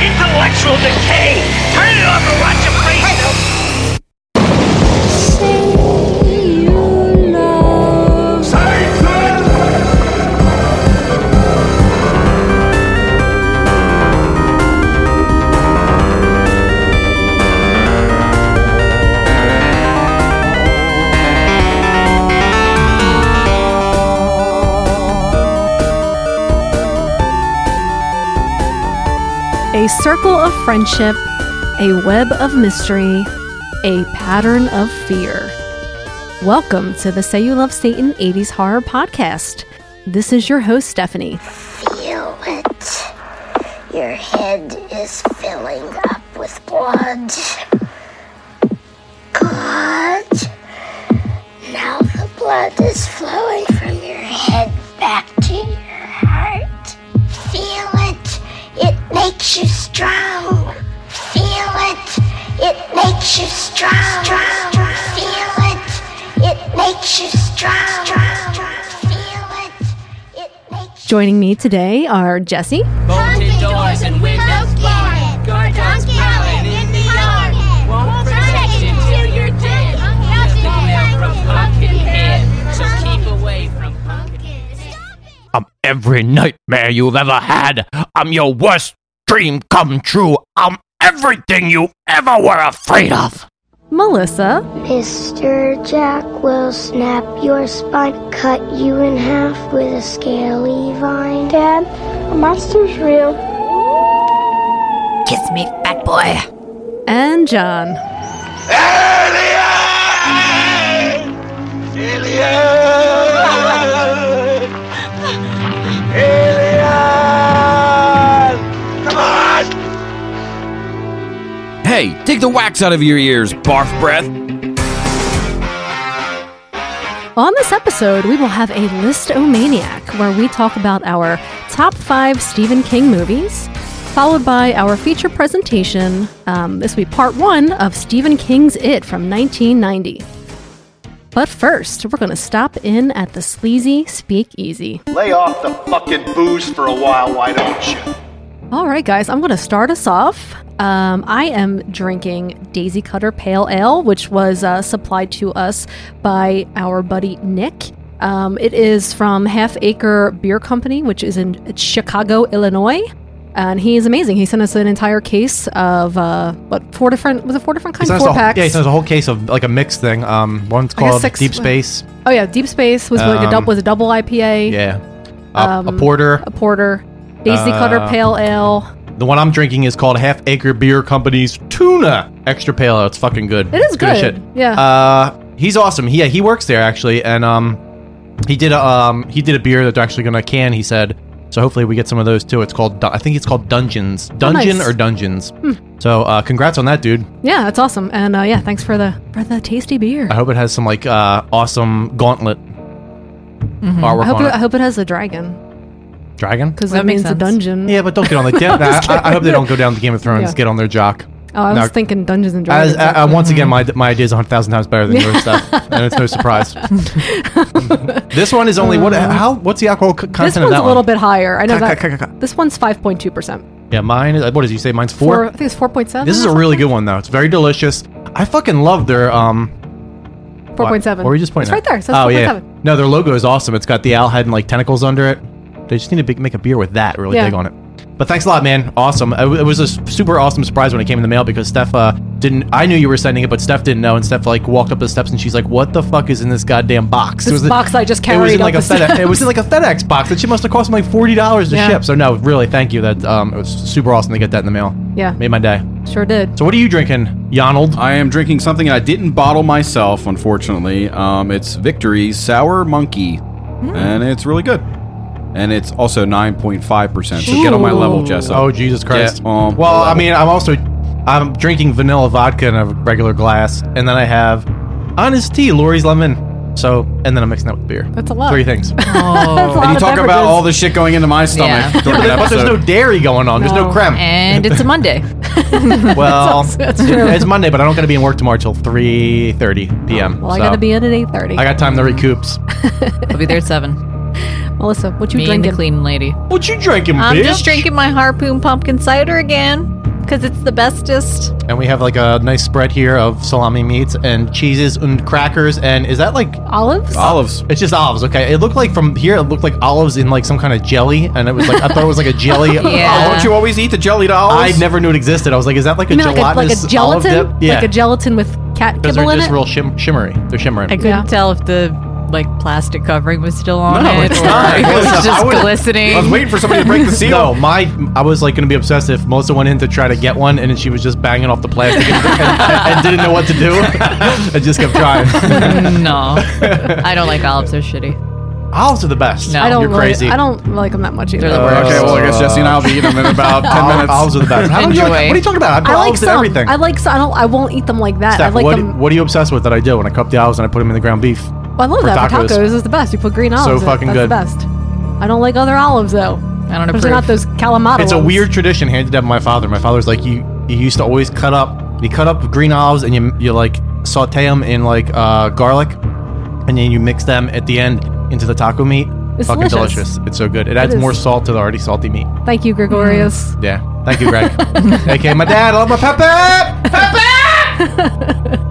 Intellectual decay! Turn it off and watch your face! oh. A circle of friendship, a web of mystery, a pattern of fear. Welcome to the Say You Love Satan 80s Horror Podcast. This is your host, Stephanie. Feel it. Your head is filling up with blood. God. Now the blood is flowing from your head back to your heart. Feel it. It makes you strong. Feel it. It makes you strong. Feel it. It makes you strong. Feel it. It makes you Joining me today are Jesse, Bolted doors and windows barred. Gardens prowling in the yard. Won't protect you till you're dead. Nothing left from Pumpkinhead. So keep away from Pumpkinhead. I'm every nightmare you've ever had. I'm your worst dream come true. I'm everything you ever were afraid of. Melissa, Mr. Jack will snap your spine, cut you in half with a scaly vine. Dad, a monster's real. and John. Hey, take the wax out of your ears, barf breath. On this episode, we will have a Listomaniac where we talk about our top five Stephen King movies, followed by our feature presentation. Um, this will be part one of Stephen King's It from 1990. But first, we're going to stop in at the sleazy speakeasy. Lay off the fucking booze for a while, why don't you? All right, guys, I'm going to start us off. Um, I am drinking Daisy Cutter Pale Ale, which was uh, supplied to us by our buddy Nick. Um, it is from Half Acre Beer Company, which is in Chicago, Illinois. And he is amazing. He sent us an entire case of uh, what four different was it four different kinds He of four sent us a, whole- packs. Yeah, he sent us a whole case of like a mixed thing. Um, one's I guess called six- Deep Space. oh yeah, Deep Space was like a dub- Um, was a double IPA, Yeah, uh, a porter. Um, a porter, Daisy Cutter Uh, Pale Ale. The one I'm drinking is called Half Acre Beer Company's Tuna Extra Pale. Ale. It's fucking good. It is It's good. as good. shit. Yeah. Uh, he's awesome. He, yeah, he works there actually, and um, he did a um, he did a beer that they're actually gonna can. He said. So hopefully we get some of those too. It's called Dun- I think it's called Dungeons, Dungeon Oh, nice. Hmm. or Dungeons. So uh, congrats on that, dude. Yeah, that's awesome. And uh, yeah, thanks for the for the tasty beer. I hope it has some like uh, awesome gauntlet artwork Mm-hmm. I hope on it, it. I hope it has a dragon Dragon. because That that, makes means a sense. dungeon. Yeah, but don't get on the. Damn, I, I, I hope they don't go down the Game of Thrones. Yeah. Get on their jock. Oh, I was No. thinking Mm-hmm. Dungeons and Dragons. As, uh, uh, once again, my my idea is hundred thousand times better than your stuff, and it's no surprise. this one is only what? How? What's the alcohol c- content Uh-huh. this of one's that a little one? bit higher. I know Ca- that. ca- ca- ca. This one's five point two percent. Yeah, mine. Is, what did you say? Mine's four. Four. I think it's four point seven. This is a really good one though. It's very delicious. I fucking love their um. four point seven. What were you just pointing? It's right at? there. It says oh yeah. 4.7. No, their logo is awesome. It's got the owl head and like tentacles under it. They just need to big, make a beer with that. Really Yeah. big on it. But thanks a lot, man. Awesome. It, w- it was a s- super awesome surprise when it came in the mail because Steph uh, didn't. I knew you were sending it, but Steph didn't know. And Steph like walked up the steps and she's like, "What the fuck is in this goddamn box?" This a- box I just It was carried in like up a the FedEx. It was in like a FedEx box that she must have cost me like forty dollars to Yeah. ship. So no, really, thank you. That um, it was super awesome to get that in the mail. Yeah. made my day. Sure did. So what are you drinking, Yonald? I am drinking something I didn't bottle myself, unfortunately. Um, it's Victory's Sour Monkey, and it's really good. And it's also 9.5%. So get on my level, Jessa. Oh Jesus Christ! Yeah, um, well, I level. mean, I'm also I'm drinking vanilla vodka in a regular glass, and then I have honest tea, Lori's lemon. So, and then I'm mixing that with beer. That's a lot. Three things. That's a lot and you of talk beverages. about all the shit going into my stomach Yeah. during that but there's no episode. dairy going on. There's No. Eh. no creme. And it's a Monday. well, that's true. it's Monday, but I don't got to be in work tomorrow till 3:30 p.m. Well, I so gotta be in at eight thirty. I got time to recoups. I'll be there at seven. Melissa, what you Me and the drinking? clean lady. What you drinking, I'm bitch? just drinking my harpoon pumpkin cider again. because it's the bestest. And we have like a nice spread here of salami meats and cheeses and crackers. And is that like Olives? Olives. It's just olives, okay. It looked like from here, it looked like olives in like some kind of jelly, and it was like I thought it was like a jelly. Oh, Yeah. Oh, don't you always eat the jellied I olives? never knew it existed. I was like, is that like a You mean like a, like gelatinous a olive gelatin? dip? Yeah, Like a gelatin with cat because kibble they're in just it? real shim- shimmery. They're shimmering. I couldn't Yeah. tell if the like plastic covering was still on No, it. it's or not. It was I just would've- glistening. I was waiting for somebody to break the seal. no, my I was like gonna be obsessed if Melissa went in to try to get one, and then she was just banging off the plastic and, and- and didn't know what to do. I just kept trying. no, I don't like olives. They're shitty. Olives are the best. No. I don't You're like, crazy. I don't like them that much either. They're the worst. Okay, well, I guess Jesse and I'll be eating them in about 10 Olive- minutes. Olives are the best. How do you like- Enjoy. what are you talking about? I put I like olives in some. everything. I like some. I don't. I won't eat them like that. I Steph, like what, them. what are you obsessed with that I do? When I cup the olives and I put them in the ground beef. Well, I love for that. tacos? For tacos is the best. You put green olives. in it. fucking That's good. The best. I don't like other olives though. I don't Those are approve. not those Kalamata. It's a ones. weird tradition handed down by my father. My father's like, you, you used to always cut up, you cut up green olives and you, you like saute them in like uh, garlic, and then you mix them at the end into the taco meat. It's Fucking delicious. delicious. It's so good. It adds is. more salt to the already salty meat. Thank you, Gregorius. Yeah. Thank you, Greg. okay, my dad. I love my Pepe. Pepe.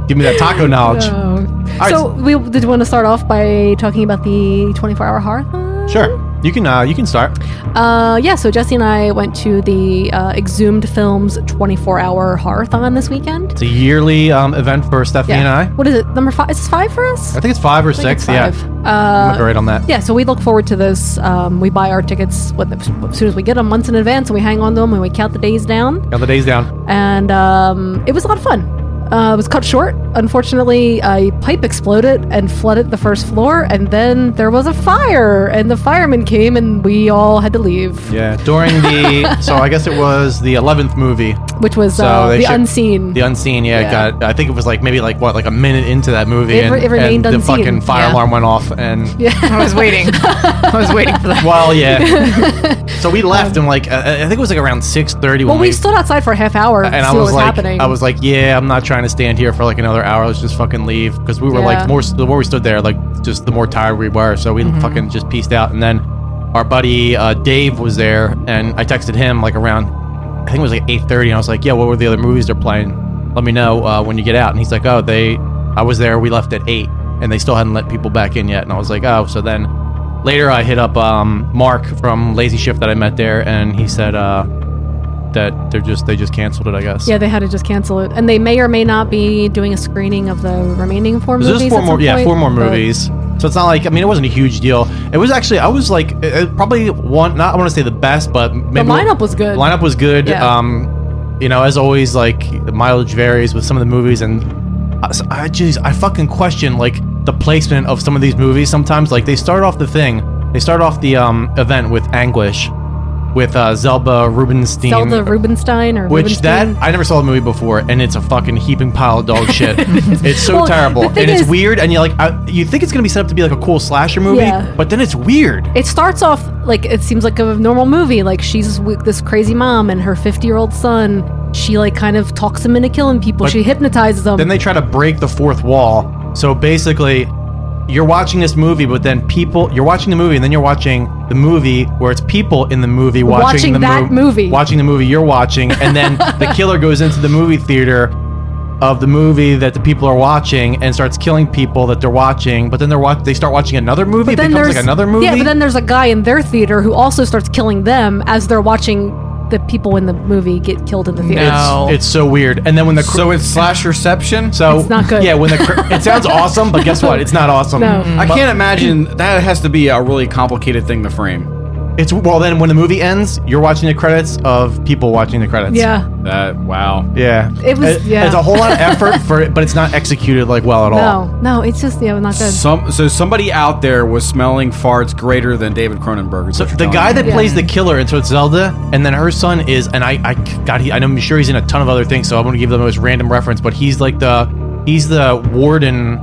Give me that taco knowledge. Oh. Mm. right. So we did you want to start off by talking about the 24-hour hearth? Sure. You can. Uh, you can start. Uh, yeah. So Jesse and I went to the uh, Exhumed Films 24-hour hearthon this weekend. It's a yearly um, event for Stephanie and I. What is it? Number five? Is this five for us? I think it's five or six. Yeah. I'm Uh, not great on that. yeah, so we look forward to this. Um, we buy our tickets with, as soon as we get them, months in advance, and we hang on to them and we count the days down. Count the days down. And um, it was a lot of fun. Uh, it was cut short. Unfortunately, a pipe exploded and flooded the first floor, and then there was a fire, and the firemen came, and we all had to leave, Yeah. During the so I guess it was the eleventh movie, which was So uh, they the should- unseen. the unseen. Yeah, it Yeah. Got I think it was like maybe like what like a minute into that movie, It and, re- it remained and the unseen, fucking fire yeah. alarm went off. And I was waiting. I was waiting for that. well, yeah. so we left and like uh, I think it was like around six thirty. Um, well, when we stood outside for a half hour to and see I what was was like, happening. I was like, yeah, I'm not trying to stand here for like another hour. Let's just fucking leave because we were Yeah. Mm-hmm. like more the more we stood there, like just the more tired we were. So we fucking just pieced out. And then our buddy uh, Dave was there, and I texted him like around I think it was like 8:30, and I was like, yeah, what were the other movies they're playing? Let me know uh, when you get out. And he's like, oh, they, I was there. We left at eight, and they still hadn't let people back in yet. And I was like, oh, so then. Later, I hit up um, Mark from Lazy Shift that I met there, and he said uh, that they're just they just canceled it. I guess. yeah, they had to just cancel it, and they may or may not be doing a screening of the remaining four There's movies. just at four some more, yeah, point, four more but- movies. So it's not like I mean, it wasn't a huge deal. It was actually I was like it- it probably one not I want to say the best, but maybe lineup was good. Lineup was good. Yeah. Um, you know, as always, like the mileage varies with some of the movies, and I, I geez, I fucking question like the placement of some of these movies. Sometimes, like they start off the thing, they start off the um event with anguish, with uh, Zelda Rubinstein. Zelda Rubinstein or Which that Rubinstein. I never saw the movie before, and it's a fucking heaping pile of dog shit. it's so Well, terrible, the and thing it's is- weird. And you like, I, you think it's gonna be set up to be like a cool slasher movie, Yeah. but then it's weird. it starts off like it seems like a normal movie. Like she's with this crazy mom and her 50 year old son. She like kind of talks him into killing people. But she hypnotizes them. Then they try to break the fourth wall. So basically, you're watching this movie, but then people, you're watching the movie, and then you're watching the movie where it's people in the movie watching, Watching the that movie. watching the movie you're watching, and then the killer goes into the movie theater of the movie that the people are watching and starts killing people that they're watching. But then they're watch, they start watching another movie. it becomes like another movie. yeah, but then there's a guy in their theater who also starts killing them as they're watching the people in the movie get killed in the theater. No. it's, it's so weird. And then when the cr- So it's slasherception? so It's not good. Yeah, when the cr- it sounds awesome, but guess what? It's not awesome. No. I can't imagine that has to be a really complicated thing to frame. It's well then when the movie ends, you're watching the credits of people watching the credits. Yeah, That wow. Yeah. It was- yeah. It's a whole lot of effort for it, but it's not executed like well at all. no, no, it's just yeah, not good. Some so somebody out there was smelling farts greater than David Cronenberg. is So what you're the telling guy me. that plays the killer in So It's Zelda, and then her son is, and I, I God, he, I know I'm sure he's in a ton of other things, so I'm gonna give the most random reference, but he's like the, he's the warden,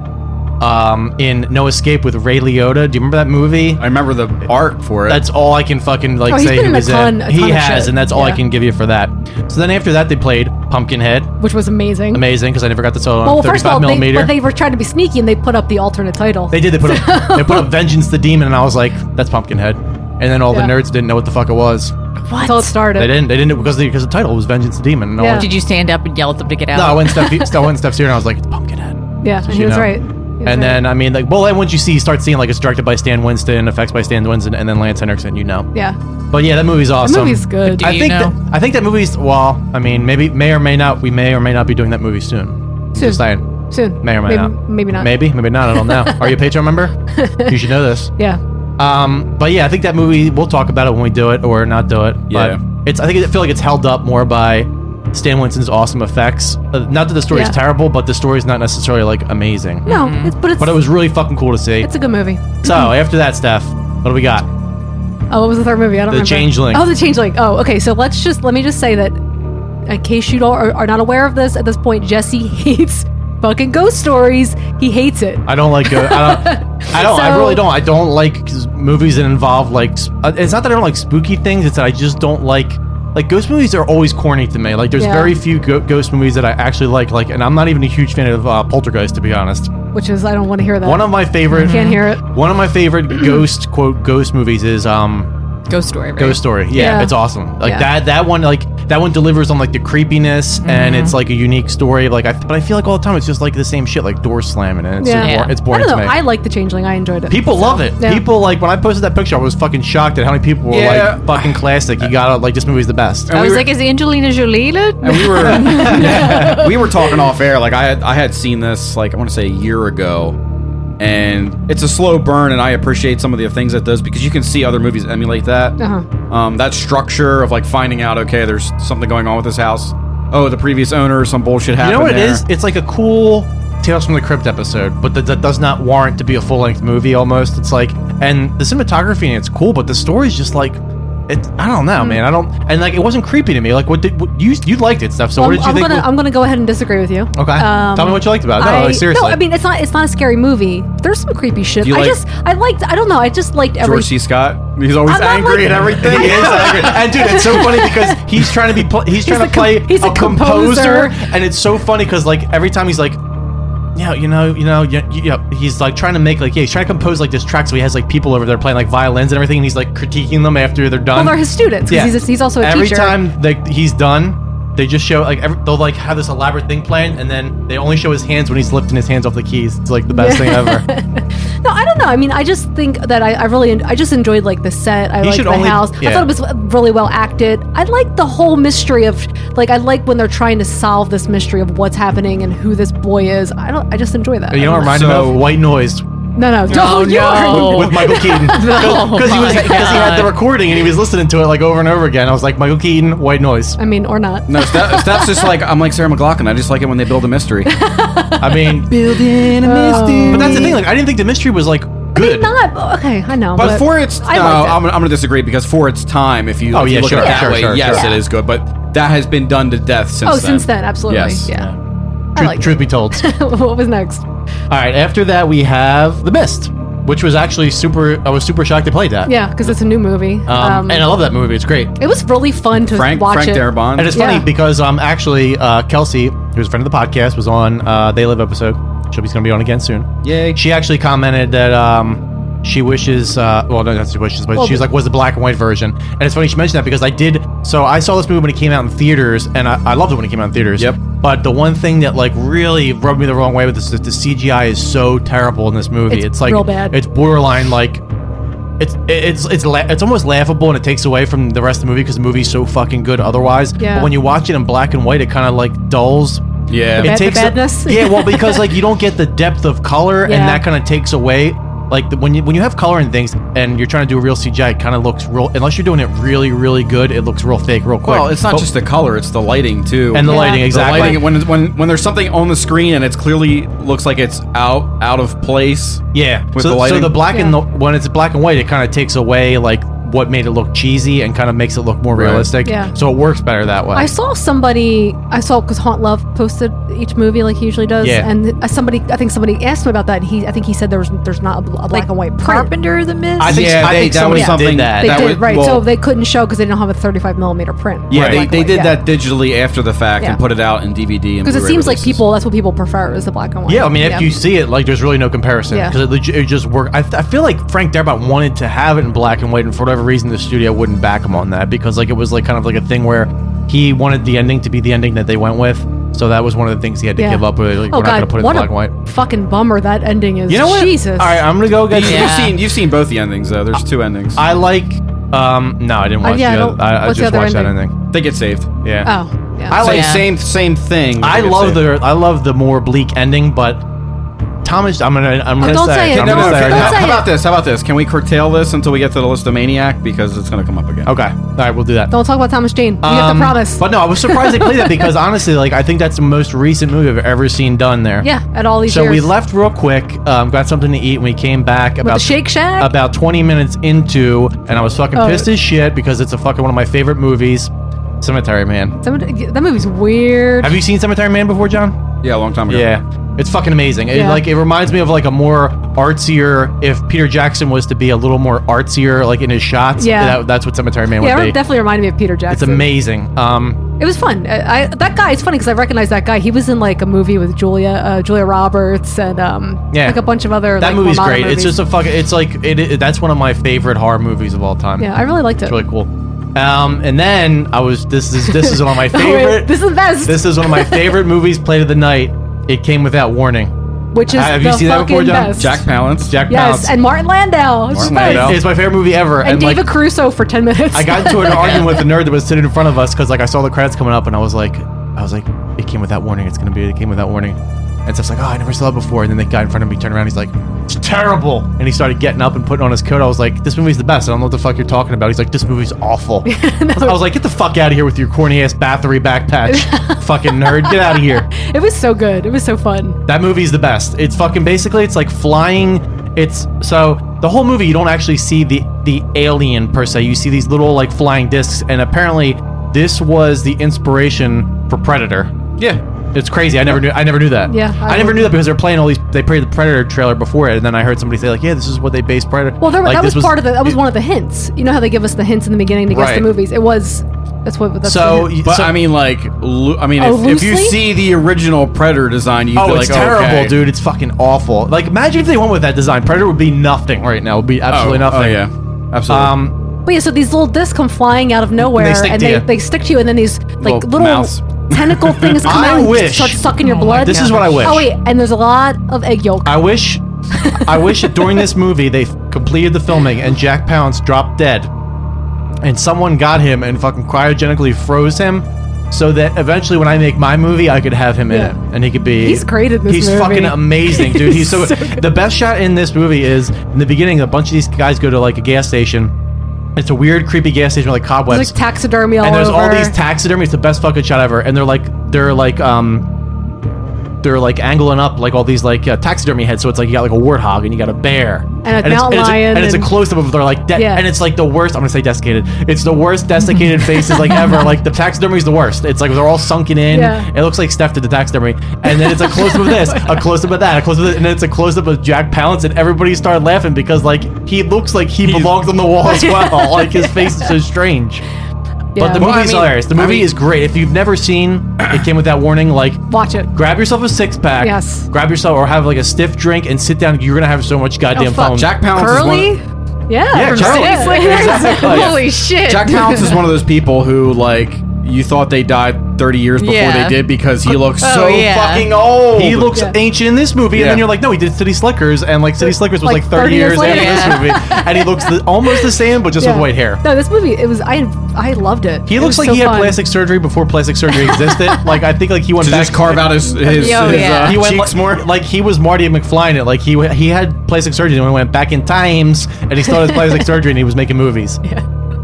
um, in No Escape with Ray Liotta. Do you remember that movie? I remember the art for it. That's all I can fucking like Oh, he's say been he in a was ton- in. a He ton of has, shit. and that's all Yeah. I can give you for that. So then after that, they played Pumpkinhead. which was amazing. Amazing, because I never got to sell it on Well, 35 first of all, they, millimeter. but they were trying to be sneaky and they put up the alternate title. They did. They put up, they put up Vengeance the Demon, and I was like, that's Pumpkinhead. And then all Yeah. the nerds didn't know what the fuck it was. That's how it started. They didn't. They didn't because the, because the title was Vengeance the Demon. No Yeah. one. Did you stand up and yell at them to get out? No, I went step. I went steps here, and I was like, it's Pumpkinhead. Yeah, and he you was know. right. He was right. And then I mean, like, well, and once you see, start seeing like it's directed by Stan Winston, effects by Stan Winston, and then Lance Henriksen, you know. yeah, But yeah, that movie's awesome. the movie's good. Do I you think know? that, I think that movie's well. I mean, maybe may or may not. We may or may not be doing that movie soon. I'm Soon. Just saying. Soon, May or may maybe, not. maybe not. Maybe, maybe not. I don't know. Are you a Patreon member? You should know this. Yeah, Um, but yeah, I think that movie. We'll talk about it when we do it or not do it. Yeah. But it's. I think I feel like it's held up more by Stan Winston's awesome effects. Uh, not that the story's Yeah. terrible, but the story's not necessarily like amazing. no, it's, but it's Mm-hmm. But it was really fucking cool to see. it's a good movie. So after that, Steph, what do we got? Oh, what was the third movie? I don't The remember. Changeling. Oh, the Changeling. Oh, okay. So let's just let me just say that, in case you don't, are, are not aware of this at this point, Jesse hates fucking ghost stories. He hates it. I don't like. Go- I don't. I, don't I So- really don't. I don't like s- movies that involve like. sp- uh, It's not that I don't like spooky things. It's that I just don't like. Like ghost movies are always corny to me. Like there's Yeah. very few go- ghost movies that I actually like. Like, and I'm not even a huge fan of uh, Poltergeist to be honest. Which is I don't want to hear that. One of my favorite. Can't hear it. One of my favorite ghost quote ghost movies is um Ghost story. Right? Ghost Story. Yeah, Yeah. it's awesome. Like Yeah. that that one like that one delivers on like the creepiness and Mm-hmm. it's like a unique story. Like I but I feel like all the time it's just like the same shit like door slamming and it's Yeah. just bor- Yeah. it's I boring don't know. to me. I like the Changeling. I enjoyed it. people So, love it. yeah. People like when I posted that picture I was fucking shocked at how many people were Yeah. like fucking classic. You gotta like this movie's the best. I we was were- like, is Angelina Jolie? in it? And we were we were talking off air. Like I had, I had seen this like I want to say a year ago, and it's a slow burn. And I appreciate some of the things it does because you can see other movies emulate that. Uh-huh. Um, that structure of like finding out okay, there's something going on with this house. Oh, the previous owner, some bullshit You happened. know what there. it is? It's like a cool Tales from the Crypt episode, but that, that does not warrant to be a full length movie. Almost, it's like, and the cinematography and it's cool, but the story's just like, it. I don't know, man. I don't, and like it wasn't creepy to me. Like, what did what, you you liked it stuff? So I'm, what did you I'm think? gonna, was- I'm gonna go ahead and disagree with you. Um, Okay. Tell me what you liked about it. No, I, like, seriously. No, I mean it's not. It's not a scary movie. There's some creepy shit. you I like- just, I liked. I don't know. I just liked every. George C. Scott. He's always I'm not angry like- at everything. He is angry. And dude, it's so funny because he's trying to be pl- he's trying a to com- play he's a composer. and it's so funny because like every time he's like, yeah, you know, you know, yeah, you know, he's like trying to make like yeah, he's trying to compose like this track, so he has like people over there playing like violins and everything, and he's like critiquing them after they're done. well, they're his students. 'cause Yeah. He's, a, he's also a every teacher. time like he's done, they just show like every, they'll like have this elaborate thing playing, and then they only show his hands when he's lifting his hands off the keys. It's like the best thing ever. No, I don't know. I mean, I just think that I, I really, I just enjoyed like the set. I liked should the only- house. I yeah. thought it was really well acted. I like the whole mystery of, like, I like when they're trying to solve this mystery of what's happening and who this boy is. I don't. I just enjoy that. You know, what I don't reminded me of White Noise know. No, no, don't. you no. are- with Michael Keaton because he was my because he had the God. recording and he was listening to it like over and over again. I was like, Michael Keaton, white noise. I mean, or not. No, Steph, Steph's just like I'm like Sarah McLaughlin. I just like it when they build a mystery. I mean, Building a Oh. mystery. but that's the thing. Like, I didn't think the mystery was like good. Not but- okay. I know. But, for its I no, liked it. I'm, I'm going to disagree because for its time, if you, Oh, if you yeah, look sure, at it that sure, way, sure, yes, sure. it is good. But that has been done to death since. oh, then. since then, absolutely. Yes. Yeah. I Truth, like. truth be told. what was next? All right. After that, we have the mist, which was actually super. I was super shocked they played that. Yeah, because it's a new movie. Um, Um, and I love that movie. It's great. it was really fun to Frank watch Frank it. Darabont. And it's funny Yeah. because um actually uh, Kelsey, who's a friend of the podcast, was on uh, They Live episode. She'll be going to be on again soon. Yay. She actually commented that um she wishes uh well no not she wishes but Well, she was like was the black and white version and it's funny she mentioned that because I did so I saw this movie when it came out in theaters and I, I loved it when it came out in theaters Yep. but the one thing that like really rubbed me the wrong way with this is that the CGI is so terrible in this movie It's it's, like real bad. it's borderline like it's it's it's la- it's almost laughable and it takes away from the rest of the movie because the movie's so fucking good otherwise. Yeah. But when you watch it in black and white, it kind of like dulls. yeah, bad- it the takes a- badness? yeah, well, because like you don't get the depth of color, Yeah. and that kind of takes away. Like the, when you when you have color in things and you're trying to do real CGI, it kind of looks real. Unless you're doing it really really good, it looks real fake real quick. well, it's not But- just the color; it's the lighting too, and the Yeah. lighting The exactly. The lighting, when when when there's something on the screen and it's clearly looks like it's out out of place. Yeah. with so, the lighting. so the black and Yeah. the, when it's black and white, it kind of takes away like what made it look cheesy and kind of makes it look more Right. realistic. Yeah. So it works better that way. I saw somebody. I saw because Haunt Love posted each movie like he usually does, Yeah. and uh, somebody. I think somebody asked him about that. And he, I think he said there was there's not a, bl- a black and white print. Carpenter of the Mist. I think, Yeah, I they- think that somebody was something did that. They that did was- right, so well- they couldn't show because they didn't have a 35 millimeter print. Yeah, Right. they, Black they and did white, that digitally after the fact Yeah. and put it out in DVD and because it Blu-ray seems like releases. people. That's what people prefer is the black and white. yeah, I mean, if you see it, like, there's really no comparison Yeah. because it, legi- it just worked. I, I feel like Frank Darabont wanted to have it in black and white, and for whatever whatever reason, the studio wouldn't back him on that because like it was like kind of like a thing where he wanted the ending to be the ending that they went with. So that was one of the things he had to give up. With, like, oh we're god, not going to put it in what black and a white. fucking bummer that ending is. You know what? Jesus. All right, um, I'm going to go get. You've Yeah. seen you've seen both the endings though. There's two endings. I I like. Um, no, I didn't watch. Uh, yeah, I the don't- other, I, I what's just the other watched that ending? ending. think it's saved. Yeah. Oh, yeah. I like yeah. same same thing. I think it's love saved. the I love the more bleak ending, but Thomas, I'm gonna I'm gonna Oh, don't say, say it, I'm No, gonna no, Don't no, say say it no. now. it. How about this? How about this? Can we curtail this until we get to the list of maniac because it's going to come up again? Okay, all right, we'll do that. Don't talk about Thomas Jane. You have to Um, promise. But no, I was surprised they played that because honestly, like I think that's the most recent movie I've ever seen done there. yeah, at all these So years. we left real quick, um, got something to eat, and we came back with the about Shake Shack. about 20 minutes into, and I was fucking Oh. pissed as shit because it's a fucking one of my favorite movies, Cemetery Man. Somebody- that movie's weird. Have you seen Cemetery Man before, John? Yeah, a long time ago. Yeah, it's fucking amazing. It, Yeah. like it reminds me of like a more artsier. If Peter Jackson was to be a little more artsier, like in his shots, Yeah. that, that's what Cemetery Man yeah, would it be. definitely reminded me of Peter Jackson. It's amazing. Um, It was fun. I, I that guy. It's funny because I recognize that guy. He was in like a movie with Julia uh, Julia Roberts and um Yeah. like a bunch of other. that like, movie's Mamma great. movies. It's just a fucking. It's like it, it- That's one of my favorite horror movies of all time. yeah. I really liked it. it's really cool. Um, and then I was. This is this is one of my Oh, wait, favorite. this is the best. this is one of my favorite movies played of the night. It came without warning. which is have the you seen that before, fucking John? best. Jack Palance. Jack yes, Palance. and Martin Landau. It's Martin just nice. Landau. it's my favorite movie ever. And, like, David Caruso for ten minutes. I got into an argument with a nerd that was sitting in front of us because like I saw the credits coming up and I was like, I was like, it came without warning. It's gonna be. It came without warning. And stuff's like, oh, I never saw it before. And then the guy in front of me turned around. He's like, it's terrible. And he started getting up and putting on his coat. I was like, this movie's the best. I don't know what the fuck you're talking about. He's like, this movie's awful. I, was, I was like, get the fuck out of here with your corny ass Bathory back patch, fucking nerd. Get out of here. it was so good. It was so fun. That movie's the best. It's fucking basically it's like flying. It's so the whole movie you don't actually see the the alien per se. You see these little like flying discs, and apparently this was the inspiration for Predator. Yeah. It's crazy. I never knew. I never knew that. Yeah, I, I never would- knew that because they're playing all these. They played the Predator trailer before it, and then I heard somebody say like, "Yeah, this is what they based Predator." Well, there, like, that this was, part of the. That was one of the hints. You know how they give us the hints in the beginning to guess Right. the movies. It was. That's what. That's the So, hint. y- But so I mean, like, lo- I mean, Oh, if, if you loosely? see the original Predator design, you Oh, feel it's like, terrible, okay. dude. It's fucking awful. Like, imagine if they went with that design. Predator would be nothing right now. It would be Oh, absolutely nothing. oh yeah, absolutely. Um, But yeah, so these little discs come flying out of nowhere, and they stick stick, to they, you. stick to you, and then these like Little little, mouse. tentacle things come I out and wish- start sucking your Oh my blood. this is what I wish. Oh wait, and there's a lot of egg yolk. I wish, I wish that during this movie they completed the filming and Jack Palance dropped dead, and someone got him and fucking cryogenically froze him, so that eventually when I make my movie I could have him Yeah. in it and he could be. He's great in this He's movie. fucking amazing, dude. He's He's so, so good. the best shot in this movie is in the beginning. A bunch of these guys go to like a gas station. It's a weird, creepy gas station with like There's cobwebs like taxidermy all and there's over. all these taxidermy. It's the best fucking shot ever. And they're like, they're like, um, they're like angling up like all these like uh, taxidermy heads. So it's like you got like a warthog and you got a bear and a it's, mountain it's a- lion and, it's a and- close up of they're like, de- Yeah. and it's like the worst. I'm gonna say desiccated. It's the worst desiccated faces like ever. Like the taxidermy's the worst. It's like they're all sunken in. Yeah. It looks like Steph did the taxidermy. And then it's a close up of this, a close up of that, a close up, of this, and then it's a close up of Jack Palance, and everybody started laughing because like he looks like he belongs on the wall as well. like his face is so strange. But the Yeah. movie's I mean- hilarious. The I movie mean- is great. If you've never seen It Came With That Warning, like Watch it. grab yourself a six pack. Yes. Grab yourself or have like a stiff drink and sit down. You're gonna have so much goddamn Oh, fuck. fun. Jack Palance is one. Curly? Yeah, Yeah, from Charlie. Six Flags. Holy shit. Jack Palance is one of those people who like you thought they died 30 years before Yeah. they did because he looks Oh, so yeah. fucking old. He looks Yeah. ancient in this movie, and Yeah. then you're like, no, he did City Slickers, and like City Slickers was like, 30, years, later. after this movie, and he looks the, almost the same, but just Yeah. with white hair. No, this movie. It was. I. I loved it. He It looks was like so he had fun. plastic surgery before plastic surgery existed. like I think like he went to back just carve out his his, Yeah, his yeah. uh, Oh, he went cheeks like, more. like he was Marty McFly in it. Like he he had plastic surgery and went back in times, and he still had his plastic surgery and he was making movies.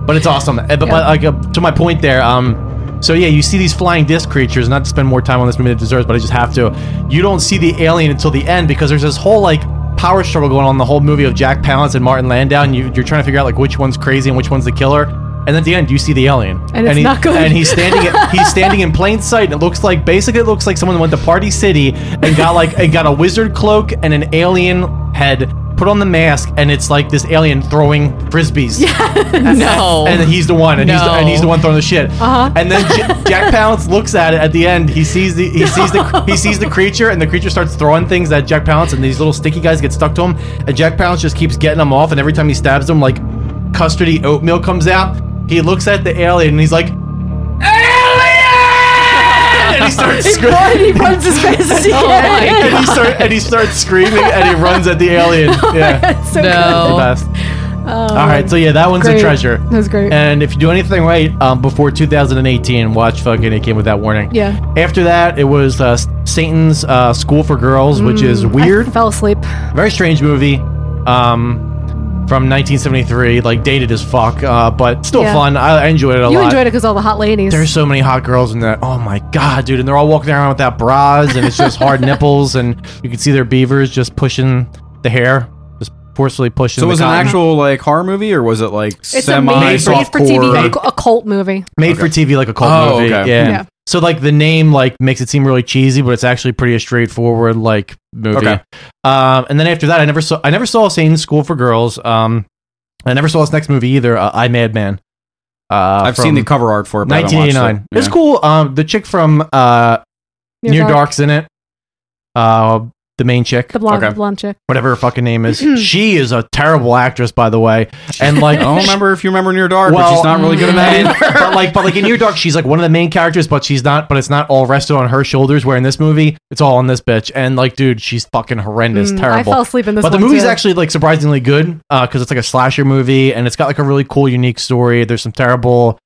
But it's awesome. Uh, But but, like uh, to my point there, um. So yeah, you see these flying disc creatures. Not to spend more time on this movie than it deserves, but I just have to. You don't see the alien until the end because there's this whole like power struggle going on in the whole movie of Jack Palance and Martin Landau, and you, you're trying to figure out like which one's crazy and which one's the killer. And at the end, you see the alien, And it's he- not good. And he's standing. he's standing in plain sight. And it looks like basically it looks like someone went to Party City and got like and got a wizard cloak and an alien head. Put on the mask, and it's like this alien throwing frisbees, No. and he's the one, and, he's, the, No. and he's the one throwing the shit. Uh-huh. And then J- Jack Palance looks at it at the end. He sees the he sees the he sees the creature, and the creature starts throwing things at Jack Palance, and these little sticky guys get stuck to him, and Jack Palance just keeps getting them off, and every time he stabs them, like custardy oatmeal comes out. He looks at the alien and he's like, "Alien!" and he starts screaming. he runs as fast as he Oh my can. And he, start, and he starts screaming and he runs at the alien. Yeah. That's so The No. best. All right, so yeah, that one's Oh. great. a treasure. That was great. And if you do anything right um, before 2018, watch fucking it came with that warning. Yeah. After that, it was uh, Satan's uh, School for Girls, which is weird, Mm. I fell asleep. very strange movie, um, from 1973, like dated as fuck, uh, but still Yeah. fun. I, I enjoyed it a You lot. enjoyed it because all the hot ladies. There's so many hot girls in that. Oh my god, dude! And they're all walking around without bras, and it's just hard nipples, and you can see their beavers just pushing the hair, just forcefully pushing. So the was it an cotton. actual like horror movie or was it like it's a semi made, made for TV softcore? occ- occult movie. made for TV like a cult Oh, movie. okay. Yeah. Yeah. So like the name like makes it seem really cheesy, but it's actually pretty a straightforward like movie. Okay. Um, and then after that, I never saw I never saw Satan's School for Girls. Um, I never saw his next movie either. Uh, I Madman. Uh, I've seen the from cover art for it. But I 1989. It's haven't watched it. cool. Um, the chick from uh, Near, Dark's in it. Uh, the main chick, The blonde, Okay. the blonde chick. whatever her fucking name is. she is a terrible actress, by the way. And like, Yeah. I don't remember if you remember Near Dark, but she's not really good at and- that. but like, but like in Near Dark, she's like one of the main characters, but she's not. But it's not all rested on her shoulders. Where in this movie, it's all on this bitch. And like, dude, she's fucking horrendous, Mm, I terrible. fell asleep in this but the one, movie's too. actually like surprisingly good because it's like a slasher movie, and it's got like a really cool, unique story. There's some terrible.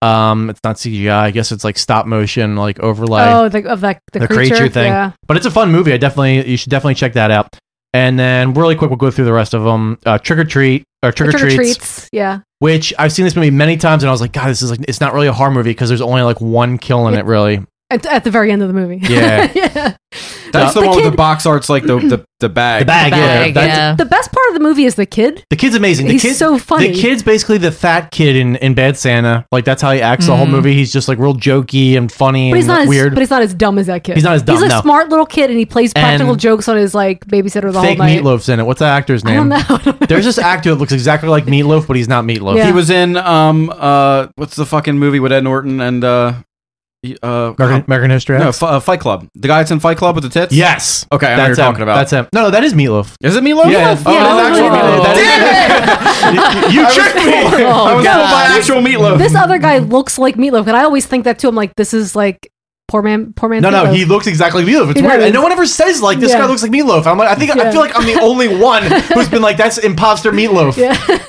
Um, it's not CGI. I guess it's like stop motion, like overlay oh, the, of that the, the, creature, thing. Yeah. But it's a fun movie. I definitely you should definitely check that out. And then really quick, we'll go through the rest of them. Uh, Trick or treat or The trick or Trick or treats, treats. Yeah. which I've seen this movie many times, and I was like, God, this is like it's not really a horror movie because there's only like one kill in it, really. At, at the very end of the movie. Yeah. yeah. That's the, one with kid- the box arts, like the the, the bag. mm-hmm. The bag, yeah, Bag, That- yeah. The best part of the movie is the kid. The kid's amazing. The He's kid's so funny. The kid's basically the fat kid in, in Bad Santa. Like that's how he acts the whole movie. He's just like real jokey and funny Mm. But he's and not weird. as but he's not as dumb as that kid. He's not as dumb, He's a no. smart little kid, and he plays practical And- jokes on his like babysitter the Fake whole night. Meatloaf's in it. What's that actor's name? I don't know. I don't know. There's this actor that looks exactly like Meatloaf, but he's not Meatloaf. Yeah. He was in um uh what's the fucking movie with Ed Norton and uh he- uh American, American History. no X? F- uh, Fight Club. The guy that's in Fight Club with the tits. Yes. Okay, I know what that's you're him. talking about. That's him. No, no, that is Meatloaf. Is it Meatloaf? Yeah. Oh, yeah, that's actual Meatloaf. Meatloaf. That is- Damn it! you tricked me. Oh, I was fooled by actual Meatloaf. This other guy looks like Meatloaf, and I always think that too. I'm like, this is like poor man, poor man. No, no, Meatloaf. he looks exactly like Meatloaf. It's He weird, does. and no one ever says like this Yeah. guy looks like Meatloaf. I'm like, I think I feel like I'm the only one who's been like that's imposter Meatloaf.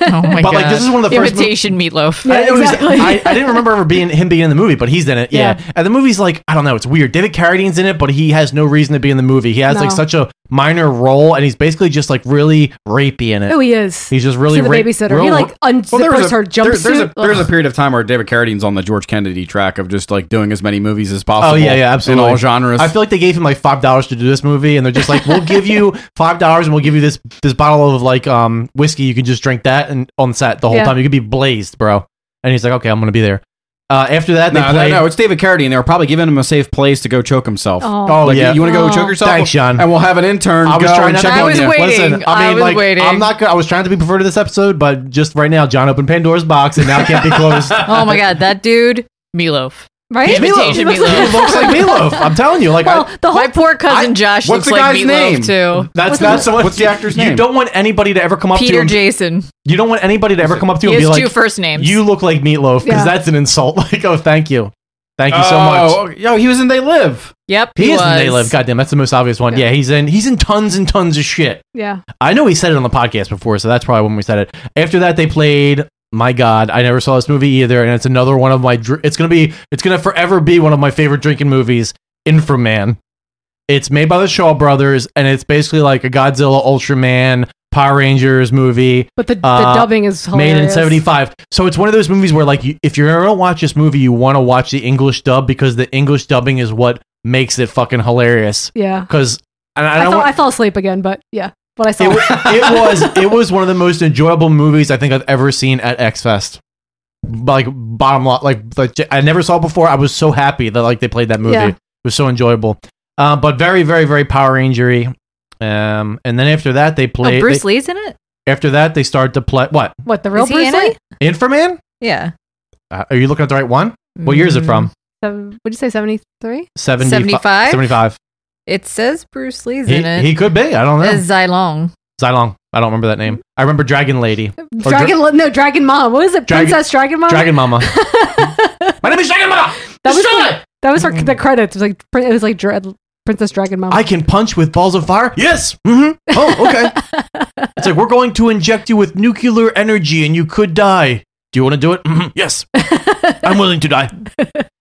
Oh my But, god. like, this is one of the first mo- imitation meatloaf. I, it was- exactly. I, I didn't remember ever being him being in the movie, but he's in it. Yeah. and the movie's like I don't know, it's weird. David Carradine's in it, but he has no reason to be in the movie. He has like No. such a minor role, and he's basically just like really rapey in it. Oh, he is. he's just really to the rape- babysitter. real- he like unzippers Well, there was a, her there- jumpsuit. there's, a, there's a Ugh. period of time where David Carradine's on the George Kennedy track of just like doing as many movies as Oh possible. yeah, yeah, absolutely. In all genres. I feel like they gave him like five dollars to do this movie, and they're just like, "We'll give you five dollars, and we'll give you this this bottle of like um whiskey. You can just drink that and on set the whole Yeah. time. You could be blazed, bro." And he's like, "Okay, I'm gonna be there." Uh, after that, they no, no, played. no, it's David Carradine. They were probably giving him a safe place to go choke himself. Oh. Oh Like, yeah, you want to go Oh. choke yourself? Thanks, Sean. And we'll have an intern. I was go trying and to check I on was you. waiting. Listen, I I mean, was like, waiting. I'm not. Gonna, I was trying to be prefer to this episode, but just right now, John opened Pandora's box, and now it can't be closed. Oh my god, that dude, meatloaf. right? He's Meatloaf. Imitation Meatloaf. He looks like Meatloaf. I'm telling you, like, Well, I, the whole My poor cousin Josh looks what's the like guy's meatloaf name? too. that's what's that's the- what- what's the actor's You name? don't want anybody to ever come up to Peter him. Jason. you don't want anybody to ever come up to you He and be has like, two first names. You look like meatloaf because Yeah. that's an insult. Like, oh, thank you, thank you so much. Oh, yo, he was in They Live. Yep. He, is was. in They Live. Goddamn, that's the most obvious one. Yeah. he's in. He's in tons and tons of shit. yeah. I know he said it on the podcast before, so that's probably when we said it. After that, they played. My God, I never saw this movie either, and it's another one of my. dr- It's gonna be. It's gonna forever be one of my favorite drinking movies. Inframan. It's made by the Shaw Brothers, and it's basically like a Godzilla, Ultraman, Power Rangers movie But the, the Uh, dubbing is hilarious. made in 75 so it's one of those movies where like you, if you're gonna watch this movie you want to watch the english dub because the english dubbing is what makes it fucking hilarious Yeah. because and I, i don't fell, want- I fell asleep again, but yeah. What I saw. it, wa- it was it was one of the most enjoyable movies i think i've ever seen at x fest like bottom lot like, like i never saw it before i was so happy that like they played that movie Yeah. it was so enjoyable um, but very very very power injury um, and then after that they played Oh, Bruce they- Lee's in it. after that they started to play what what the real Is he Bruce in Lee? it? inframan Yeah. uh, are you looking at the right one What year is it Mm. from? Seven- What'd you say? Seventy three? 75? 75? 75. It says Bruce Lee's in He, it. he could be. I don't know. As Zilong. Xylong. I don't remember that name. I remember Dragon Lady. Or Dra- Dragon, Lo- no, Dragon Mom. What was it? Dragon- Princess Dragon Mom. Dragon Mama. My name is Dragon Mama. That was Destroy the, that was her, the credits. It was like pr- it was like Dra- Princess Dragon Mom. Mm. I can punch with balls of fire? Yes. hmm Oh, okay. it's like we're going to inject you with nuclear energy and you could die. Do you want to do it? hmm Yes. I'm willing to die.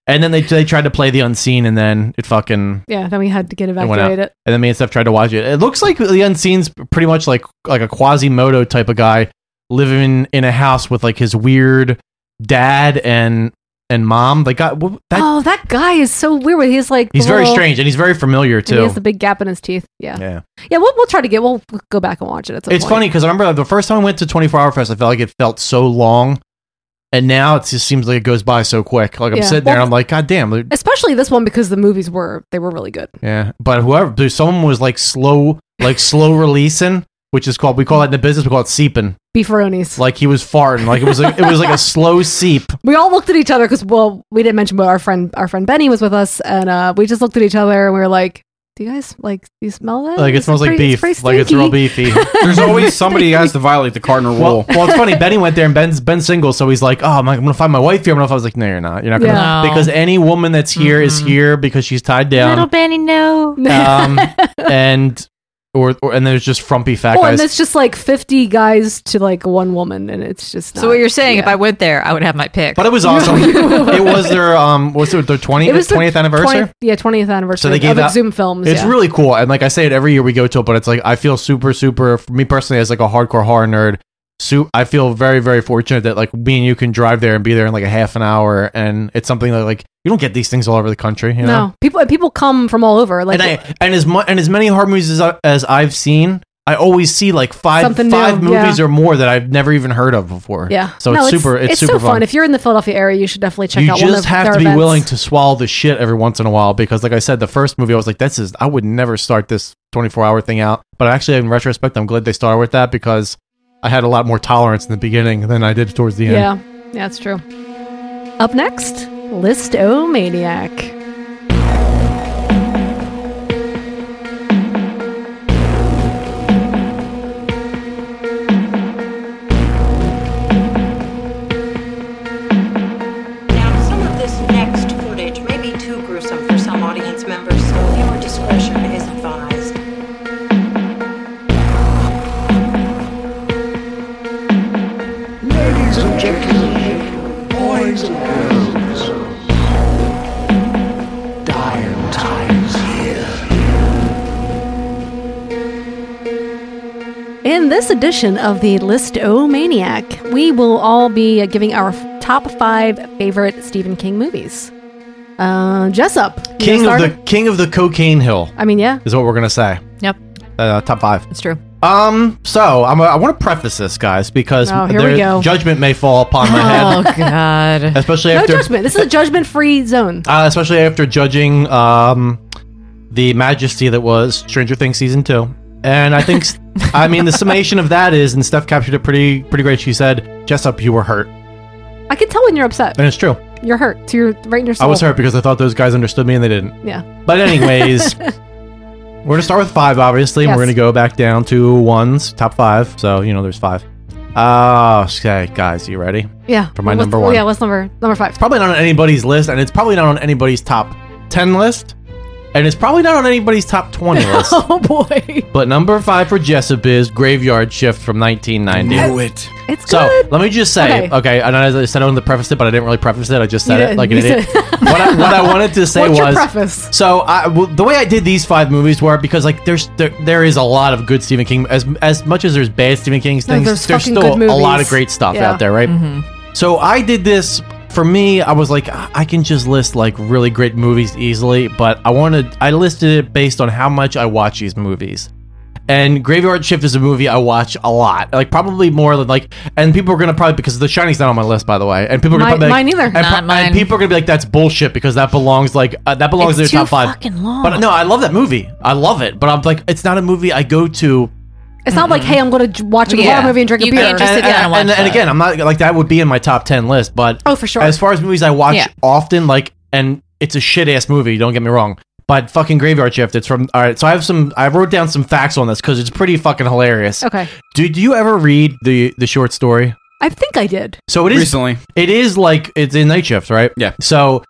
And then they, they tried to play the unseen and then it fucking yeah, then we had to get it went out. evacuated. And then me and Steph tried to watch it. It looks like the unseen's pretty much like like a Quasimodo type of guy living in a house with like his weird dad and and mom. They got what- that oh, that guy is so weird. He's like he's the very little- strange and he's very familiar and he too. has the big gap in his teeth. Yeah, yeah. yeah. we'll, we'll try to get. We'll go back and watch it. At some It's point. funny because I remember the first time I went to 24 Hour Fest, I felt like it felt so long, and now it just seems like it goes by so quick. Like I'm Yeah. sitting there, and Well, I'm like, God damn, like, especially this one because the movies were they were really good. yeah. But whoever, dude, someone was like slow, like slow releasing, which is called we call that in the business we call it seeping. Beefaronis. Like he was farting, like it was like, it was like a slow seep. we all looked at each other because well, we didn't mention, but our friend our friend Benny was with us, and uh, we just looked at each other and we were like, "Do you guys like do you smell that? Like it It's smells like pretty- beef, pretty like it's real stinky." beefy. There's always somebody who has to violate the cardinal Well, rule. well, it's funny. Benny went there, and Ben's Ben's single, so he's like, "Oh, I'm, like, I'm gonna find my wife here." And I was like, "No, you're not. You're not gonna." Yeah. No. Because um, any woman that's here is Mm-hmm. here because she's tied down. Benny, no. um, and or, or and there's just frumpy fat Oh, and guys. it's just like fifty guys to like one woman, and it's just. So not- what you're saying? If yeah. I went there, I would have my pick. but it was awesome. it was their um, was it their twenty it was the twentieth anniversary? 20th yeah, twentieth anniversary. So they gave of out- Zoom films. It's yeah. really cool, and like I say it every year we go to it, but it's like I feel super, super. For me personally, as like a hardcore horror nerd, so I feel very, very fortunate that like me and you can drive there and be there in like a half an hour, and it's something that like you don't get these things all over the country, you know. no people. and People come from all over. Like and I and as mu- and as many horror movies as, I, as I've seen, I always see like five Something five new, movies or more that I've never even heard of before. yeah, So No, it's, super. It's, super so fun. If you're in the Philadelphia area, you should definitely check you out. just one of have their to be events. willing to swallow the shit every once in a while because, like I said, the first movie I was like, "This is I would never start this 24 hour thing out." But actually, in retrospect, I'm glad they started with that because I had a lot more tolerance in the beginning than I did towards the end. Yeah, yeah, that's true. Up next, List O Maniac. Now, some of this next footage may be too gruesome for some audience members, so your discretion is advised. Ladies and gentlemen, boys and girls, dying times here. In this edition of the List O Maniac, we will all be uh, giving our f- top five favorite Stephen King movies. Uh, Jessup, you King of gonna the start? King of the Cocaine Hill I mean, yeah, is what we're gonna say. Yep, Uh, top five. it's true. Um. So I'm. A, I want to preface this, guys, because Oh, here we there- go. judgment may fall upon my head, Oh God. especially no after judgment. This is a judgment-free zone. uh, especially after judging um, the majesty that was Stranger Things season two. And I think, I mean, the summation of that is, and Steph captured it pretty, pretty great. She said, "Jessup, you were hurt," and I can tell when you're upset. it's true. You're hurt. So you're right in your I soul. was hurt because I thought those guys understood me, and they didn't. Yeah. But anyways, we're gonna start with five, obviously, and we're Yes. gonna go back down to ones, top five. So you know, there's five. Uh, okay, guys, you ready? Yeah. For my What's- oh, number one. Yeah. What's number number five? probably not on anybody's list, and it's probably not on anybody's top 10 list, and it's probably not on anybody's top 20 list. Oh boy, But number five for Jessup is Graveyard Shift from 1990. it. it's So good. let me just say, Okay. okay, I know I said I wanted to preface it, but I didn't really preface it. I just said You it did. like an You idiot. said- what, I, what I wanted to say What's your was preface? so I, well, the way I did these five movies were because like there's there, there is a lot of good Stephen King as as much as there's bad Stephen King there's things. There's, fucking still good a lot movies. of great stuff Yeah. Mm-hmm. out there, right? So I did this for me. I was like, I I can just list like really great movies easily, but I wanted I listed it based on how much I watch these movies. And Graveyard Shift is a movie I watch a lot, like probably more than like. And people are gonna probably because The Shining's not on my list, by the way. And people are gonna Mine- probably mine like, either. And, Not pro- and mine. people are gonna be like, "That's bullshit," because that belongs like uh, that belongs It's to their too top five. fucking long. But no, I love that movie. I love it. But I'm like, it's not a movie I go to It's not like, mm-hmm. hey, I'm going to watch a Yeah. horror movie and drink a You beer. can't just sit and, down and watch and- and that. again, I'm not like that would be in my top ten list, but Oh, for sure. As far as movies I watch Yeah. often, like and it's a shit ass movie. Don't get me wrong, But fucking graveyard shift. It's from all right. So I have some. I wrote down some facts on this because it's pretty fucking hilarious. Okay. Did you ever read the the short story? I think I did. So it is Recently, it is like it's in night shift, right? Yeah. So,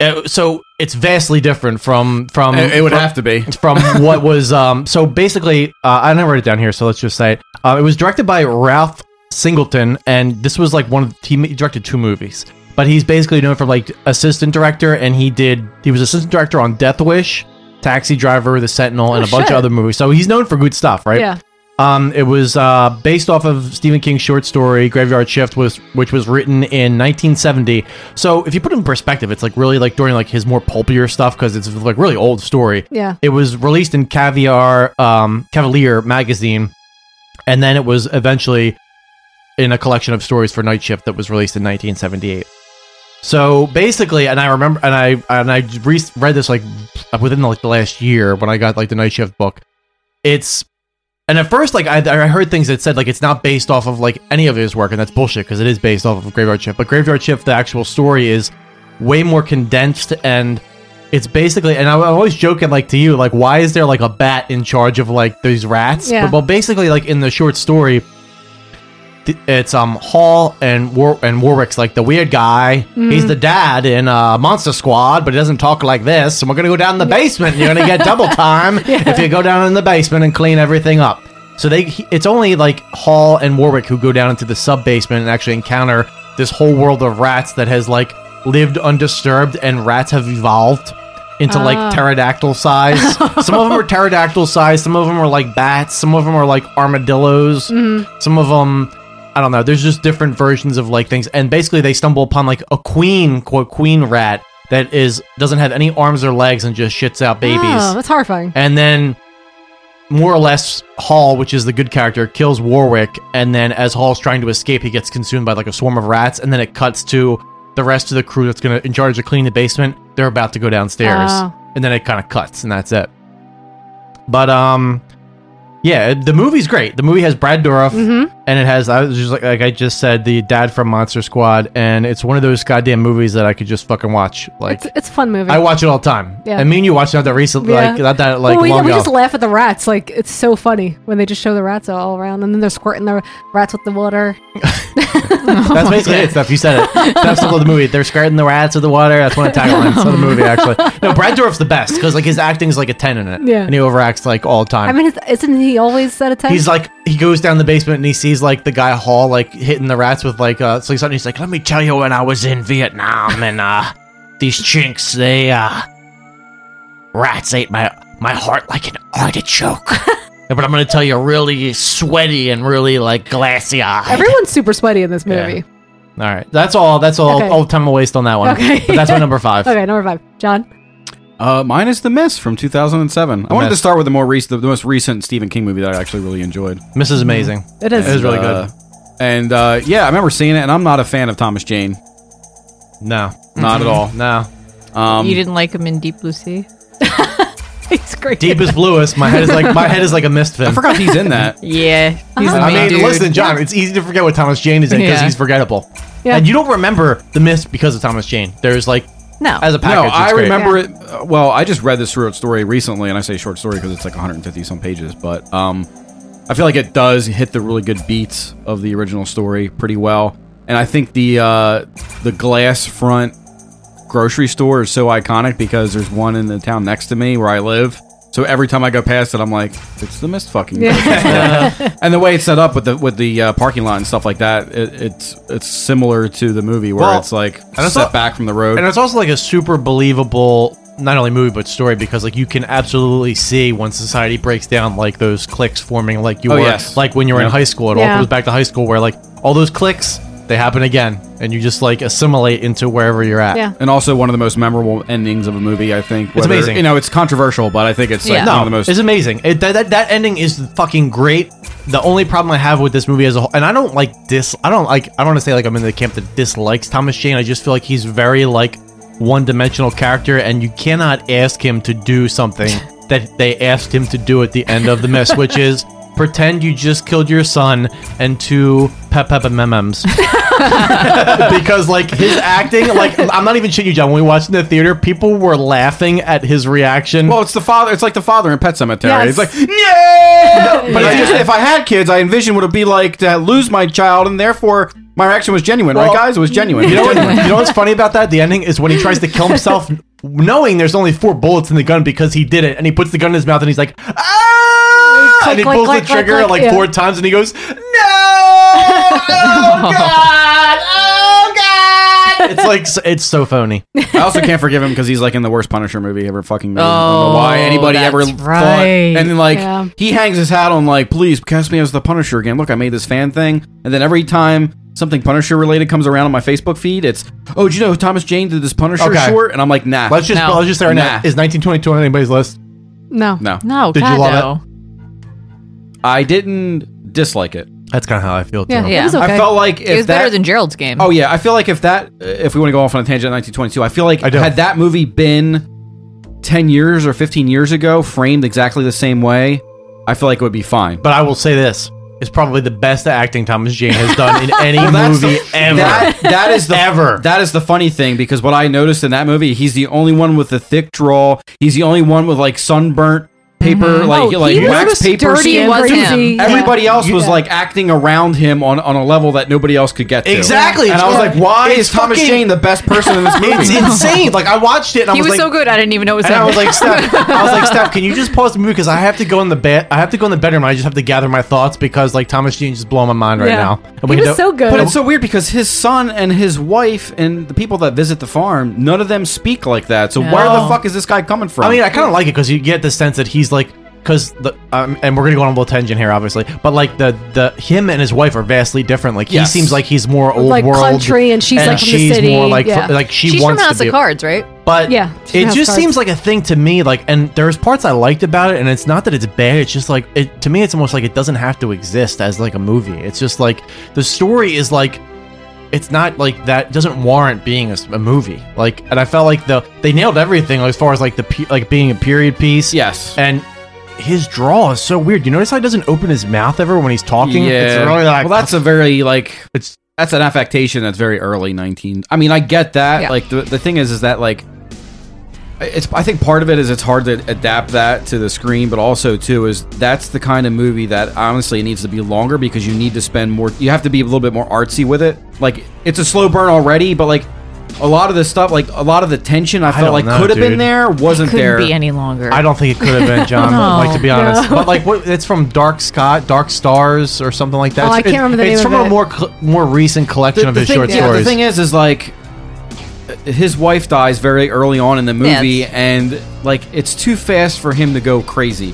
uh, so it's vastly different from from it, it would from, have to be. from what was um. So basically, uh, I didn't write it down here, so let's just say it. Uh, it was directed by Ralph Singleton, and this was like one of he ma- directed two movies, but he's basically known for like assistant director, and he did he was assistant director on Death Wish, Taxi Driver, The Sentinel, and Oh, a bunch shit. of other movies. So he's known for good stuff, right? Yeah. Um, it was uh, based off of Stephen King's short story "Graveyard Shift," was which was written in 1970. So if you put it in perspective, it's like really like during like his more pulpier stuff because it's like really old story. Yeah. It was released in Caviar um, Cavalier magazine, and then it was eventually in a collection of stories for Night Shift that was released in 1978. So basically, and I remember, and I and I re- read this like within like the last year when I got like the Night Shift book. It's and at first, like I, I heard things that said like it's not based off of like any of his work, and that's bullshit because it is based off of Graveyard Shift. But Graveyard Shift, the actual story is way more condensed, and it's basically. And I, I always joking like to you, like why is there like a bat in charge of like these rats? Yeah. But, well, basically, like in the short story, th- it's um Hall and War and Warwick's like the weird guy. He's the dad in uh, Monster Squad, but he doesn't talk like this. And we're gonna go down in the basement. You're gonna get double time if you go down in the basement and clean everything up. So they, he, it's only like Hall and Warwick who go down into the sub basement and actually encounter this whole world of rats that has like lived undisturbed, and rats have evolved into like pterodactyl size. some of them are pterodactyl size. Some of them are like bats. Some of them are like armadillos. Some of them, I don't know. There's just different versions of like things, and basically they stumble upon like a queen, quote queen rat that is doesn't have any arms or legs and just shits out babies. Oh, that's horrifying. And then, more or less, Hall, which is the good character, kills Warwick. And then, as Hall's trying to escape, he gets consumed by like a swarm of rats. And then it cuts to the rest of the crew that's gonna in charge of cleaning the basement. They're about to go downstairs, Oh. and then it kind of cuts, and that's it. But um, yeah, it- the movie's great. The movie has Brad Dourif, Mm-hmm. and it has I was just like like I just said, the dad from Monster Squad, and it's one of those goddamn movies that I could just fucking watch. Like It's, it's a fun movie. I watch it all the time. Mm. Yeah. And me and you watched it not that recently, Yeah. like not that like well, we, long we ago. just laugh at the rats. Like it's so funny when they just show the rats all around, and then they're squirting the rats with the water. That's basically it. Stuff you said it. That's the whole of the movie. They're scared in the rats of the water. That's one of the taglines of the movie. Actually, no, Brad Dourif's the best because like his acting is like a ten in it. Yeah. and he overacts like all the time. I mean, it's- isn't he always at a ten? He's like he goes down the basement and he sees like the guy Hall like hitting the rats with like uh so he's he's like, Let me tell you when I was in Vietnam and uh these chinks they uh rats ate my my heart like an artichoke. but I'm gonna tell you really sweaty and really like glassy eyed. Everyone's super sweaty in this Yeah. movbe all right. That's all that's all Okay. all time I waste on that one. Okay. But that's my number five. Okay, number five, John. Uh, mine is The Mist from 2007. I wanted to Mist. start with the more recent, the most recent Stephen King movie that I actually really enjoyed. Mrs. Amazing. It is. It was really Uh, good. and uh, yeah, I remember seeing it, and I'm not a fan of Thomas Jane, No. not at all. No. Um, you didn't like him in Deep Blue Sea? It's great. Deepest bluest. My head is like my head is like a mist film. I forgot he's in that. Yeah. He's the Uh-huh. I main mean, dude. listen, John, it's easy to forget what Thomas Jane is in because Yeah. he's forgettable. Yeah. And you don't remember the mist because of Thomas Jane. There's like, No. as a package. No, it's I great. remember it. uh, Well, I just read this short story recently, and I say short story because it's like 150 some pages, but um, I feel like it does hit the really good beats of the original story pretty well. And I think the uh, the glass front grocery store is so iconic because there's one in the town next to me where I live. So every time I go past it, I'm like, it's the mist fucking. and the way it's set up with the with the uh, parking lot and stuff like that, it, it's it's similar to the movie where Well, it's like it's set not- back from the road. And it's also like a super believable, not only movie, but story because like you can absolutely see when society breaks down, like those cliques forming, like you Oh, were, yes. like when you were Yeah. in high school. It Yeah. all goes back to high school where like all those cliques, they happen again. And you just like assimilate into wherever you're at. Yeah. and also one of the most memorable endings of a movie. I think it's amazing. You know, it's controversial, but I think it's like Yeah. one No, of the most. it's amazing. It, that, that that ending is fucking great. The only problem I have with this movie as a whole, and I don't like dis, I don't like, I don't want to say like I'm in the camp that dislikes Thomas Jane. I just feel like he's very like one-dimensional character, and you cannot ask him to do something that they asked him to do at the end of the mess, which is pretend you just killed your son and two pep pep memems. because like his acting, like I'm not even shitting you, John. When we watched it in the theater, people were laughing at his reaction. Well, it's the father. It's like the father in Pet Cemetery. Yes. It's like, yeah. But I just, if I had kids, I envisioned what it'd be like to lose my child, and therefore my reaction was genuine, right, Well, guys? It was genuine. You know, what, you know what's funny about that? The ending is when he tries to kill himself, knowing there's only four bullets in the gun because he did it, and he puts the gun in his mouth and he's like, ah! Click, and he click, pulls click, the click, trigger click, like yeah. four times, and he goes, no! Oh god! Oh god! It's like s- it's so phony. I also can't forgive him because he's like in the worst Punisher movie ever fucking made. I don't Oh, know why anybody that's ever thought. right. And then like Yeah. he hangs his hat on like, please cast me as the Punisher again. Look, I made this fan thing. And then every time something Punisher related comes around on my Facebook feed, it's oh, did you know Thomas Jane did this Punisher Okay. short? And I'm like, nah, Let's just No. let's just say right now Nah. is 1922 on anybody's list? No. no. No, Did you God, love no. I didn't dislike it. That's kind of how I feel. Yeah, too. Yeah. it was okay. I felt like if It was that, better than Gerald's game. Oh yeah, I feel like if that if we want to go off on a tangent, 1922, I feel like I do. had that movie been 10 years or 15 years ago, framed exactly the same way, I feel like it would be fine. But I will say this: it's probably the best acting Thomas Jane has done in any that's movie the- ever. That, that is the Ever. That is the funny thing because what I noticed in that movie, he's the only one with the thick draw. He's the only one with like sunburnt paper, like Oh, like he wax was paper dirty skin. was crazy. him. Everybody else was Yeah. like acting around him on, on a level that nobody else could get to. Exactly. And I was like, why is It's Thomas fucking- Jane the best person in this movie? it's insane. Like I watched it, and I he was, was, like, so good. I didn't even know it was And him. I was like, Steph, I was like, Steph, can you just pause the movie because I have to go in the bed. I have to go in the bedroom. I just have to gather my thoughts because like Thomas Jean just blowing my mind right Yeah. now. And He was don't- so good. But it's so weird because his son and his wife and the people that visit the farm, none of them speak like that. So where the No. fuck is this guy coming from? I mean, I kind of like it because you get the sense that he's like, because the um, and we're gonna go on a little tangent here, obviously. But like the the him and his wife are vastly different. Like Yes. he seems like he's more old Like world country, and she's, like, from the she's city. more like Yeah. like she She's from wants House to be. of Cards, right? But Yeah, she it has just cards. seems like a thing to me. Like, and there's parts I liked about it, and it's not that it's bad. It's just like it to me, it's almost like it doesn't have to exist as like a movie. It's just like the story is like it's not like that doesn't warrant being a, s- a movie. Like, and I felt like the they nailed everything as far as like the pe- like being a period piece. yes. and his draw is so weird. You notice how he doesn't open his mouth ever when he's talking. it's really like well, that's a very like it's that's an affectation that's very early 19 i mean i get that Yeah. like the, the thing is is that like it's i think part of it is it's hard to adapt that to the screen but also too is that's the kind of movie that honestly needs to be longer because you need to spend more you have to be a little bit more artsy with it like it's a slow burn already but like a lot of the stuff like a lot of the tension i felt don't like know, could have been dude. there wasn't Couldn't there be any longer. I don't think it could have been John. No. Like to be honest, but like what, it's from Dark Scott, Dark Stars, or something like that. Oh, I It's- can't remember the It's name from of a it. more cl- more recent collection of his thing, short yeah, the stories. thing is, is like his wife dies very early on in the movie, Yeah, and like it's too fast for him to go crazy.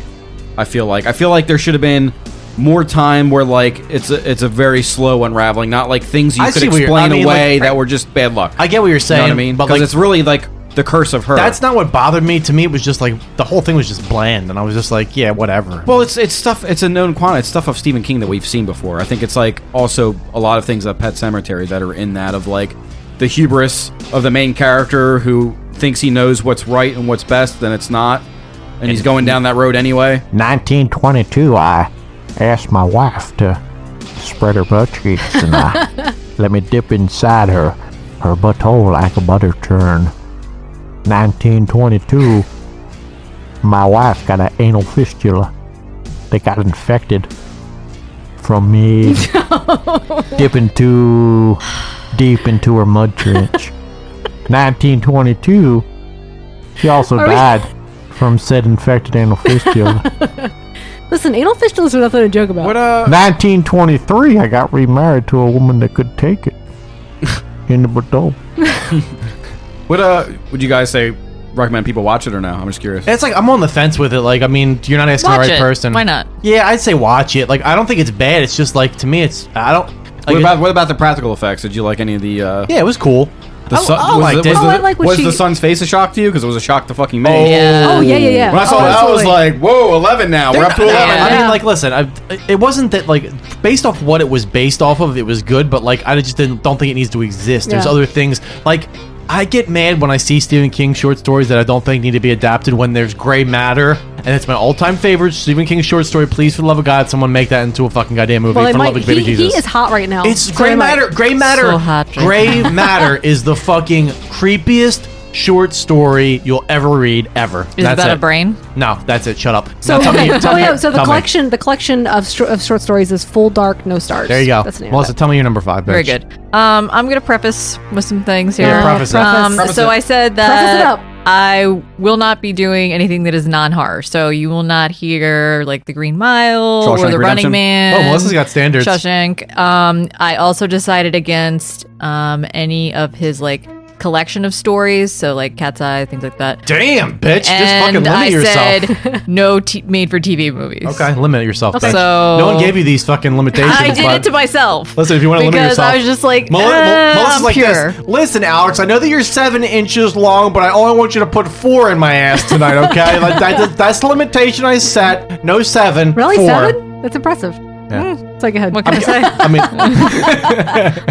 I feel like I feel like there should have been more time where like it's a it's a very slow unraveling, not like things you I could see what you're- I explain mean, away like- that were just bad luck. I get what you're you know saying, what I mean? but Because like it's really like the curse of her. that's not what bothered me. To me, it was just like the whole thing was just bland, and I was just like, yeah, whatever. well, it's it's stuff. It's a known quantity. It's stuff of Stephen King that we've seen before. I think it's like also a lot of things of Pet Cemetery that are in that of like the hubris of the main character who thinks he knows what's right and what's best, then it's not, and he's going down that road anyway. 1922, I asked my wife to spread her butt cheeks and I let me dip inside her, her butthole like a butter churn. 1922, my wife got an anal fistula that got infected from me dipping too deep into her mud trench. 1922, she also we- died from said infected anal fistula. Listen, anal fistulas are nothing to joke about. 1923, I got remarried to a woman that could take it in the bottle. What uh, would you guys say? Recommend people watch it or no? I'm just curious. Eh, it's like I'm on the fence with it. Like, I mean, you're not asking Watch the right it. person. Why not? Yeah, I'd say watch it. Like, I don't think it's bad. It's just like to me, it's I don't. Like, What about eh. what about the practical effects? Did you like any of the? Uh, yeah, it was cool. the sun, I was, liked the, it. was, Oh, the, I like what was she- the sun's face a shock to you? Because it was a shock to fucking me. oh yeah, yeah, yeah. When I saw oh, that, absolutely. I was like, "Whoa, 11 now. We're up to 11." Yeah. I mean, like, listen, I, it wasn't that like based off what it was based off of, it was good, but like I just didn't don't think it needs to exist. There's Yeah. other things like. I get mad when I see Stephen King short stories that I don't think need to be adapted when there's gray matter, and it's my all-time favorite Stephen King short story. Please, for the love of God, someone make that into a fucking goddamn movie. Well, for it the love might, of baby he, he Jesus. is hot right now. It's So gray am I. matter. Gray matter. So hot right gray matter is the fucking creepiest short story you'll ever read ever. Is That's that it. a brain? No, that's it. Shut up. So, No, tell me- okay. tell oh, me- yeah, so the tell me. collection, the collection of, stro- of short stories is Full Dark, No Stars. There you go. That's the name of Melissa, it. tell me your number five. Very Bitch. good. Um, I'm gonna preface with some things here. Uh, Yeah, preface it. Um, Preface so it. I said Preface it that up. I will not be doing anything that is non-horror. So you will not hear like the Green Mile or Shawshank the Redemption. Running Man. Oh, Melissa's got standards. Shawshank. Um, I also decided against um, any of his like collection of stories. So like Cat's Eye, things like that. Damn, bitch. and just fucking limit I yourself. said no t- made-for-TV movies. okay, limit yourself. Okay. bitch. So- no one gave you these fucking limitations. I did but- it to myself. Listen, if you want to limit because yourself, I was just like, Mel- Mel- uh, Melissa's I'm like pure. this. Listen, Alex, I know that you're seven inches long, but I only want you to put four in my ass tonight. Okay, like that, that's the limitation I set. No seven. Really, four. seven? That's impressive. Yeah. Mm, It's like a head. What can I say? I mean,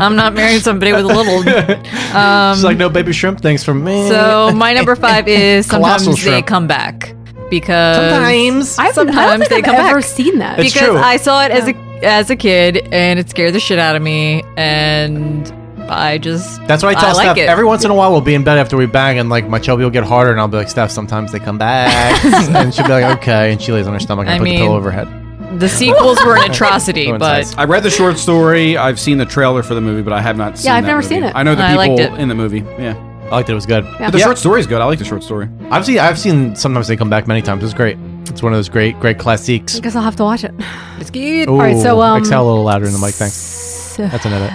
I'm not marrying somebody with a little. Um, she's like, no baby shrimp. Thanks for me. so my number five is sometimes Colossal they shrimp. come back because Sometimes. I haven't- I don't Sometimes think they I've come ever back. seen that. It's because true. I saw it as a as a kid and it scared the shit out of me and I just That's what I tell I like Steph. it. Every once in a while, we'll be in bed after we bang, and like my chubby will get harder, and I'll be like, Steph, sometimes they come back, and she'll be like, okay, and she lays on her stomach and I I put mean- the pillow over her head. the sequels were an atrocity, but Coincides. I read the short story. I've seen the trailer for the movie, but I have not. seen I've that never movie. seen it. I know the I liked people it. in the movie. Yeah, I liked it. It was good. but the short story is good. I like the short story. I've seen. I've seen. Sometimes they come back many times. It's great. It's one of those great, great classiques. I guess I'll have to watch it. it's good. Ooh, right, so, um, exhale a little louder in the mic. Thanks. So- That's an edit.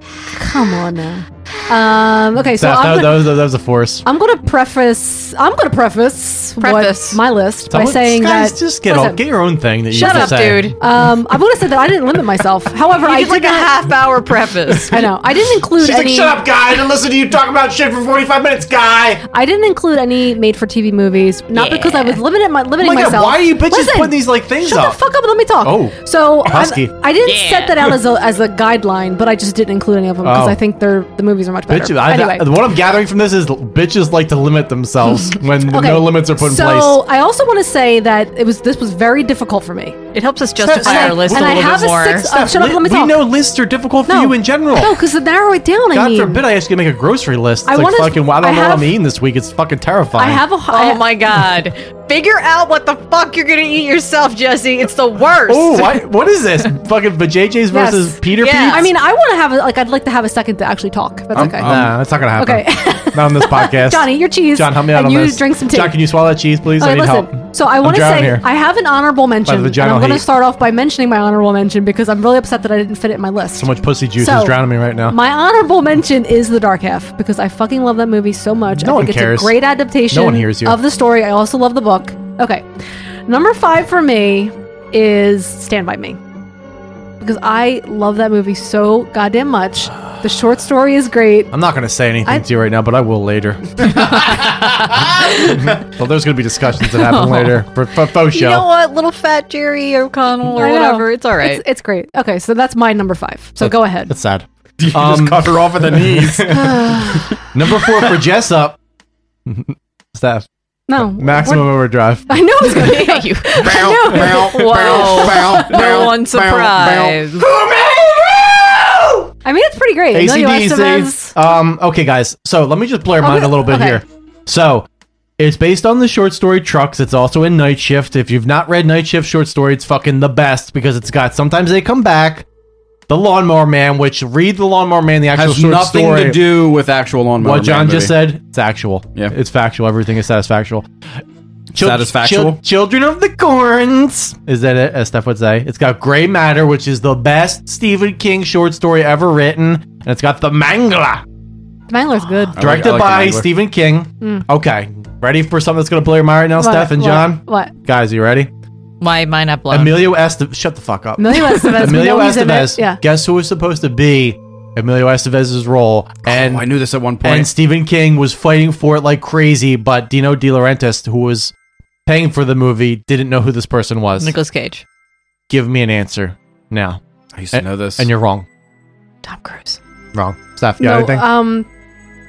come on now. Um, okay, so Steph, I'm that, that gonna, was that was a force. I'm gonna preface. I'm gonna preface, what- Preface. my list by Someone- saying guys, that. just get listen, on, get your own thing. That you Shut have up, to say. dude. Um, I'm gonna say that I didn't limit myself. However, I It's did like a not- half hour preface. I know. I didn't include any. guy. I didn't listen to you talk about shit for 45 minutes, guy. I didn't include any made-for-TV movies, not because I was limited my, limiting Oh my God, myself. why are you bitches Listen, putting these, like, things shut up? the fuck up and let me talk. Oh, so I'm- husky. I didn't Yeah. set that out as a as a guideline, but I just didn't include any of them because Oh. I think they're the movies are much better. Bitch, I, anyway, what I'm gathering from this is bitches like to limit themselves when Okay, no limits are put in so uh, place. I also want to say that it was this was very difficult for me. It helps us justify And our I- list a and I little have a bit more. six- uh, shut up, Li- let me we talk. know lists are difficult for you in general. No, because to narrow it down, I God mean, forbid I ask you to make a grocery list. It's I like wanna- fucking, I don't I know what have- I'm eating this week. It's fucking terrifying. I have a. I- Oh my god. Figure out what the fuck you're gonna eat yourself, Jesse. It's the worst. Oh, what, what is this? fucking vajayjays versus Yes. Peter Yeah. Pete's? I mean, I want to have a, like I'd like to have a second to actually talk. That's okay. nah, that's not gonna happen. Okay. not on this podcast. Johnny, your cheese. John, help me out and on you this. drink some tea. John, can you swallow that cheese, please? I Okay, need listen. help. So I I'm want to drowning say here. I have an honorable mention, and vaginal I'm going to heat. start off by mentioning my honorable mention because I'm really upset that I didn't fit it in my list. so much pussy juice So, is drowning me right now. My honorable mention is The Dark Half because I fucking love that movie so much. No I one think cares. It's a great adaptation No one hears you. of the story. I also love the book. Okay. Number five for me is Stand By Me because I love that movie so goddamn much. The short story is great. I'm not gonna say anything I- to you right now, but I will later. well, there's gonna be discussions that happen later for, for faux You show. know what? Little fat Jerry O'Connell I or know. whatever. It's all right. It's, it's great. Okay, so that's my number five. So go ahead. That's sad. You Um, just cut her off at the knees. Number four for Jessup. Staff. No, Maximum we're- overdrive. I know it's gonna be. you. bow, Wow. bow, No one surprised. I mean, it's pretty great. Emilio Estevez. ACDC. Um, okay, guys. So let me just blur mine a little bit okay. here. So it's based on the short story Trucks. It's also in Night Shift. If you've not read Night Shift short story, it's fucking the best because it's got Sometimes They Come Back, The Lawnmower Man, which read The Lawnmower Man, the actual Has short nothing story. to do with actual lawnmower. what John Man just movie. said, it's actual. Yeah. It's factual. Everything is satisfactual. Chil- Satisfactual? chil- children of the Corns. Is that it? As Steph would say, it's got Gray Matter, which is the best Stephen King short story ever written, and it's got The Mangler, Mangler's good. I like- directed I like The by Mangler. Stephen King. Hmm. Okay, ready for something that's gonna blow your mind right now, Steph and what, John? What? Guys, you ready? My mind not blown. Emilio Estevez. Shut the fuck up. Emilio Estevez. we Emilio know he's in it. Estevez. Yeah. Guess who was supposed to be Emilio Estevez's role? And Oh, I knew this at one and point. Stephen King was fighting for it like crazy, but Dino De Laurentiis, who was paying for the movie, didn't know who this person was. Nicholas Cage. Give me an answer now, I used to know this. and you're wrong. Tom Cruise. Wrong. Steph, you got no, anything? um,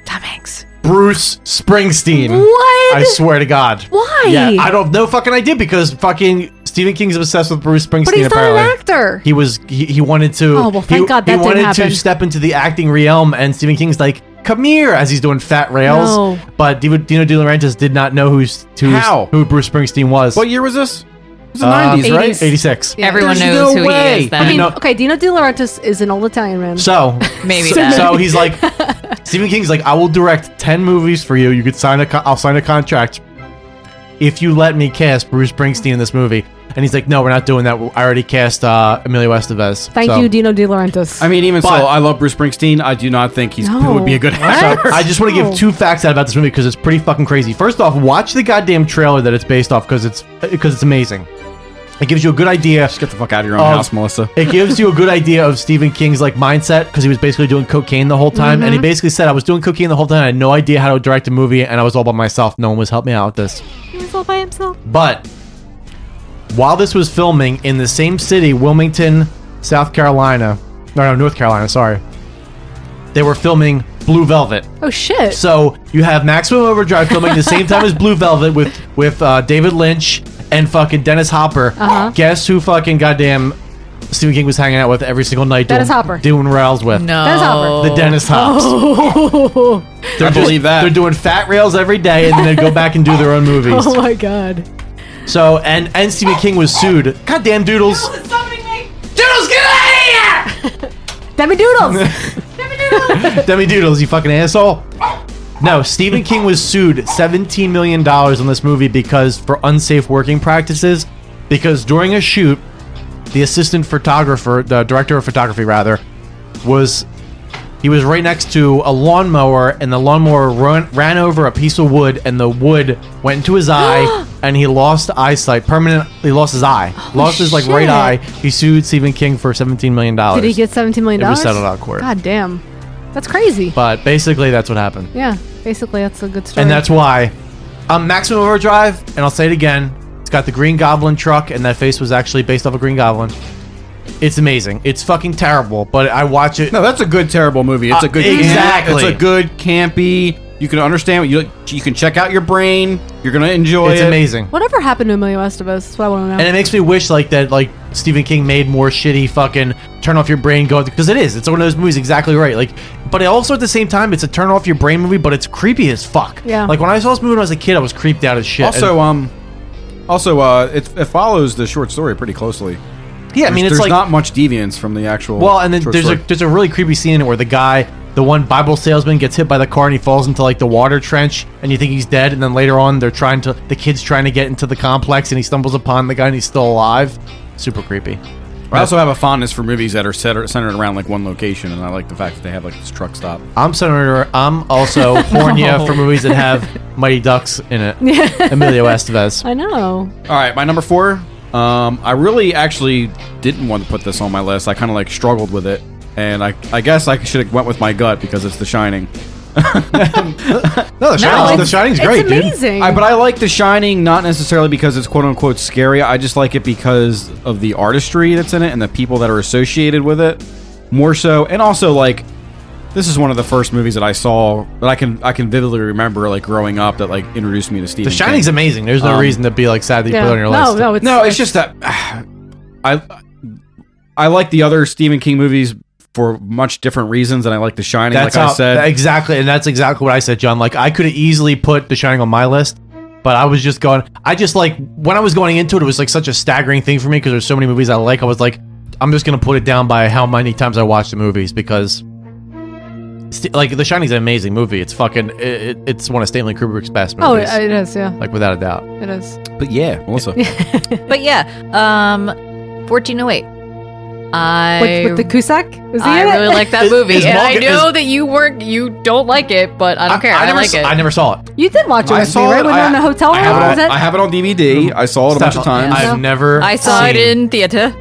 Tom Hanks. Thanks. Bruce Springsteen. What? I swear to God. Why? Yeah, I don't know. Fucking, I did because fucking Stephen King's obsessed with Bruce Springsteen. But he's not an apparently. actor. He was. He, he wanted to. Oh, well, thank he, God that he didn't wanted happen. to step into the acting realm, and Stephen King's like, "Come here," as he's doing Fat Rails. No. But Dino, Dino De Laurentiis did not know who's, who's How? who Bruce Springsteen was. What year was this? It was the Uh, 90s, right? 80s. Eighty-six. Yeah. Everyone There's knows no who way. he is. Then. I I mean, no- okay, Dino De Laurentiis is an old Italian man. So Maybe so, that. so he's like, Stephen King's like, I will direct ten movies for you. You could sign a, con- I'll sign a contract if you let me cast Bruce Springsteen in this movie. And he's like, No, we're not doing that. I already cast uh, Emilio Estevez. Thank So- you, Dino De Laurentiis. I mean, even But- so, I love Bruce Springsteen. I do not think he's No. would be a good So actor. I just want to give two facts out about this movie because it's pretty fucking crazy. First off, watch the goddamn trailer that it's based off because it's because it's amazing. It gives you a good idea. Get the fuck out of your own Of- house, Melissa. it gives you a good idea of Stephen King's like mindset because he was basically doing cocaine the whole time, and he basically said, "I was doing cocaine the whole time. I had no idea how to direct a movie, and I was all by myself. No one was helping me out with this." he was all by himself. But while this was filming in the same city, Wilmington, South Carolina, no, no, North Carolina, sorry, they were filming Blue Velvet. Oh shit! So you have Maximum Overdrive filming the same time as Blue Velvet with with uh, David Lynch and fucking Dennis Hopper. Uh-huh. Guess who fucking goddamn Stephen King was hanging out with every single night? Dennis doing, Hopper. doing rails with No. Dennis Hopper. the Dennis Hops. oh, I believe that. They're doing fat rails every day, and then they go back and do their own movies. oh my god! So and and Stephen King was sued. Goddamn doodles. Demi Doodles. Demi Doodles, you fucking asshole. No, Stephen King was sued $17 million on this movie because for unsafe working practices. Because during a shoot, the assistant photographer, the director of photography, rather, was he was right next to a lawnmower, and the lawnmower run, ran over a piece of wood, and the wood went into his eye, and he lost eyesight permanent. He lost his eye, lost his like right shit. eye. He sued Stephen King for $17 million. Did he get seventeen million It dollars? was settled out of court. God damn, that's crazy. But basically, that's what happened. yeah, basically that's a good story. And that's why I'm Maximum Overdrive, and I'll say it again. It's got the Green Goblin truck, and that face was actually based off a Green Goblin. It's amazing. It's fucking terrible, but I watch it. No, that's a good terrible movie. It's Uh, a good exactly. It's a good campy. You can understand what you you can check out your brain. You're gonna enjoy it's it. amazing. whatever happened to Emilio Estevez. That's what I want to know. And it makes me wish like that, like Stephen King made more shitty fucking turn off your brain go because it is. It's one of those movies exactly right. Like, but also at the same time, it's a turn off your brain movie, but it's creepy as fuck. Yeah. Like when I saw this movie when I was a kid, I was creeped out as shit. Also, um, also, uh, it, it follows the short story pretty closely. And- yeah, I mean, there's, it's there's like not much deviance from the actual. Well, and then short there's story. a there's a really creepy scene in it where the guy, the one Bible salesman, gets hit by the car and he falls into like the water trench, and you think he's dead, and then later on they're trying to the kid's trying to get into the complex, and he stumbles upon the guy and he's still alive. Super creepy. I also have a fondness for movies that are set, centered around like one location, and I like the fact that they have like this truck stop. I'm Senator. I'm also horn you for movies that have Mighty Ducks in it. Emilio Estevez. I know. All right, my number four. Um, I really actually didn't want to put this on my list. I kind of like struggled with it, and I I guess I should have went with my gut because it's The Shining. No, The Shining's, the it's- Shining's it's great, dude. amazing. I, but I like The Shining not necessarily because it's quote unquote scary. I just like it because of the artistry that's in it and the people that are associated with it more so. And also like this is one of the first movies that I saw that I can I can vividly remember like growing up that like introduced me to Stephen. The Shining's King. amazing. There's no Um, reason to be like sad that you Yeah. put it on your no, list. no, it's No, it's just that I I like the other Stephen King movies for much different reasons and I like The Shining That's like how, I said. exactly, and that's exactly what I said, John. Like I could have easily put The Shining on my list, but I was just going. I just like when I was going into it, it was like such a staggering thing for me because there's so many movies I like. I was like, I'm just gonna put it down by how many times I watched the movies because, st- like, The Shining's an amazing movie. It's fucking. It, it- it's one of Stanley Kubrick's best Oh, movies. it, it is. Yeah, like without a doubt. it is. but yeah, Melissa. But yeah, um, 1408. I With, with the Cusack, is he I in it? really like that Is- movie, is and Morgan- I know is- that you weren't, you don't like it, but I don't care. I, never, like s- it. I never saw it. You did watch it, I with me, saw right? it. When I- you're in the hotel I room, have, was it it? on, I have it on DVD. I saw it a bunch of Stop. times. Yeah. I've never. I saw it seen- in theater,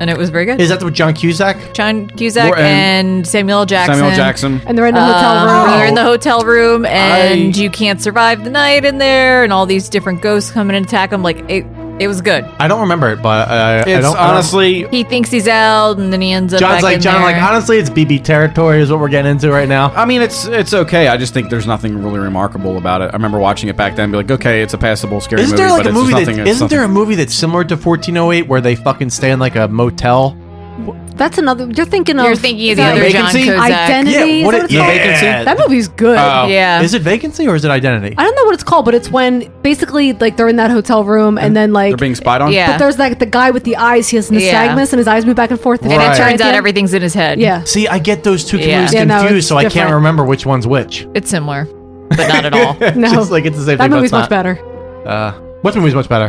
and it was very good. Is that with John Cusack? John Cusack More- and- and Samuel L. Jackson. Samuel Jackson. and they're in the hotel Um, room. They're in the hotel room, and Oh. I- you can't survive the night in there, and all these different ghosts come and attack them. Like, it, It was good. I don't remember it, but uh, I, I It's don't honestly- He thinks he's out, and then he ends up. John's back like in John. there. Like honestly, it's BB territory is what we're getting into right now. I mean, it's it's okay. I just think there's nothing really remarkable about it. I remember watching it back then, and be like, okay, it's a passable scary Isn't movie. there like but a it's movie just that nothing, isn't it's there a movie that's similar to 1408 where they fucking stay in like a motel? oh, That's another. You're thinking of. You're thinking of is the that other John Vacancy? Kozak. Identity. Yeah, is what that it- it's called? yeah, Vacancy? That movie's good. Oh. Yeah. Is it vacancy or is it identity? I don't know what it's called, but it's when basically like they're in that hotel room and then like They're being spied on. Yeah. But there's like the guy with the eyes. He has nystagmus, and his eyes move back and forth. and Right. it turns out Yeah. everything—everything's in his head. Yeah. See, I get those two Yeah. movies Yeah, no, confused, it's so I can't different. remember which one's which. It's similar, but not at all. No. Just like it's the same That thing. but movie's it's much not. better. Uh, which movie's much better?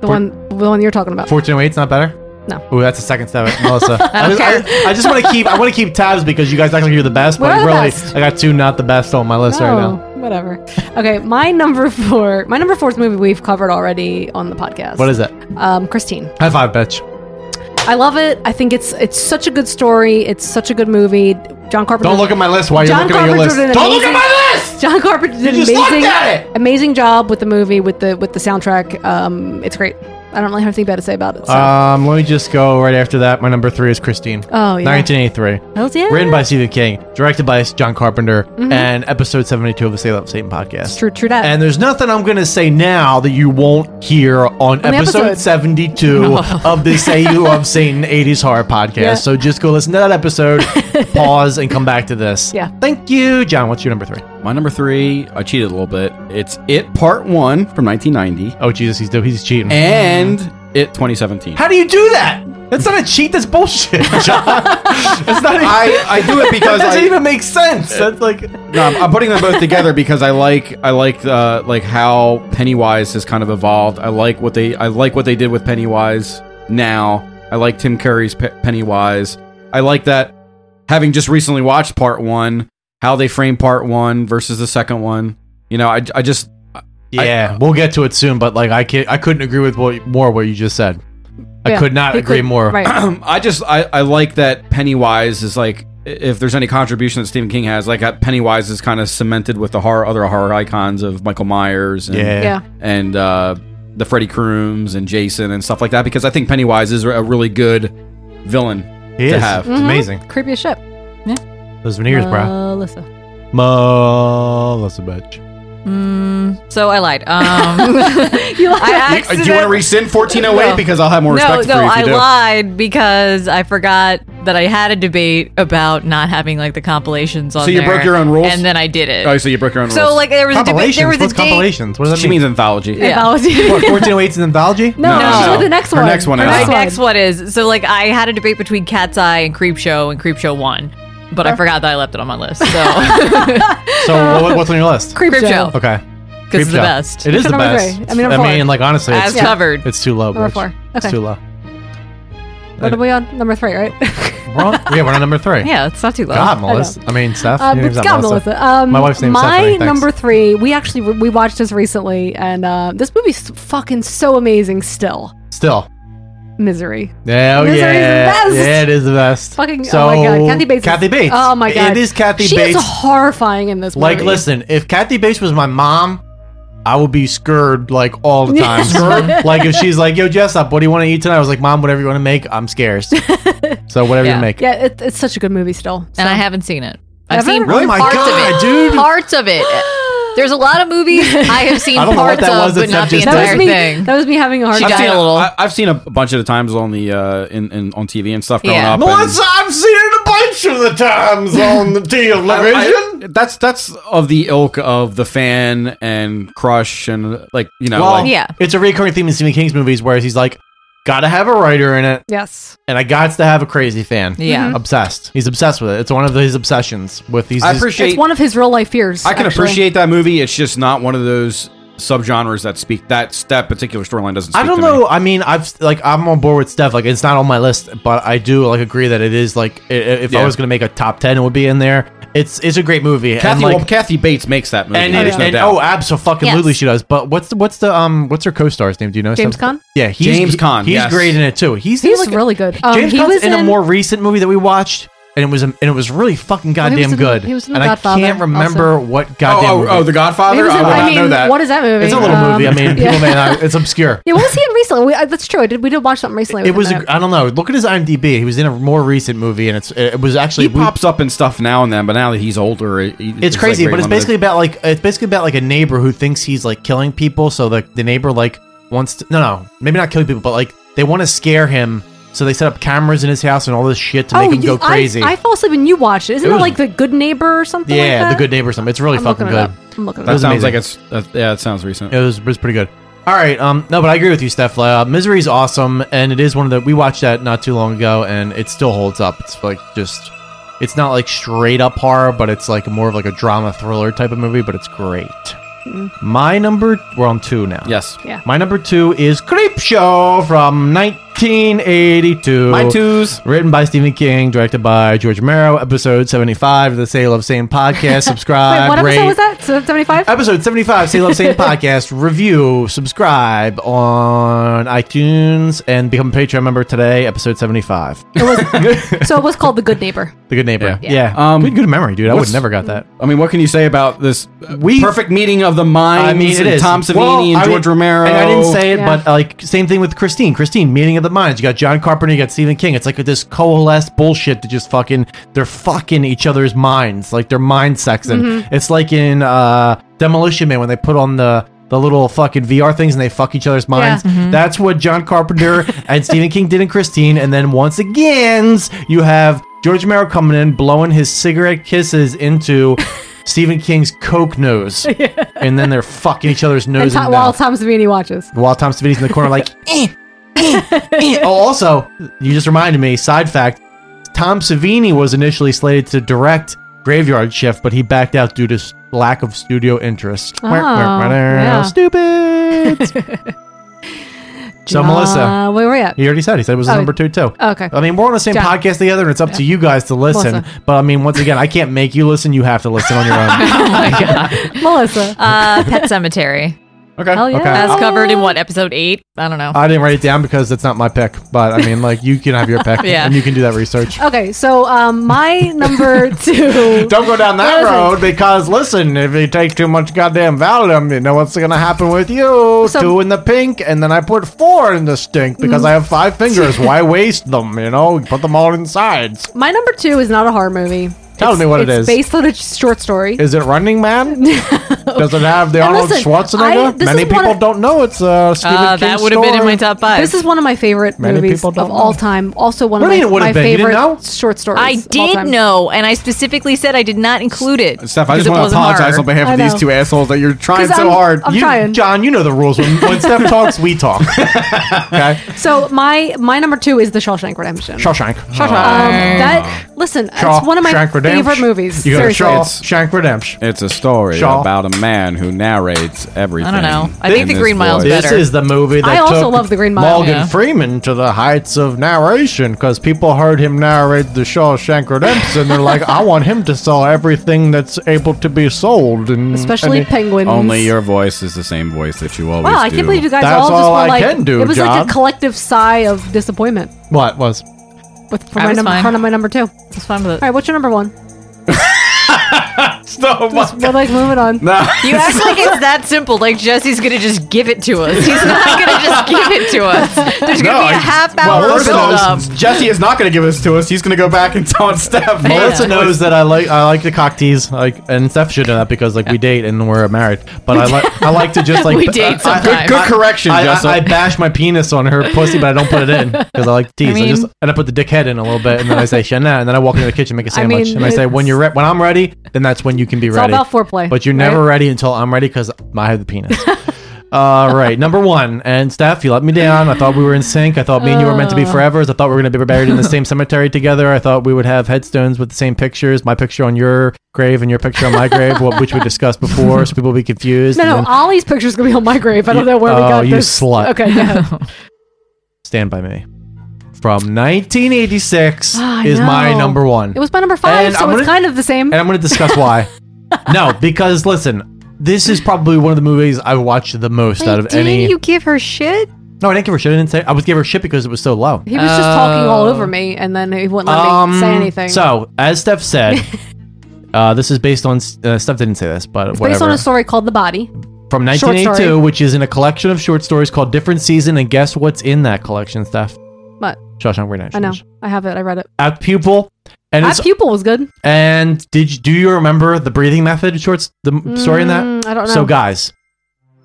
The one, the one you're talking about. 1408's not better. No. Ooh, that's a second step, at Melissa. I, just, care. I, I just want to keep. I want to keep tabs because you guys act like you're the best, We're but the really, best. I got two not the best on my list right now. Oh, whatever. Okay, my number four. My number four is a movie we've covered already on the podcast. What is it? Um, Christine. High five, bitch. I love it. I think it's it's such a good story. It's such a good movie. John Carpenter. Don't look at my list while you're John looking at your Carpenter list. did an Don't look amazing- at my list. John Carpenter did an just looked amazing, at it! amazing job with the movie with the with the soundtrack. Um, it's great. I don't really have anything bad to say about it. So. Um, let me just go right after that. My number three is Christine. Oh, yeah. 1983. Hells yeah. Written by Stephen King, directed by John Carpenter, and episode 72 of the Say Love Satan podcast. Mm-hmm. True, true that. And there's nothing I'm going to say now that you won't hear on the episode, episode. 72 of the Say You Love Satan 80s Horror podcast. Yeah. So just go listen to that episode, pause, and come back to this. Yeah. Thank you. John, what's your number three? My number three, I cheated a little bit. It's It Part One from 1990 Oh, Jesus, he's, he's cheating. and It 2017. How do you do that? That's not a cheat. That's bullshit, John. That's not even, I, I do it because that doesn't I, even make sense. That's like no, I'm, I'm putting them both together because I like I like uh, like how Pennywise has kind of evolved. I like what they I like what they did with Pennywise now. I like Tim Curry's Pe- Pennywise. I like that having just recently watched part one, how they frame part one versus the second one. You know, I, I just yeah. we'll get to it soon, but like I can I couldn't agree with what, more what you just said. I Yeah, could not he agree could- more. Right. I just I, I like that Pennywise is like i- if there's any contribution that Stephen King has, like uh, Pennywise is kind of cemented with the horror other horror icons of Michael Myers and Yeah. Yeah. and uh, the Freddy Krooms and Jason and stuff like that because I think Pennywise is a really good villain He to is. have. Mm-hmm. It's amazing. Creepy as shit. Those veneers, bro. Uh, Melissa. Melissa bitch. So I lied. Um, You like I that? Do accident- you want to rescind 1408 because I'll have more no, respect no, for you if I you do. lied because I forgot that I had a debate about not having like the compilations on. So you there, broke your own rules? and then I did it. Oh, so you broke your own so rules. like there was a debate. There Compilations. was What's a date. compilations? What does that she mean? means anthology. Yeah. Apology. what, 1408's an anthology? No, No, she's no. like the next Her one. next one Her is- My next That's one. next one is so like I had a debate between Cat's Eye and Creep Show, and Creep Show won, but I forgot that I left it on my list. So So what, what's on your list? Creep uh, Creep show. Show. Okay. because it's the Creepshow. best. It is the Number best. three. I mean, number four. like honestly, As it's, covered. it's too low. Number bitch. four. It's Okay. too low. What are we on? Number three, right? We're on, yeah, we're on number three. Yeah, it's not too low. God, Melissa. I, mean, Steph. Uh, Your but name's not Scott Melissa. Um, My wife's name is My Stephanie, thanks. number three. We actually we watched this recently, and uh, this movie's fucking so amazing. Still, Still. misery. Yeah, oh Misery's the yeah, best. yeah, it is the best. Fucking. oh my god, Kathy Bates. is- Kathy Bates. Oh my god, it is Kathy she Bates. She's horrifying in this. like, movie. listen, if Kathy Bates was my mom, I would be scared like all the time. Scared? like if she's like, "Yo, Jess, up, what do you want to eat tonight?" I was like, "Mom, whatever you want to make, I'm scared." so whatever Yeah. you make. Yeah, it, it's such a good movie. Still, and I haven't seen it. I've Ever? seen Really, my parts of God, it, dude. Parts of it. There's a lot of movies I have seen I don't know parts what that was of, that but not Steph the just that entire was me. thing. That was me having a hard She I've died seen, a little. I, have seen a bunch of the times on the uh, in, in on TV and stuff growing Yeah. up. and- Melissa, I've seen it a bunch of the times on the television. I- that's that's of the ilk of the fan and crush and like you know well, like, yeah. it's a recurring theme in Stephen King's movies, where he's like, "Gotta have a writer in it, Yes. and I got to have a crazy fan." Yeah. Mhm. obsessed. He's obsessed with it. It's one of his obsessions with these. I these- appreciate It's one of his real life fears. I can actually. appreciate that movie. It's just not one of those subgenres that speak that that particular storyline doesn't. Speak I don't to me. know. I mean, I've like I'm on board with Steph. Like it's not on my list, but I do like agree that it is like i- i- if I Yeah. was gonna make a top ten, it would be in there. It's it's a great movie. Kathy, and, like, well, Kathy Bates makes that movie. and, there's it- no and- doubt. oh, absolutely, fucking Yes. she does. But what's the what's the um what's her co-star's name? Do you know James Steph? Caan? Yeah, he's, James he- Caan, He's yes. great in it too. He's He he's was like a- really good. Um, James he Caan's was in, a in- more recent movie that we watched. and it was and it was really fucking he was goddamn in the- good. he was in The and Godfather I can't remember also. what goddamn. Oh, oh, oh, The Godfather? He was in- I would I not know mean, that. what is that movie? It's a little Um, movie. I mean, people yeah. may not. It's obscure. Yeah, what was he in recently? We, uh, that's true. I did, we did watch something recently. It with was. him in A, I don't know. Look at his IMDb. He was in a more recent movie, and it's. It was actually. He pops up and stuff now and then, but now that he's older, it, it's, crazy, but it's basically about like it's basically about like a neighbor who thinks he's like killing people. So the the neighbor like wants to, no no maybe not killing people, but like they want to scare him. So they set up cameras in his house and all this shit to make him Oh, you- go crazy. I, I fell asleep and you watched it. Isn't It it, was- like the Good Neighbor or something? like yeah, that? the good neighbor or something. It's really I'm fucking looking it good. up. I'm looking it That was sounds amazing. like it's. That, yeah, it sounds recent. It was, it was pretty good. All right, um, no, but I agree with you, Steph. Uh, Misery is awesome, and it is one of the we watched that not too long ago, and it still holds up. It's like just, it's not like straight up horror, but it's like more of like a drama thriller type of movie, but it's great. My number, we're on two now. Yes. Hmm. Yeah. My number two is Creep Show from 1982. My twos. Written by Stephen King, directed by George Romero. Episode 75 of the Say Love Same podcast. Subscribe. Wait, what episode rate, was that? Seventy five. Episode 75, Say Love Same Podcast. Review, subscribe on iTunes, and become a Patreon member today, episode 75. so it was called the Good Neighbor. The Good Neighbor. Yeah. Yeah. Um, good, good memory, dude. I would what's- never got that. I mean, what can you say about this uh, We- perfect meeting of the minds? I mean, it and is. Tom Savini Well, and I mean- George Romero. And I didn't say it, Yeah. but uh, like same thing with Christine. Christine, meeting of the minds. You got John Carpenter, you got Stephen King. It's like this coalesced bullshit that just fucking they're fucking each other's minds, like they're mind sexing. It's like in uh, Demolition Man when they put on the. The little fucking VR things and they fuck each other's minds. That's what John Carpenter and Stephen King did in Christine. And then once again, you have George Romero coming in, blowing his cigarette kisses into Stephen King's coke nose. And then they're fucking each other's And nose. Tom, and while mouth. Tom Savini watches. While Tom Savini's in the corner, like, eh, eh, eh. oh, also, you just reminded me. Side fact: Tom Savini was initially slated to direct Graveyard Shift, but he backed out due to s- lack of studio interest. Oh, yeah. Stupid. so Melissa, Uh, where were we at? he already said he said it was his Oh. number two too. Okay. I mean, we're on the same Yeah. podcast together, and it's up to you guys to listen. Melissa. But I mean, once again, I can't make you listen. You have to listen on your Oh own. Melissa. Uh, Pet Cemetery. okay. Hell yeah. okay. As covered in what episode eight? I don't know. I didn't write it down because that's not my pick. But I mean, like, you can have your pick, Yeah. and you can do that research. Okay, so um, my number two. Don't go down that Listen. road because listen, if you take too much goddamn Valium, you know what's gonna happen with you. So- Mm. Two in the pink, and then I put four in the stink because I have five fingers. Why waste them? You know, put them all inside. My number two is not a horror movie. Tell It's- me what it it's is. based on a short story. Is it Running Man? Does it have the And Arnold listen, I- Schwarzenegger? this Many is one people of- don't know it's uh, Stephen Uh, King's that would have been in story. my top five. This is one of my favorite Many movies people of don't all know. time. Also, one What do of my, you mean it would my have been? You didn't favorite know? short stories. I of all did time. know, and I specifically said I did not include it. Steph, I because just it want to wasn't apologize horror. on behalf I of these know. two assholes that you're trying 'Cause so I'm- hard. I'm you, trying. John, you know the rules. When, when Steph talks, we talk. Okay, So my my number two is The Shawshank Redemption. Shawshank. Um, that listen, it's one of my Shawshank Redemption. favorite movies. You got seriously. Shawshank Redemption. It's a story Shaw. about a man who narrates everything. know. I think in The this Green Mile's voice. better. This is the movie that I also took love The Green Mile. Morgan Yeah. Freeman to the heights of narration because people heard him narrate The Shawshank Redemption. They're like, I want him to sell everything that's able to be sold, and especially and it- penguins. Only your voice is the same voice that you always Wow, I do. can't believe you guys That's all just all were I like. can do, it was like John. a collective sigh of disappointment what was with for I my was number fine. front of my number two. All It's fine with it. right, what's your number one? so much. We're like moving on. You act like it's that simple. Like Jesse's gonna just give it to us. He's not gonna just give it to us. There's gonna be a half hour Well, first of build all, up. Jesse is not going to give this to us. He's going to go back and tell Steph. Melissa knows that I like I like the cocktees, like and Steph should know that because like we date and we're married. But I like I like to just like We date I- I- sometimes. Good correction, I, Jesse. I, I bash my penis on her pussy, but I don't put it in because I like to tease. I, mean- just and I put the dick head in a little bit, and then I say Shana, and then I walk into the kitchen, make a sandwich, mean, and I say when it's- you're re- when I'm ready, then that's when you can be all ready. about foreplay, but you're never ready until I'm ready because I have the penis. All right, number one, and Steph, you let me down. I thought we were in sync. I thought me and you were meant to Oh. be forever. I thought we were going to be buried in the same cemetery together. I thought we would have headstones with the same pictures, my picture on your grave and your picture on my grave, what, which we discussed before, so people would be confused. No, and no, then Ollie's picture's gonna be on my grave. I don't know where we Oh, got you this. slut. Okay, yeah. Stand by me. From 1986 Ah, I is my know. number one. it was my number five, And so I'm it's gonna- kind of the same. and I'm going to discuss why. no, because listen, this is probably one of the movies I've watched the most out of Didn't any. you give her shit? No, I didn't give her shit. I didn't say I was gave her shit because it was so low. Um, He was just talking all over me, and then he wouldn't let me say anything. Oh. So, as Steph said, uh, this is based on uh, Steph didn't say this, but it's whatever. based on a story called The Body. from Short story. 1982, which is in a collection of short stories called Different Season. And guess what's in that collection, Steph? But Shawshank Redemption. I know I have it. I read it. At pupil, and My it's pupil was good. and did you, do you remember the breathing method shorts the m story in that? Mm, I don't know. So guys,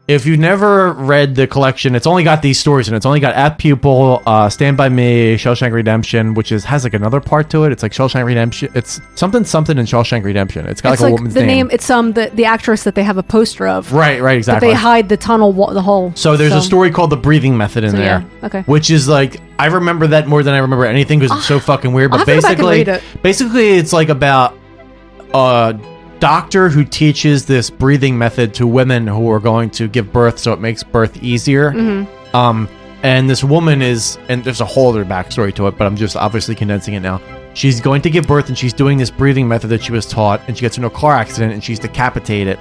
if you never read the collection, it's only got these stories and it's only got At Pupil, uh, Stand by Me, Shawshank Redemption, which is has like another part to it. It's like Shawshank Redemption. It's something something in Shawshank Redemption. It's got it's like, like, a woman's the name. It's um the, the actress that they have a poster of. Right, right, That exactly. they hide the tunnel, wa- the hole. So there's a story called the breathing method in So, yeah, there. okay. Which is like I remember that more than I remember anything because it's so fucking weird. Ah, I'll But have to go back and basically, read it. basically it's like about a doctor who teaches this breathing method to women who are going to give birth, so it makes birth easier. Mhm. Um, and this woman is, and there's a whole other backstory to it, but I'm just obviously condensing it now. She's going to give birth, and she's doing this breathing method that she was taught, and she gets into a car accident, and she's decapitated.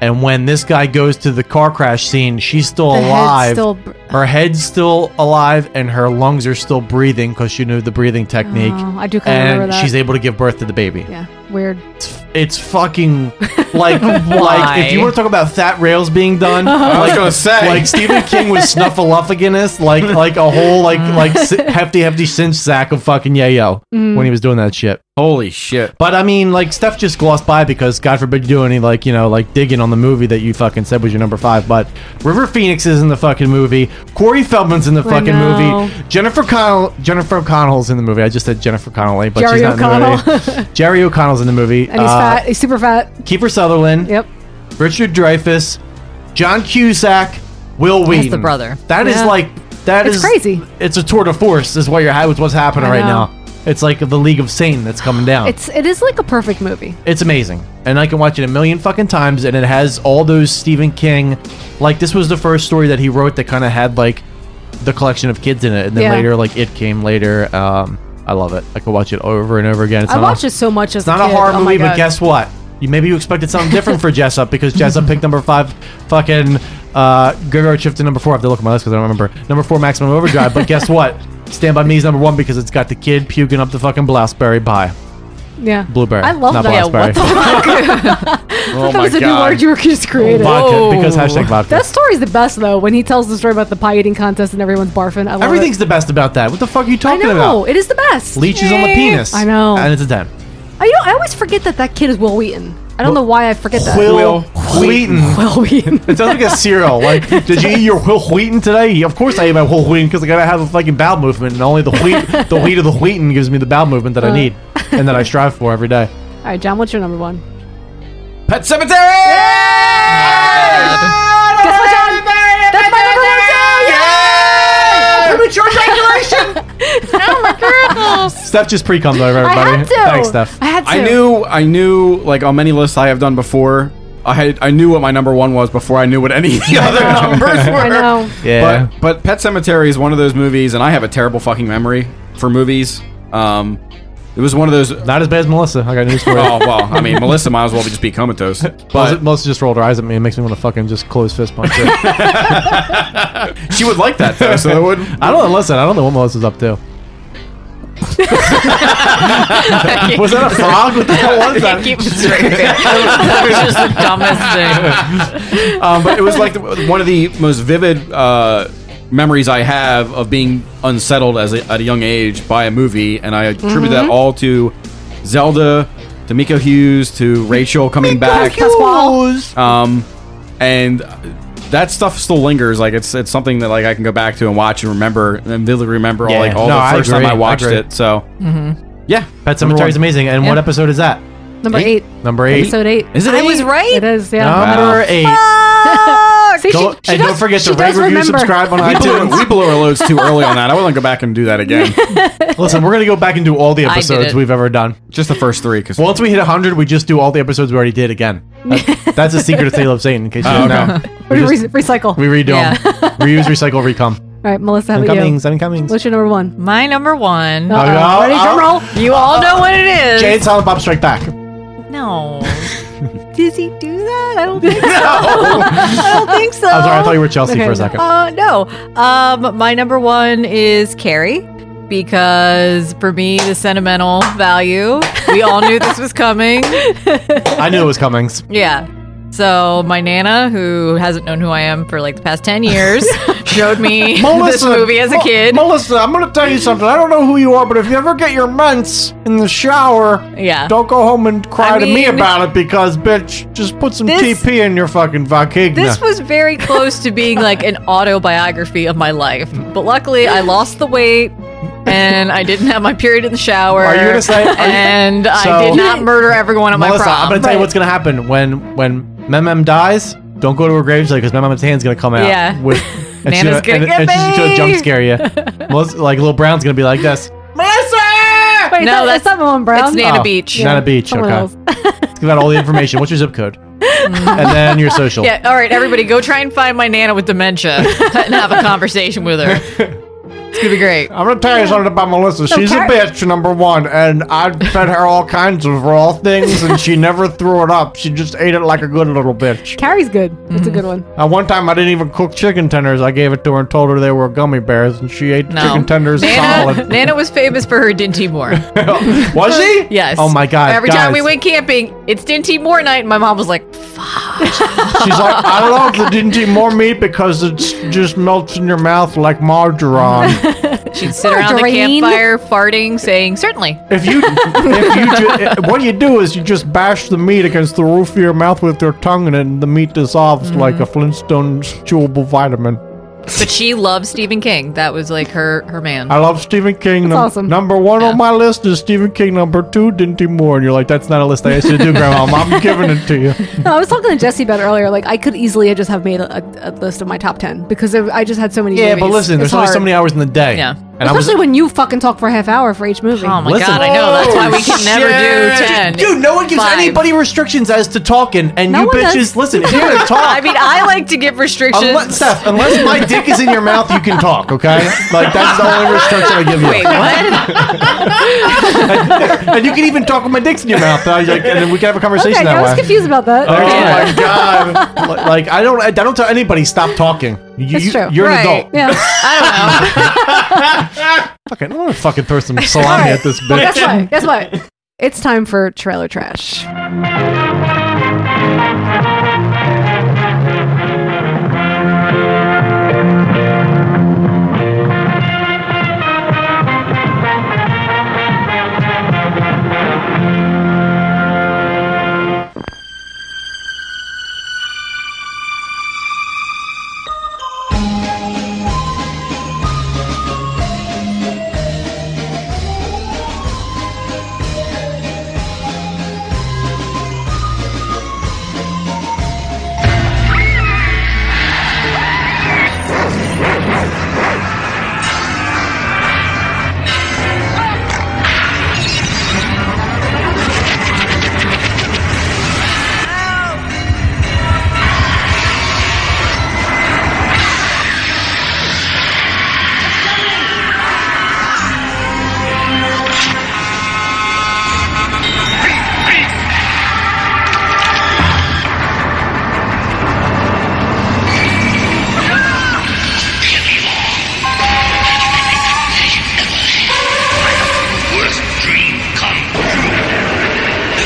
And when this guy goes to the car crash scene, she's still The head's alive. still br- her head's still alive, and her lungs are still breathing because she knew the breathing technique. Oh, I do kinda and remember that. she's able to give birth to the baby. Yeah, weird. It's, it's fucking like like if you want to talk about fat rails being done, I was like, gonna say. like Stephen King was snuffleupagus, like like a whole like like Mm. si- hefty hefty cinch sack of fucking yayo Mm. when he was doing that shit. Holy shit! But I mean, like Steph just glossed by because God forbid you do any like you know like digging on the movie that you fucking said was your number five. But River Phoenix is in the fucking movie. Corey Feldman's in the I fucking know. movie. Jennifer Connell Jennifer O'Connell's in the movie. I just said Jennifer Connelly, but Jerry she's not in the O'Connell. movie. Jerry O'Connell's in the movie. And he's Uh, fat. He's super fat. Kiefer Sutherland. Yep. Richard Dreyfuss, John Cusack, Will Wheaton. the brother. That is Yeah. like that It's is- crazy. It's a tour de force. Is what you're ha- what's happening I right know. now. It's like the League of Sane that's coming down. It's it is like a perfect movie. It's amazing. And I can watch it a million fucking times and it has all those Stephen King like this was the first story that he wrote that kind of had like the collection of kids in it and then Yeah. later like it came later um I love it. I could watch it over and over again. It's I not watched a, it so much as It's not a kid. horror Oh my movie, but God. guess what? You maybe you expected something different for Jessup because Jessup picked number 5 fucking uh Gregor shifted number 4. I have to look at my list cuz I don't remember. Number 4 Maximum Overdrive, but guess what? Stand by Me is number 1 because it's got the kid puking up the fucking blueberry pie. yeah, Blueberry. I love not that. Blaspberry. Oh that was a new word you were Oh just created. vodka because hashtag vodka. That story's the best though. When he tells the story about the pie eating contest and everyone's barfing, I love Everything's It. the best about that. What the fuck are you I talking know about? it is the best. Leeches on the penis. I know. And it's a ten. I, Oh, you know, I always forget that that kid is Will Wheaton. I don't know why I forget that. Will Wheaton. Will Wheaton. It sounds like a cereal. Like, did you eat your Will Wheaton today? Of course I ate my Will Wheaton because I gotta have a fucking bowel movement, and only the wheat, the wheat of the Wheaton gives me the bowel movement that I need and that I strive for every day. All right, John, what's your number one? Pet Cemetery. Guess what, John? That's my number one. Too! Premature ejaculation. Steph just pre comes over I everybody. had to. Thanks, Steph. I had to. I knew, I knew, like on many lists I have done before. I had, I knew what my number one was before I knew what any of the other numbers were. I know. Yeah. But, but Pet Cemetery is one of those movies, and I have a terrible fucking memory for movies. Um, it was one of those. Not as bad as Melissa. I got news for you. Oh well, I mean, Melissa might as well just be comatose. Melissa, But Melissa just rolled her eyes at me and makes me want to fucking just close fist punch her. she would like that though, so it would. I don't know. Listen, I don't know what Melissa's up to. was that a frog? What the hell was that? Keep it straight. that was just the dumbest thing. Um, but it was like the, one of the most vivid uh, memories I have of being unsettled as a, at a young age by a movie, and I attribute that all to Zelda, to Miko Hughes, to Rachel coming back. um, and that stuff still lingers. Like it's it's something that like I can go back to and watch and remember and vividly remember Yeah. like all No, I the first time agree. I watched I agree. it. So yeah, Pet Cemetery is Number amazing. And what Yeah. episode is that? Number eight. Number eight. Episode eight. Is it? I was eight? right. It is. Yeah. Number Wow. eight. See, Go- she, she does, and don't forget she to rate, does review, remember. subscribe on We blew, iTunes. we blew our loads too early on that. I wouldn't go back and do that again. Listen, we're gonna go back and do all the I did episodes it. we've ever done. Just the first three, because Once we hit hundred, we just do all the episodes we already did again. That- that's a secret of Tale of Satan, in case you Oh, didn't okay. know. Or We, do just, re- recycle. we redo Yeah. them. Reuse, recycle, recom. All right, Melissa, how I'm about Cummings, you? I'm Uh, Cummings. What's your number one? My number one. Uh-oh. no, Ready, drum oh. roll. You all know what it is. Jade, Silent Bob Strike Back. No. Does he do that? I don't think so. I don't think so. I'm sorry, I thought you were Chelsea for a second. Uh, no. Um, my number one is Carrie because for me, the sentimental value. We all knew this was coming. Oh. I knew it was Cummings. Yeah. So my nana, who hasn't known who I am for like the past ten years, showed me this movie as a Mo- kid. Melissa, I'm going to tell you something. I don't know who you are, but if you ever get your ments in the shower, Yeah. don't go home and cry I to me mean- about it because, bitch, just put some This- TP in your fucking Vakigna. This was very close to being like an autobiography of my life, but luckily I lost the weight and I didn't have my period in the shower. Are you gonna say- are you- and I So- did not murder everyone at Melissa, my prom. I'm going to tell you what's going to happen when when Memem dies. Don't go to her gravesite because Memem's hand's going to come out. Yeah. With, and she's Nana's gonna and, get and she's gonna me! jump scare you. Melissa, like little Brown's going to be like this. Melissa! Wait, No, no, that's- that's, not Mom Brown. it's Nana Oh, Beach. Nana Beach. someone Okay. else. Let's give out all the information. What's your zip code? and then your social. Yeah, all right, everybody, go try and find my nana with dementia and have a conversation with her. It's gonna be great. I'm gonna tell you something about Melissa. No, She's Car- a bitch, number one, and I fed her all kinds of raw things, and she never threw it up. She just ate it like a good little bitch. Carrie's good. It's Mm. a good one. At one time, I didn't even cook chicken tenders. I gave it to her and told her they were gummy bears, and she ate No. chicken tenders Nana, solid. nana was famous for her Dinty Moore. Was she? Yes. Oh my god. Every time guys. we went camping, it's Dinty Moore night, and my mom was like, she's like, I don't know if they didn't eat more meat because it just melts in your mouth like margarine. She'd sit around the Margarine. campfire farting, saying, Certainly. If you, if you, ju- eh, what you do is you just bash the meat against the roof of your mouth with your tongue, and then the meat dissolves Mm-hmm. like a Flintstone chewable vitamin. But she loves Stephen King. That was like her her man. I love Stephen King. Num- awesome. Number one on my list is Stephen King. Number two, Dinty Moore. And you're like, that's not a list I used to do, Grandma. I'm giving it to you. No, I was talking to Jesse about it earlier. Like, I could easily just have made a, a list of my top ten because there- I just had so many. Yeah, movies. but listen, It's there's only so hard. many hours in the day. Yeah. And I was, Especially when you fucking talk for a half hour for each movie. Oh my Listen- Oh, god, I know. That's why we can never Shit. do 10. Dude, no one gives Five. anybody restrictions as to talking, and No you one bitches, does. listen, if you're going to talk, I mean, I like to give restrictions. Unless, Steph, unless my dick is in your mouth, you can talk, okay? Like, that's the only restriction I give you. Wait, what? And you can even talk with my dick's in your mouth. And, I was like, and then we can have a conversation okay, that I was way. confused about that. Oh Yeah. my god! Li- Like I don't, I don't tell anybody stop talking. You, That's you, true. You're Right. an adult. Yeah, I don't know. Fucking, I'm gonna fucking throw some salami Alright. at this Well, guess bitch. what? Guess what? It's time for trailer trash. Worst dream come true.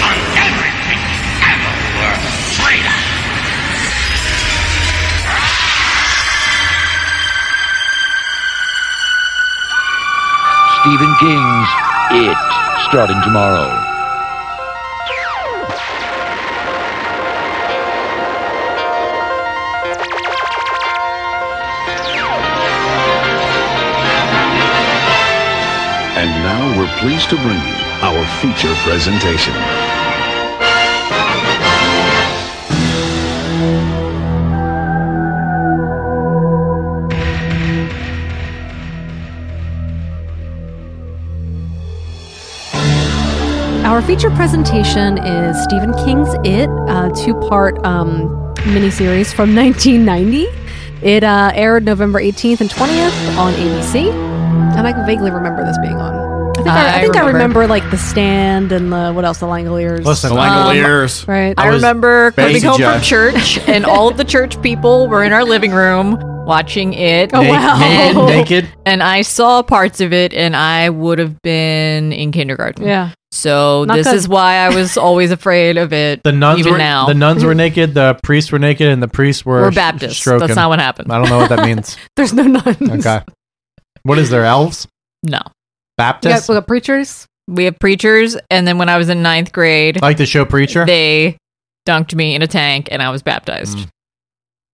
On everything you ever were afraid of. Stephen King's It, starting tomorrow. And now we're pleased to bring you our feature presentation. Our feature presentation is Stephen King's It, a two part um, miniseries from 1990. It uh, aired November 18th and 20th on ABC, and I vaguely remember this being on. I think I, I think I remember like the stand and the what else the Langoliers. Listen, The Langoliers. right? I, remember coming home from Jeff. church, and all of the church people were in our living room watching it. Oh, wow. Naked, naked. And I saw parts of it, and I would have been in kindergarten. Yeah. So Not this good. is why I was always afraid of it. The nuns even were now. the nuns were naked, the priests were naked, and the priests were We're sh- Baptists. stroking. That's not what happened. I don't know what that means. There's no nuns. okay, what is there? Elves? No. Baptists? got preachers. We have preachers, and then when I was in ninth grade, like the show preacher. they dunked me in a tank, and I was baptized. Mm.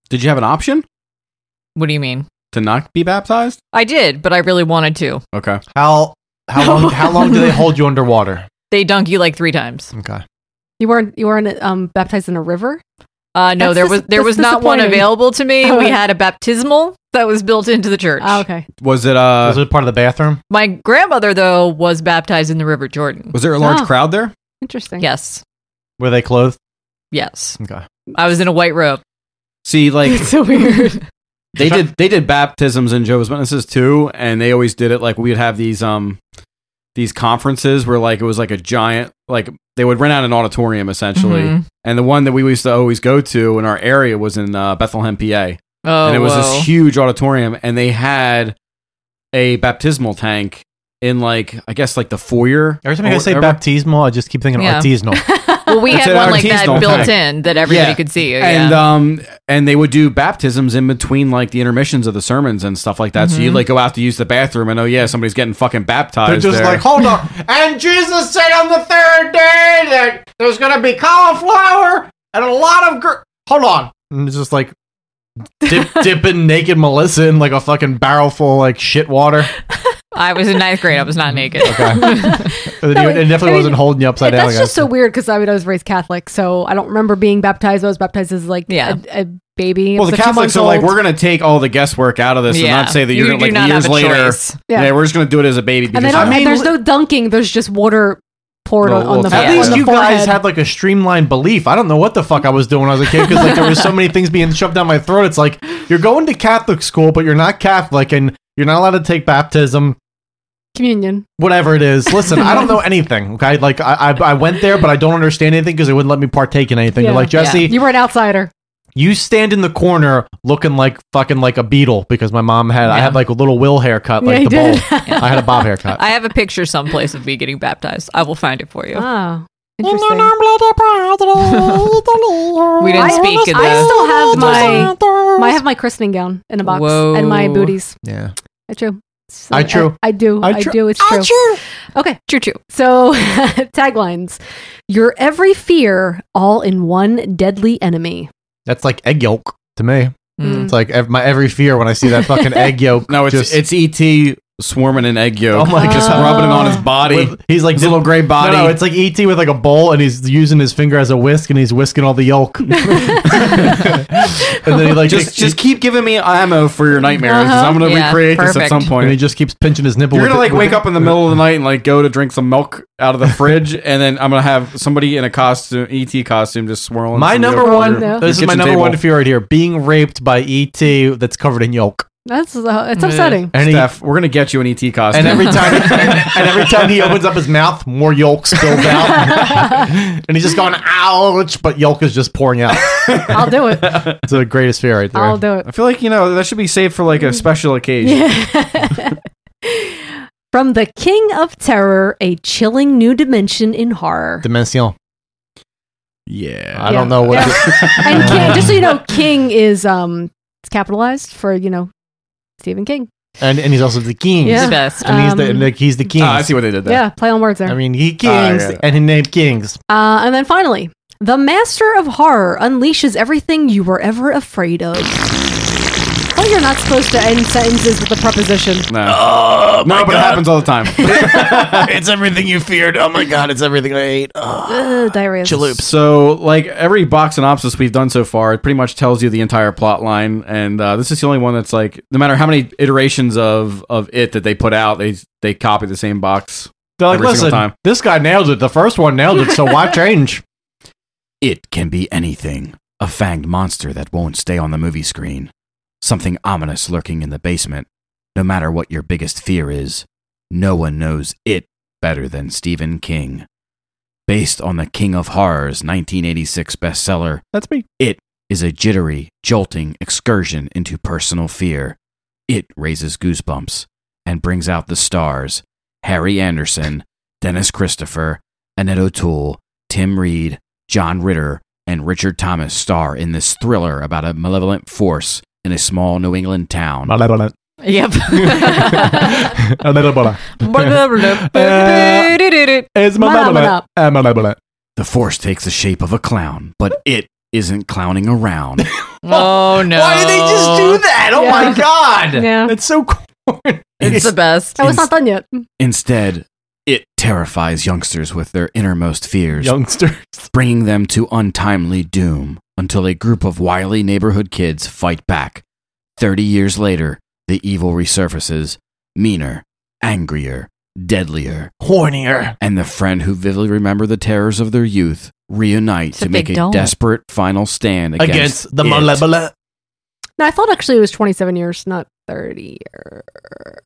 Did you have an option What do you mean? to not be baptized? I did, but I really wanted to. Okay. How how long how long do they hold you underwater? They dunk you like three times. Okay. You weren't you weren't um, baptized in a river. Uh, no, That's there dis- was there that's was not one disappointing. available to me. Oh, We okay. had a baptismal that was built into the church. Oh, okay. Was it uh Was it part of the bathroom? My grandmother though was baptized in the River Jordan. Was there a large Oh. crowd there? Interesting. Yes. Were they clothed? Yes. Okay. I was in a white robe. See, like so weird. they did they did baptisms in Jehovah's Witnesses too, and they always did it like we'd have these um these conferences where like it was like a giant like they would rent out an auditorium essentially. Mhm. And the one that we used to always go to in our area was in uh, Bethlehem, PA. Oh, and it was whoa. this huge auditorium, and they had a baptismal tank in like I guess like the foyer. Every time I or say whatever. baptismal, I just keep thinking Yeah. artisanal. well, we It's had an one like that artisanal built thing. in that everybody Yeah. could see. And yeah. um and they would do baptisms in between like the intermissions of the sermons and stuff like that. So you Mm-hmm. Mhm. like go out to use the bathroom and oh yeah, somebody's getting fucking baptized. They're just there. like, hold on. And Jesus said on the third day that there's going to be cauliflower and a lot of. Gr- hold on. And it's just like dip, dipping naked Melissa in like a fucking barrel full of like shit water. I was in ninth grade. I was not naked. And No, you- it definitely I mean, wasn't holding you upside down. That's like just so weird because I mean I was raised Catholic, so I don't remember being baptized. I was baptized as like a, a baby. I Well, was a "Oh, the few Catholics months are like, old. we're going to take all the guesswork out of this Yeah. and not say that You you're do going to, like, not have years a later. choice. Yeah. Yeah. we're just going to do it as a baby. and Because they don't, I mean, there's no dunking. There's just water poured on, on the at on least the you guys forehead. had like a streamlined belief. I don't know what the fuck I was doing when I was a kid because like there was so many things being shoved down my throat. It's like you're going to Catholic school, but you're not Catholic and you're not allowed to take baptism. communion. whatever it is. Listen, I don't know anything. Okay, like I I, I went there, but I don't understand anything because they wouldn't let me partake in anything. They're like Jesse, you were an outsider. you stand in the corner looking like fucking like a beetle because my mom had I had like a little will haircut, Yeah, like you the bowl. did. Yeah. I had a bob haircut. I have a picture someplace of me getting baptized. I will find it for you. Oh, interesting. We didn't speak in I the- still have my, my I have my christening gown in a box Whoa. and my booties. Yeah. It's Uh, true. So I true. I, do. I, I true. do. It's true. Okay. True. True. So taglines: Your every fear, all in one deadly enemy. That's like egg yolk to me. Mm. It's like ev- my every fear when I see that fucking egg yolk. No, it's, it's E.T. swarming an egg yolk. Oh my Just God. rubbing it on his body. With- he's like his little gray body. No, no, it's like ET with like a bowl, and he's using his finger as a whisk, and he's whisking all the yolk. and then he like just, just keep giving me ammo for your nightmares because I'm going to Uh-huh. Yeah, recreate this at perfect. some point. And he just keeps pinching his nipple. You're with gonna it- like with wake it. up in the middle of the night and like go to drink some milk out of the fridge, and then I'm gonna have somebody in a costume, ET costume, just swirling. My some number yolk one. on your- This your is my kitchen number table. one fear right here: being raped by ET that's covered in yolk. That's uh, it's upsetting. And he- Steph, we're gonna get you an ET costume. And every time, and every time he opens up his mouth, more yolk spills out, and he's just going "ouch," but yolk is just pouring out. I'll do it. It's the greatest fear right there. I'll do it. I feel like you know that should be saved for Mm-hmm. like a special occasion. From the King of Terror, a chilling new dimension in horror. Dimension. Yeah, Ah, I don't know what. And King, just so you know, King is um it's capitalized for you know Stephen King. And, and he's also the king. Yeah. The best. And he's the Um, like, he's the king. Ah, I see what they did there. Yeah, play on words there. I mean, he Ah, I kings get it. and he named kings. Uh, and then finally, the Master of Horror unleashes everything you were ever afraid of. Well, you're not supposed to end sentences with a preposition. No, my Oh no, but it God. happens all the time. it's everything you feared. Oh my god, it's everything I ate. Ugh, diarrhea. So, like every box synopsis we've done so far, it pretty much tells you the entire plot line, and uh, this is the only one that's like, no matter how many iterations of of it that they put out, they they copy the same box They're like, every listen, single time. this guy nailed it. The first one nailed it. So why change? It can be anything. A fanged monster that won't stay on the movie screen. Something ominous lurking in the basement. No matter what your biggest fear is, no one knows it better than Stephen King. Based on the King of Horrors 1986 bestseller, That's me. it is a jittery, jolting excursion into personal fear. It raises goosebumps and brings out the stars Harry Anderson, Dennis Christopher, Annette O'Toole, Tim Reed, John Ritter, and Richard Thomas star in this thriller about a malevolent force in a small New England town. Malevolent. Yep. It's malevolent. Uh, malevolent. The force takes the shape of a clown, but it isn't clowning around. Oh no! Why did they just do that? Oh my Yeah. god! Yeah. That's so cool. It's the best. I was not done yet. Instead, it terrifies youngsters with their innermost fears, Youngsters. bringing them to untimely doom until a group of wily neighborhood kids fight back. Thirty years later, the evil resurfaces, meaner, angrier, deadlier, Hornier. and the friend who vividly remember the terrors of their youth reunite a to make big a dome. desperate final stand against, Against the it. malevolent. No, I thought actually it was 27 years, not 30 years.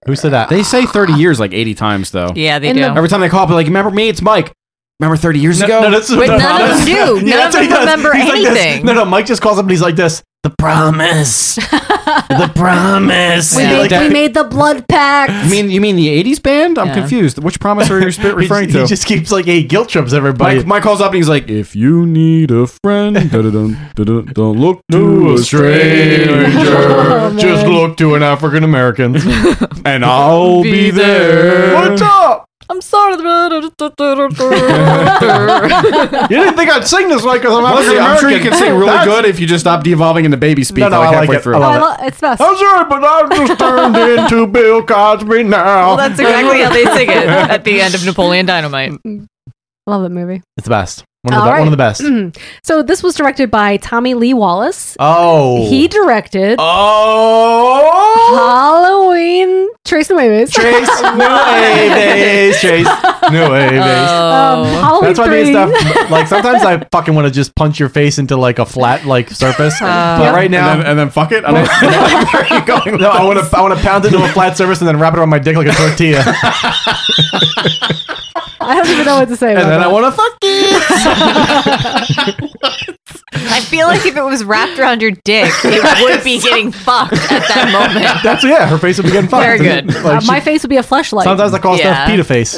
Who said that? They say 30 years like 80 times, though. Yeah, they In do. the- Every time they call up, they're like, remember me? It's Mike. Remember 30 years No, ago? no, that's Wait, the none of them promise. do. None that's of them what he does. remember He's like this. anything. No, no. Mike just calls up and he's like this. The promise. the promise. We, Yeah. made, That- we made the blood pact. You mean you mean the '80s band? I'm Yeah. confused. Which promise are you sp- he, referring just- he to? just keeps like hey guilt trips everybody. Mike, Mike calls up and he's like, "If you need a friend, da-da-dun, da-dun, don't look to to a a stranger. Oh, just man. look to an African American. and I'll Be be there." there. What's up? I'm sorry. You didn't think I'd sing this like because I'm African Listen, American? I'm sure you can sing really That's- good if you just stop devolving into baby speak No, no, like I like halfway it. through. I Oh, love I it. lo- it's best. I'm sorry, but I've just turned into Bill Cosby now. Well, that's exactly how they sing it at the end of Napoleon Dynamite. Love it movie. It's the best. One of the, All be- one right. of the best. Mhm. So this was directed by Tommy Lee Wallace. Oh. He directed Oh. Halloween. Trace and Wayways. Trace Nueves. Trace Nueves. um, Oh. Halloween That's why three. these stuff. Like sometimes I fucking want to just punch your face into like a flat like surface. Uh, but right now, and then, and then fuck it. I don't, where are you going? no, I want to. I want to pound it into a flat surface and then wrap it around my dick like a tortilla. I don't even know what to say. and about then I that. want to fuck I feel like if it was wrapped around your dick, it would be getting fucked at that moment. That's yeah. Her face would be getting fucked. Very good. Like, Uh, she- my face would be a flashlight. sometimes I call Yeah. stuff pita face.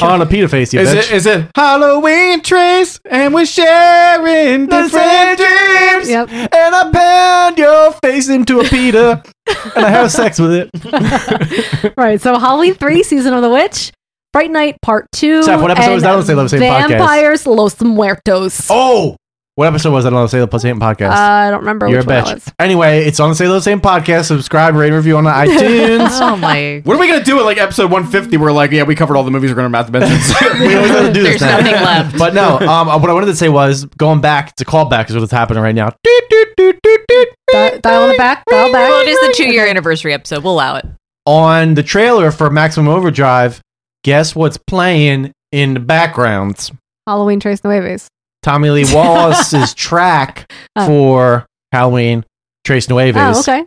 On a pita face, you Is bitch. it is it Halloween trace and we're sharing different dreams? Yep. and I pound your face into a pita, and I have sex with it. right. So Halloween three, season of the witch, Bright Night Part Two. Seth, what episode and was that on the Say Love Same podcast? Vampires Los Muertos. Uh, Oh, what episode was that on the Say the Same podcast? I don't remember You're a which one it bitch. was. Anyway, it's on the Say the Same podcast. Subscribe, rate, and review on iTunes. Oh my. What are we gonna do at like episode 150? We're like, yeah, we covered all the movies we're gonna mouth mentions. we always have to do There's this now. nothing left. But no, um, what I wanted to say was going back to callback is what's happening right now. Doot, doot, doot, doot, doot. Di- dial it back. Dial back. Well, it is the two year anniversary episode. We'll allow it. On the trailer for Maximum Overdrive, guess what's playing in the backgrounds? Halloween Trace Nueves. Tommy Lee Wallace's track Oh. for Halloween Trace Nueves Oh, okay.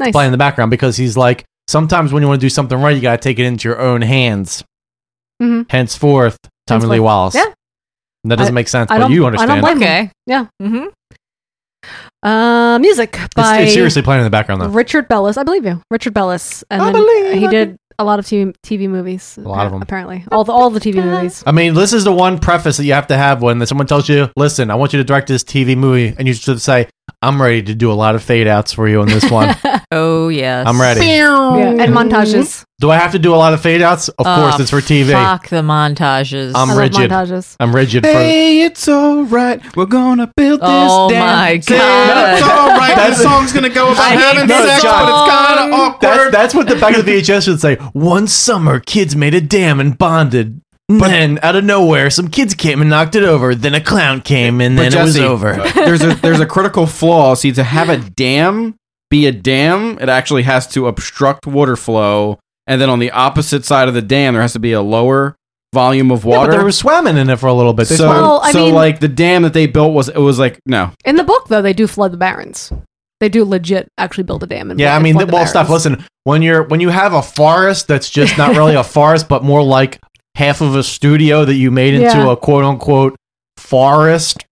Nice. playing in the background because he's like, sometimes when you want to do something right, you got to take it into your own hands. Mhm. Henceforth, Tommy Lee Henceforth. Wallace. Yeah. And that doesn't make sense, I but don't- I you don't understand. blame him. Okay. Yeah. Mm-hmm. Uh, music It's- by it's seriously playing in the background, though. Richard Bellis. I believe you, Richard Bellis. And I then believe he I did a lot of TV, TV movies. A lot of 'em. apparently. All the all the TV movies. I mean, this is the one preface that you have to have when someone tells you, listen, I want you to direct this TV movie. And you should say, I'm ready to do a lot of fade outs for you on this one. Oh, yes. I'm ready. Yeah, and montages. Do I have to do a lot of fade outs? Of Ah, course, Oh, it's for TV. Fuck the montages. I'm I love rigid. montages. I'm rigid for. hey, it's alright. We're gonna build this. Oh damn my thing. God. It's alright. That song's gonna go about I hate having this sex, song. but it's kind of awkward. That's, that's what the back of the VHS would say. One summer, kids made a dam and bonded. then, out of nowhere, some kids came and knocked it over. Then a clown came, and But then it was Jesse, over. there's a there's a critical flaw. See, to have a dam be a dam, it actually has to obstruct water flow, and then on the opposite side of the dam, there has to be a lower volume of Yeah, but water. they were swimming in it for a little bit. They so, swam- Well, I so mean- like the dam that they built was it was like no. In the book, though, they do flood the barrens. They do legit actually build a dam. And yeah, I and mean, flood well, the stuff. barrens. Listen, when you're when you have a forest that's just not really a forest, but more like half of a studio that you made into Yeah. a quote unquote forest.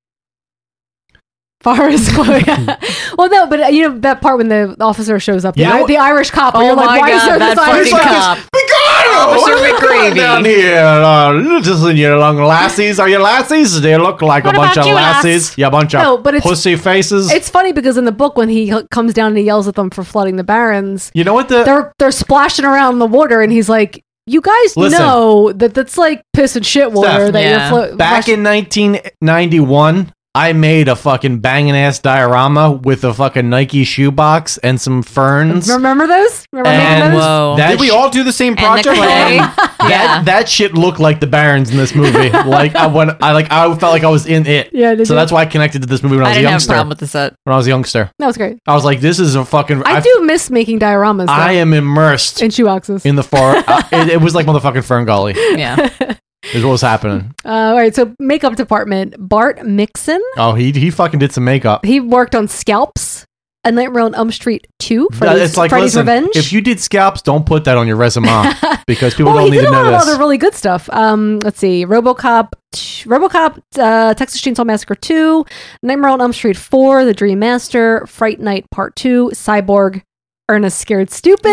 Forest boy. well, no, but uh, you know that part when the officer shows up, You the, know I- what- the Irish cop. Oh where you're like, why is there this Irish cop? Officer McGravy. Down here, uh, listen, you long lassies. Are you lassies? They look like What a bunch about of you, lass? lassies. Yeah, a bunch No, of but it's- pussy faces. It's funny because in the book, when he h- comes down and he yells at them for flooding the barrens, you know what the they're they're splashing around in the water, and he's like, "You guys Listen. know that that's like piss and shit water Steph, that you're flo- back flush- in 1991 i made a fucking banging ass diorama with a fucking nike shoebox and some ferns Remember those? Remember making and uh, those? that Did we sh- all do the same And the project? um, clay. that, that shit looked like the barons in this movie like i when i like i felt like i was in it Yeah, did so you? that's why i connected to this movie when i, I was a didn't have a youngster problem with the set. when i was a youngster That was great. i was like this is a fucking I, I- do miss making dioramas. Though, I am immersed in shoeboxes. in the far uh, it, it was like motherfucking fern gully Yeah. is what was happening Uh, all right, so makeup department. Bart Mixon. oh he he fucking did some makeup He worked on Scalps, A Nightmare on Elm Street 2, That- Freddy's, it's like Freddy's listen, Revenge. if you did scalps, don't put that on your resume because people well, don't Oh, he need did to a lot know of this. other really good stuff. Um, let's see, RoboCop, RoboCop, uh, Texas Chainsaw Massacre 2, Nightmare on Elm Street 4, The Dream Master, Fright Night Part 2, Cyborg, Ernest Scared Stupid.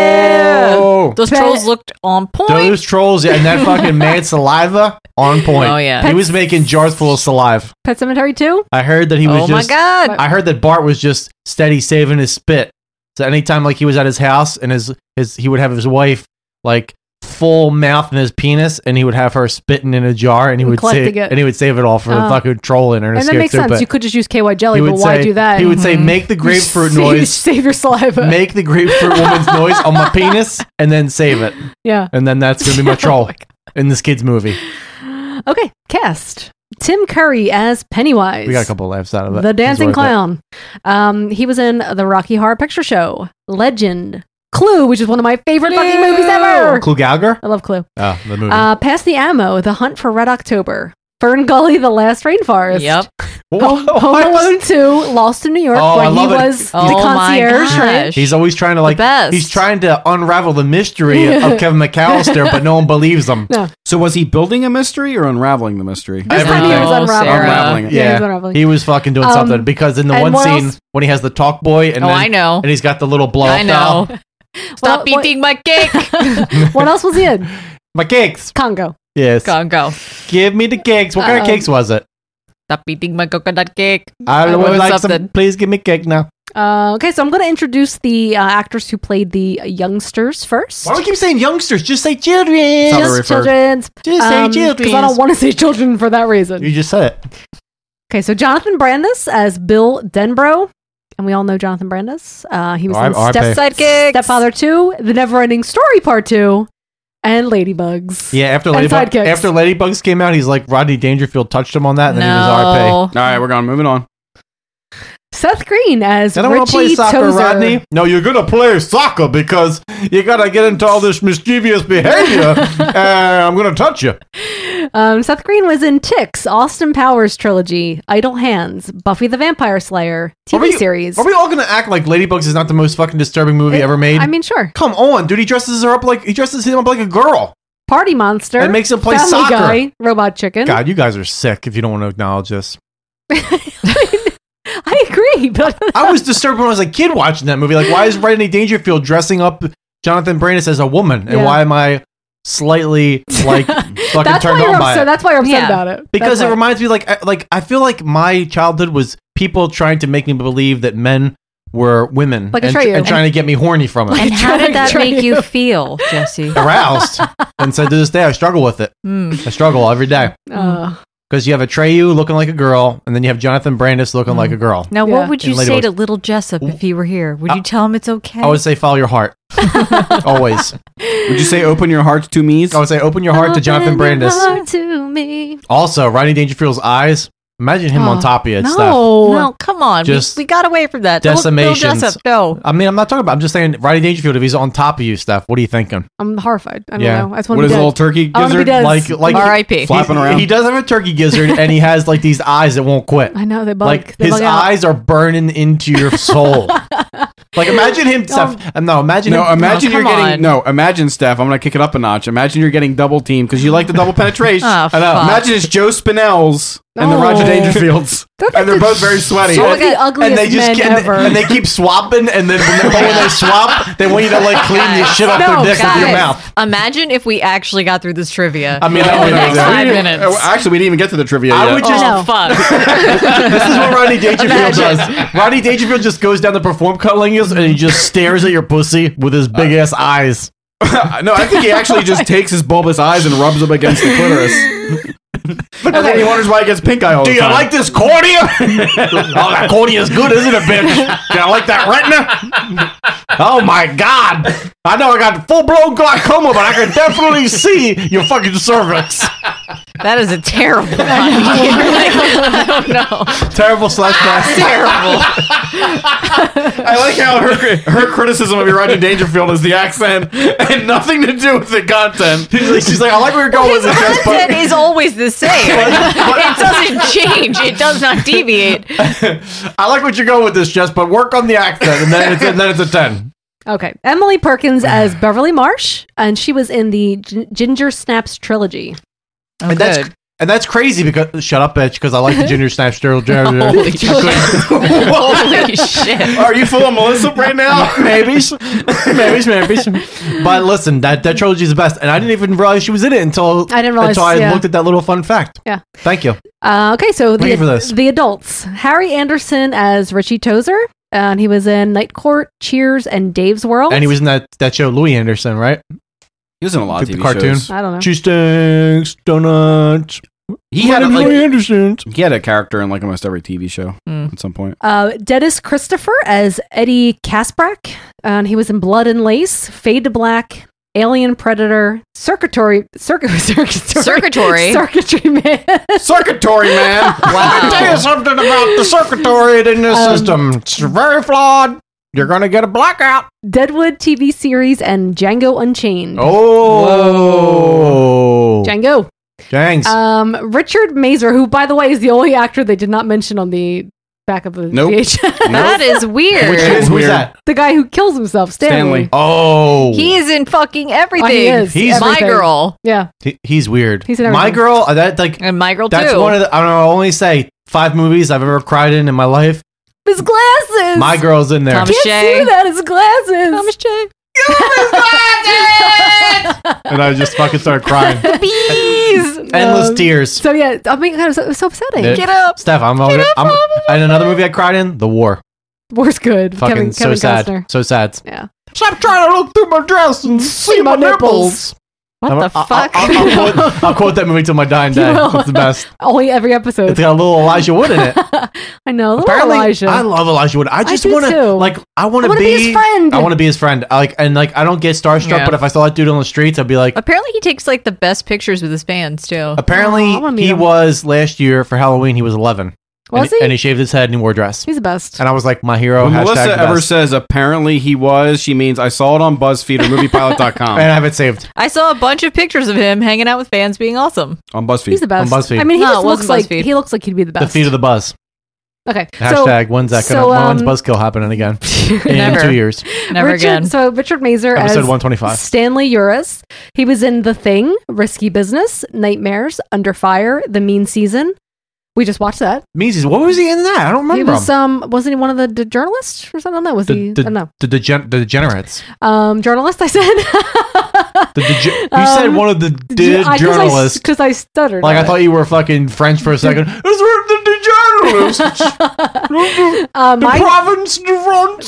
Oh. Those Pet- trolls looked on point. Those trolls yeah, and that fucking mad saliva on point. Oh, yeah. he was making jars full of saliva. Pet Cemetery 2. I heard that he Oh, was my just. God. I heard that Bart was just steady saving his spit. So anytime like he was at his house and his his he would have his wife like full mouth in his penis and he would have her spitting in a jar and he And would save collecting it. and he would save it all for Oh. the fucking troll in and Ernest that Scared makes sense. Stupid. You could just use KY Jelly, He but would why say- do that? He would say, "Make the You grapefruit save- noise." Save your saliva. make the grapefruit woman's noise on my penis and then save it. Yeah. Oh And then that's going to be my troll in this kid's movie. Okay, cast. Tim Curry as Pennywise. We got a couple of laughs out of it. The It's Dancing worth it. Clown. Um, he was in the Rocky Horror Picture Show, Legend, Clue, which is one of my favorite fucking movies ever. Clue Gallagher? I love Clue. Oh, the movie. Uh, Past the Ammo, The Hunt for Red October, Fern Gully, The Last Rainforest. Yep. Home, Home Alone Two, Lost in New York, Oh, I where he love it. was the Oh my concierge. gosh. Right? he's always trying to like, best. he's trying to unravel the mystery of Kevin McAllister, but no one believes him. No. So was he building a mystery or unraveling the mystery? This time he was Oh, unraveling. Sarah. Unraveling it. Yeah, he was Yeah, unraveling. he was fucking doing Um, something because in the and one what scene else? when he has the talk boy and Oh, then- I know. and he's got the little blow up I know. doll. Stop Well, what- eating my cake. what else was he in? my cakes Congo. yes go on, go. give me the cakes what kind of Um, cakes was it Stop eating my coconut cake. I, I would was like up some then. please give me cake now Uh, okay, so I'm going to introduce the uh, actors who played the youngsters first. Why do we keep saying youngsters? Just say children. That's how Just they're referred. children. Just say children. Because I don't want to say children for that reason. You just said it. Okay, so Jonathan Brandis as Bill Denbro. And we all know Jonathan Brandis. Uh, he was R- in R.I.P. Step- Sidekicks. Stepfather 2, The Neverending Story Part 2, and Ladybugs. Yeah, after And Ladybug, sidekicks. after Ladybugs came out, he's like Rodney Dangerfield touched him on that, and then he was RP. No. All right, we're gone. Moving on. Seth Green as I don't want to play Richie soccer, Tozer. Rodney. No, you're gonna play soccer because you gotta get into all this mischievous behavior. and I'm gonna touch you. Um, Seth Green was in Ticks, Austin Powers Trilogy, Idle Hands, Buffy the Vampire Slayer, TV Are we- series. Are we all gonna act like Ladybugs is not the most fucking disturbing movie ever made? I mean, sure. come on, dude. He dresses her up like he dresses him up like a girl. Party Monster. And makes him play Family soccer. Guy, Robot Chicken. God, you guys are sick if you don't want to acknowledge this. I agree, but I was disturbed when I was a kid watching that movie. Like, why is Rodney Dangerfield dressing up Jonathan Brandis as a woman, and Yeah. why am I slightly like fucking that's why turned you're on by upset. it? That's why you're upset Yeah. about it. That's Because it why. reminds me, like, I, like I feel like my childhood was people trying to make me believe that men were women, Like and, Atreyu. and trying to get me horny from it, And how Try- did that try make you. you feel, Jesse? aroused. and so to this day, I struggle with it. Mm. I struggle every day Uh, because you have Atreyu looking like a girl, and then you have Jonathan Brandis looking like a girl. Now, Yeah. what would you And say ladybugs. to little Jessup if he were here? Would you tell him it's okay? I would say follow your heart, always. Would you say open your hearts to me? I would say open your heart to Jonathan Open your Brandis. heart to me. Also, Rodney Dangerfield's eyes Imagine him on Oh, top of you. No, and stuff. no, come on. We- Just we, got away from that. Don't- Bill Decimation. Jessup, no. I mean, I'm not talking about. I'm just saying, Roddy Dangerfield. If he's on top of you, Steph, what are you thinking? I'm horrified. I don't know. I just want what to is be dead. a little turkey I wanna be gizzard dead. like? Like R.I.P.. He- He does have a turkey gizzard, and he has like these eyes that won't quit. I know they bug. like they his bug out. eyes are burning into your soul. like imagine him, Steph. um, No, imagine. No, him, imagine you're getting no. Imagine Steph. I'm gonna kick it up a notch. Imagine you're getting double teamed because you like the double penetration. Oh, I know. fuck. Imagine it's Joe Spinell's and the Roger Oh. Dangerfields, and they're both very sweaty. Some of the ugliest men and they- ever. And they keep swapping, and then when they, when they swap, they want you to like clean the shit off their dick with your mouth. Imagine if we actually got through this trivia. I mean, that in would the next five We didn't- minutes. uh, Actually, we didn't even get to the trivia I yet. would Oh, just- oh, fuck. this is what Rodney Dangerfield Imagine. does. Rodney Dangerfield just goes down to perform cuddlingus and he just stares at your pussy with his big ass eyes. no, I think he actually just takes his bulbous eyes and rubs them against the clitoris. And then he wonders why he gets pink eye all Do the you time. like this cornea? oh, that cornea is good, isn't it, bitch? Do I like that retina? Oh my god! I know I got full blown glaucoma, but I can definitely see your fucking cervix. That is a terrible one. Terrible slash plastic. terrible. I like how her her criticism of Rodney Dangerfield is the accent and nothing to do with the content. She's like, she's like I like where you're going with this. Jess, but- That is always the same. it doesn't change. It does not deviate. I like what you're going with this, Jess, but work on the accent, and then it's, and then it's a ten. Okay. Emily Perkins as Beverly Marsh, and she was in the Gin- Ginger Snaps trilogy. and that's and that's crazy because shut up, bitch, because I like the ginger snap stirl Oh, Holy Holy shit! Are you full of Melissa right now? maybe, maybe, maybe. But listen, that that trilogy is the best, and I didn't even realize she was in it until I didn't realize, until I yeah. looked at that little fun fact. Yeah. Thank you. Uh, okay, so Thank the, you for this. the adults Harry Anderson as Richie Tozer, and he was in Night Court, Cheers, and Dave's World. And he was in that that show Louis Anderson, right? He was in a lot of TV shows. I don't know. Cheese sticks, donuts. He had, My name's like- Louis Anderson. He had a character in like almost every TV show at some point. Uh, Dennis Christopher as Eddie Kasprak, and he was in Blood and Lace, Fade to Black, Alien Predator, Circuitory, circuit, circuitory, Circuitory? circuitry man, circuitory man. I'll tell you something about the circuitry in this Um, system. It's very flawed. You're gonna get a blackout. Deadwood TV series, and Django Unchained. Oh, Django. Jangs. Um, Richard Mazer, who by the way is the only actor they did not mention on the back of the Nope. VHS. That is weird. Which is who's that? The guy who kills himself, Stanley. Oh, He is in fucking everything. Oh, he is. He's- my Everything. girl. Yeah. He- he's weird. He's in my everything. girl. uh, That like and my girl That's too. one of the. I don't know. I'll only say five movies I've ever cried in in my life. His glasses. My girl's in there. Can't see that. His glasses. Thomas J. and I just fucking started crying. Um, Endless tears. So yeah, I mean, it was, it was so upsetting. Nick, Steph. I'm. all I'm and another movie I cried in, The War. War's good. Fucking Kevin, so Kevin sad. Costner. So sad. Yeah. Stop trying to look through my dress and see my nipples. What I'm- Uh, the I'll- fuck? I'll, I'll quote, I'll quote that movie till my dying day. You will. It's the best. Only every episode. It's got a little Elijah Wood in it. I know. Little Apparently, Elijah. I love Elijah Wood. I I just do want too. to like. I want I to wanna be his friend. I want to be his friend. I, like and like. I don't get starstruck, Yeah. but if I saw that dude on the streets, I'd be like. Apparently, he takes like the best pictures with his fans too. Apparently, oh, he was last year for Halloween. He was 11. Was and, he? And he shaved his head and he wore a dress. He's the best. And I was like, my hero. When hashtag Melissa the ever best. says apparently he was, she means I saw it on BuzzFeed or MoviePilot.com. And I have it saved I saw a bunch of pictures of him hanging out with fans, being awesome. on BuzzFeed. He's the best. I mean, he just No, it looks wasn't like BuzzFeed. he looks like he'd be the the best. feet of the buzz. okay. Hashtag so, when's that gonna so, when's um, Buzzkill happening again? In Never. two years. Never Richard, again. So Richard Mazer Episode as 125. Stanley Uris. He was in The Thing, Risky Business, Nightmares, Under Fire, The Mean Season. We just watched that. Means what was he in that? I don't remember. He was him. um wasn't he one of the, the journalists or something? I don't know. Was he? Oh, the, I the, don't know. the, degen- the degenerates. Um, journalist. I said. The dege- you said one of the de- journalists. because I, stuttered. on like I it. thought you were fucking French for a second. Uh, my, province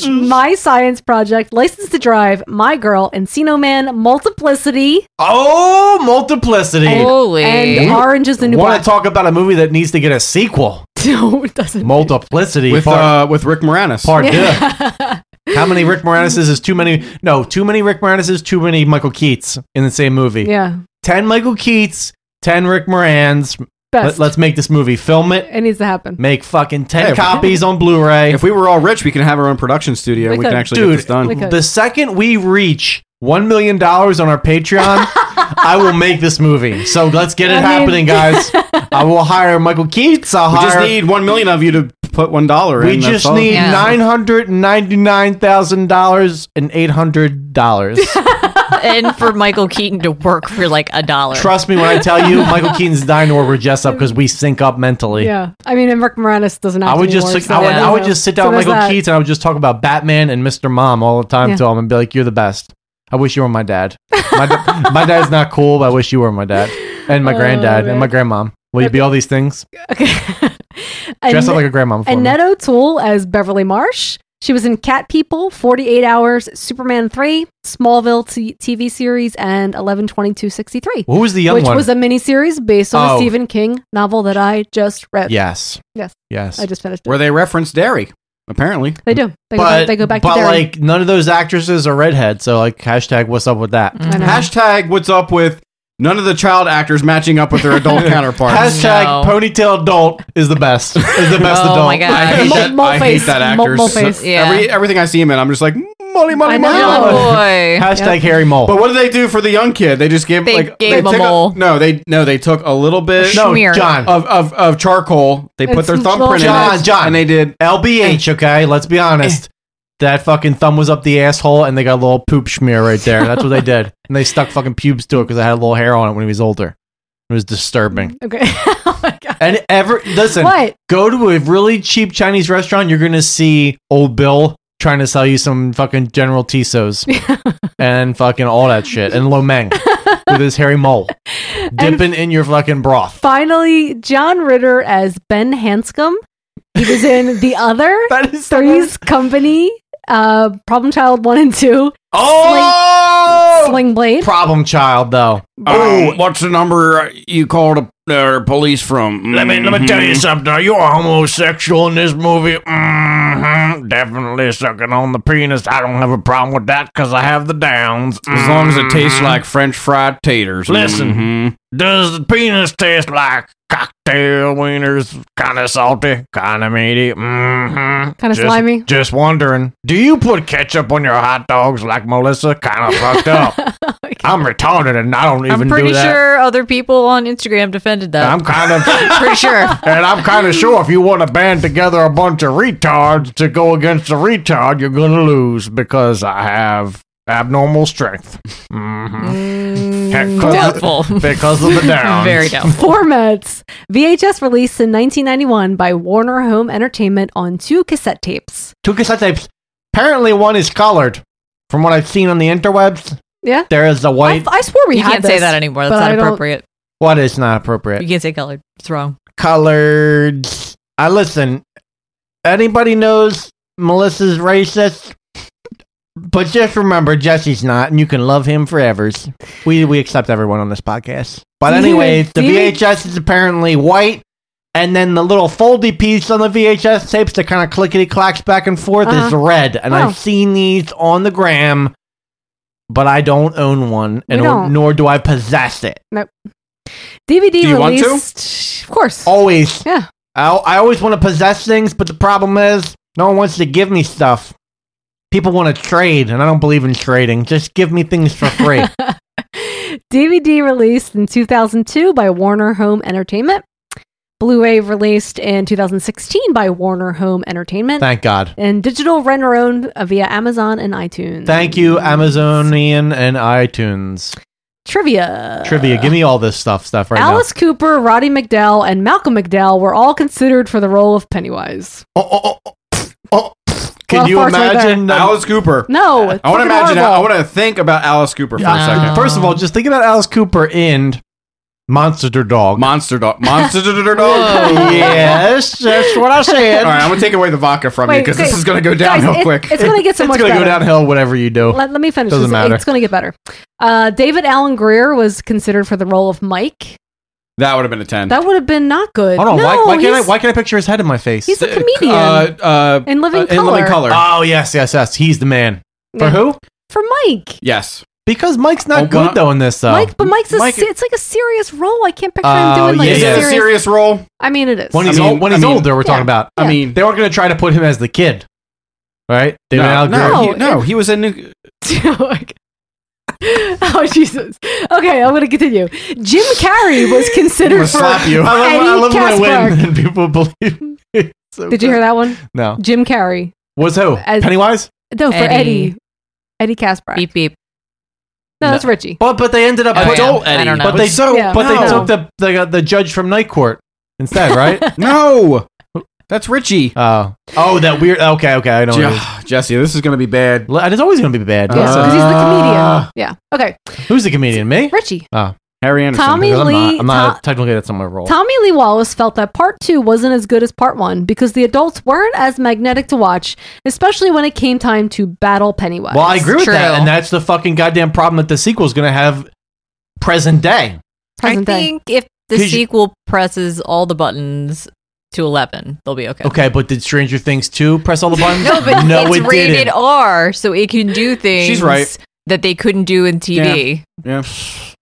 My science project, license to drive, my girl, Encino Man, multiplicity. Oh, multiplicity! And- Holy. and Orange is the New Want Black. to talk about a movie that needs to get a sequel? No, it doesn't. Multiplicity With, part, uh, with Rick Moranis. Part two. uh, How many Rick Moranises is too many? No, too many Rick Moranises, too many Michael Keats in the same movie. Yeah. ten Michael Keats, ten Rick Morans, Best. Let, us make this movie. Film it. It needs to happen. Make fucking ten Hey, if- copies on Blu-ray. If we were all rich, we can have our own production studio. We We, could. can actually Dude, get this done. we could. the second we reach one million dollars on our Patreon, I will make this movie. So let's get I it mean- happening, guys. I will hire Michael Keats. I'll we hire. just need one million of you to put one dollar. we in, that's just all. need nine hundred ninety nine thousand dollars and eight hundred dollars. and for Michael Keaton to work for like a dollar. Trust me when I tell you, Michael Keaton's dying to work with Jess up because we sync up mentally. Yeah, I mean, and Rick Moranis doesn't. Act I would just anymore, I so, would, you I would know. just sit down So with there's Michael that. Keats and I would just talk about Batman and Mr. Mom all the time Yeah. to him and be like, "You're the best. I wish you were my dad. My, da- my dad's not cool, but I wish you were my dad and my Oh, granddad and my grandmom. Will you be all these things? Dress up Annette- like a grandmom for me. Annette O'Toole as Beverly Marsh. She was in Cat People, 48 Hours, Superman 3, Smallville t- TV series, and 112263. Who was the young Which one? was a miniseries based on Oh. a Stephen King novel that I just read. Yes. Yes. Yes. I just finished it. Where they reference dairy, apparently. They do. They, go, But, back, they go back but to Derry. like none of those actresses are redhead, so like hashtag what's up with that? know. Hashtag what's up with none of the child actors matching up with their adult counterparts. Hashtag ponytail adult is the best. Is the best adult. I hate that, I hate that actor. so- Every, everything I see him in, I'm just like, Money, money, Oh, money. Hashtag Harry Mole. But what did they do for the young kid? They just gave They like gave they him a took mole. no, they no, they took a little bit. No, Schmear. John. of, of of charcoal. They put their thumbprint John, in it. John, and they did LBH. Okay, let's be honest. That fucking thumb was up the asshole, and they got a little poop smear right there. That's what they did, and they stuck fucking pubes to it because I had a little hair on it when he was older. It was disturbing. Okay. And ever listen, What? go to a really cheap Chinese restaurant, you're gonna see old Bill trying to sell you some fucking General Tissos and fucking all that shit, and Lo Meng with his hairy mole dipping in your fucking broth. Finally, John Ritter as Ben Hanscom. He was in The Other, that is Three's Company, uh, Problem Child 1 and 2. Oh! Sling, Sling Blade. Problem child, though. Oh, what's the number you called the uh, police from? Let me let me tell you mm-hmm. something. Are you a homosexual in this movie? hmm Definitely sucking on the penis. I don't have a problem with that because I have the downs. As long as it tastes Mhm. like French fried taters. Listen, Mhm. does the penis taste like cocktail wieners? Kind of salty, kind of meaty. Mm-hmm. Kinda slimy. Just wondering, do you put ketchup on your hot dogs like Melissa? Kind of fucked up. I'm retarded and I don't even I'm pretty do that. sure other people on Instagram defended that. I'm kind of pretty sure. And I'm kind of sure if you want to band together a bunch of retards to go against the retard, you're going to lose because I have abnormal strength. Mm-hmm. doubtful. Because of the downs. Very doubtful. Formats. VHS released in 1991 by Warner Home Entertainment on two cassette tapes. Two cassette tapes. Apparently, one is colored. From what I've seen on the interwebs, Yeah. there is the white. I swore we You had can't say this, that anymore. but That's not I don't- appropriate. what is not You appropriate? can't say colored. It's wrong. Colored. I listen. Anybody knows Melissa's racist, but just remember Jesse's not, and you can love him forever. We we accept everyone on this podcast. But anyway, the See? VHS is apparently white, and then the little foldy piece on the VHS tapes that kind of clickety clacks back and forth is Uh-huh. red. And Wow. I've seen these on the gram, but I don't own one, and We or- don't. nor do I possess it. Nope. DVD Do you want released. to? Oh. Of course. Always. Yeah. I, I always want to possess things, but the problem is no one wants to give me stuff. People want to trade, and I don't believe in trading. Just give me things for free. DVD released in 2002 by Warner Home Entertainment. Blu-ray released in 2016 by Warner Home Entertainment. Thank God. And digital rent or own uh, via Amazon and iTunes. Thank you, Amazonian and iTunes. Trivia. Trivia. Give me all this stuff, stuff right Alice Cooper, Roddy McDowell, and Malcolm McDowell were all considered for the role of Pennywise. now. Can Well, you farts right imagine? there. Alice Cooper. No, it's I want to fucking imagine. horrible. I want to think about Alice Cooper for a Uh, second. First of all, just think about Alice Cooper and Monster Dog. Monster Dog. Monster Dog. Whoa. Yes, that's what I said. All right, I'm gonna take away the vodka from you Wait, because okay, this is gonna go guys, downhill it- quick. it's gonna get so it's much gonna go better. downhill, whatever you do. Let, let me finish. Doesn't this. matter. It's going to get better. Uh, David Allen Greer was considered for the role of Mike. That would have been a ten. That would have been not good. Hold on, no, why, why can't I? he's- Why can't I picture his head in my face? He's a comedian. uh, In Living In Living Color. Color. Oh yes, yes, yes. He's the man. For Yeah. who? For Mike. Yes. Because Mike's not Oh, good well, though in this uh, though. Mike, but Mike's a Mike- se- it's like a serious role. I can't picture Oh, him doing like yeah, a yeah. serious, Serious role? I mean, it is when he's old, when he's older, we're talking about. Yeah. I mean, they weren't going to try to put him as the kid, right? They No, went out no, there- he, no, he was in. New- oh Jesus! Okay, I'm gonna continue. Jim Carrey was considered for Eddie Casper. and people believe. me. So Did you good. hear that one? No. Jim Carrey. Was who? As- Pennywise? No, for Eddie. Eddie Casper. Beep beep. No, that's Richie. But but they ended up Oh, yeah. adult I Eddie. don't know. But they So- Yeah. but they No. took the the, uh, the judge from Night Court instead, right? no, that's Richie. Oh, oh, that weird. Okay, okay, I know. what it is. Jesse, this is going to be bad. It's always going to be bad. Yeah, because he's the Ah. comedian. Yeah. Okay. Who's the comedian? Me? Richie. Oh. Harry Anderson. Tommy I'm Lee- Not, I'm not technically that's not my role. Tommy Lee Wallace felt that part two wasn't as good as part one because the adults weren't as magnetic to watch, especially when it came time to battle Pennywise. Well, I agree with that, and that's the fucking goddamn problem that the sequel's going to have present day. I think if the 'Cause you- sequel presses all the buttons to 11, they'll be okay. Okay, but did Stranger Things 2 press all the buttons? No, but it's it rated didn't. R, so it can do things She's right. that they couldn't do in TV. Yeah,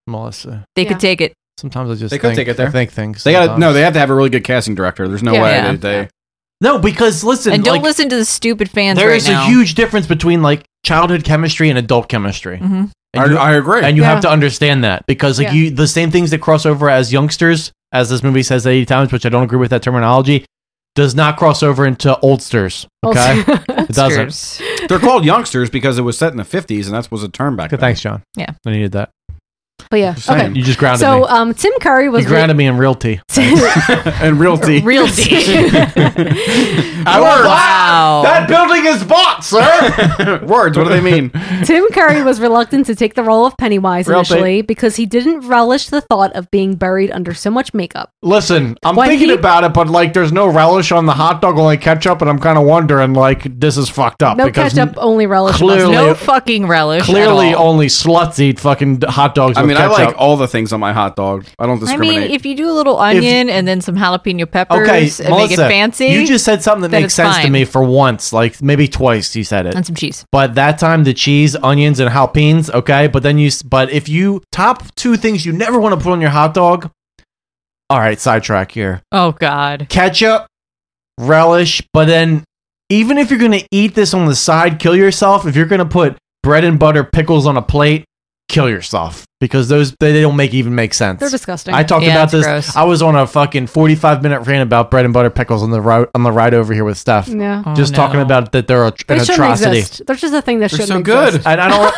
Melissa. They could take it. Sometimes I just they could think- take it there. I think things. They got to sometimes. no. They have to have a really good casting director. There's no Yeah. way Yeah. that they. No, because listen, and don't like, listen to the stupid fans There right is now. a huge difference between like childhood chemistry and adult chemistry. Mhm. And you, I agree, and you have to understand that because like Yeah. you, the same things that cross over as youngsters, as this movie says eighty times, which I don't agree with that terminology, does not cross over into oldsters. Okay, it doesn't. They're called youngsters because it was set in the 50s, and that was a term back then. Thanks, John. Yeah, I needed that. But yeah, Just okay. saying. You just grounded so, me. um, Tim Curry was you grounded me in realty and realty. I was- Wow. That building is bought, sir. Words. What do they mean? Tim Curry was reluctant to take the role of Pennywise Real initially because he didn't relish the thought of being buried under so much makeup. Listen, I'm When thinking he- about it, but like, there's no relish on the hot dog, only ketchup, and I'm kind of wondering, like, this is fucked up. No because ketchup, oh, only relish. mustard. clearly- no fucking relish. Clearly, at all. only sluts eat fucking hot dogs. I with mean, I like ketchup. all the things on my hot dog. I don't I discriminate. mean, if you do a little onion and then some jalapeno peppers Okay, and make it Melissa, fancy, You just said something that then makes it's sense to fine. me for once, like maybe twice. You said it And some cheese. but that time the cheese, onions, and jalapenos. Okay, but then you, s- but if you top two things you never want to put on your hot dog. All right, sidetrack here. Oh God. Ketchup, relish, but then even if you're gonna eat this on the side, kill yourself. If you're gonna put bread and butter pickles on a plate, kill yourself because those they, they don't make even make sense. They're disgusting. I talked Yeah, about it's this. gross. I was on a fucking forty-five minute rant about bread and butter pickles on the road on the ride over here with Steph. Yeah. Oh, just no. talking about that they're a, They an shouldn't atrocity. exist. They're just a thing that shouldn't exist. And I don't.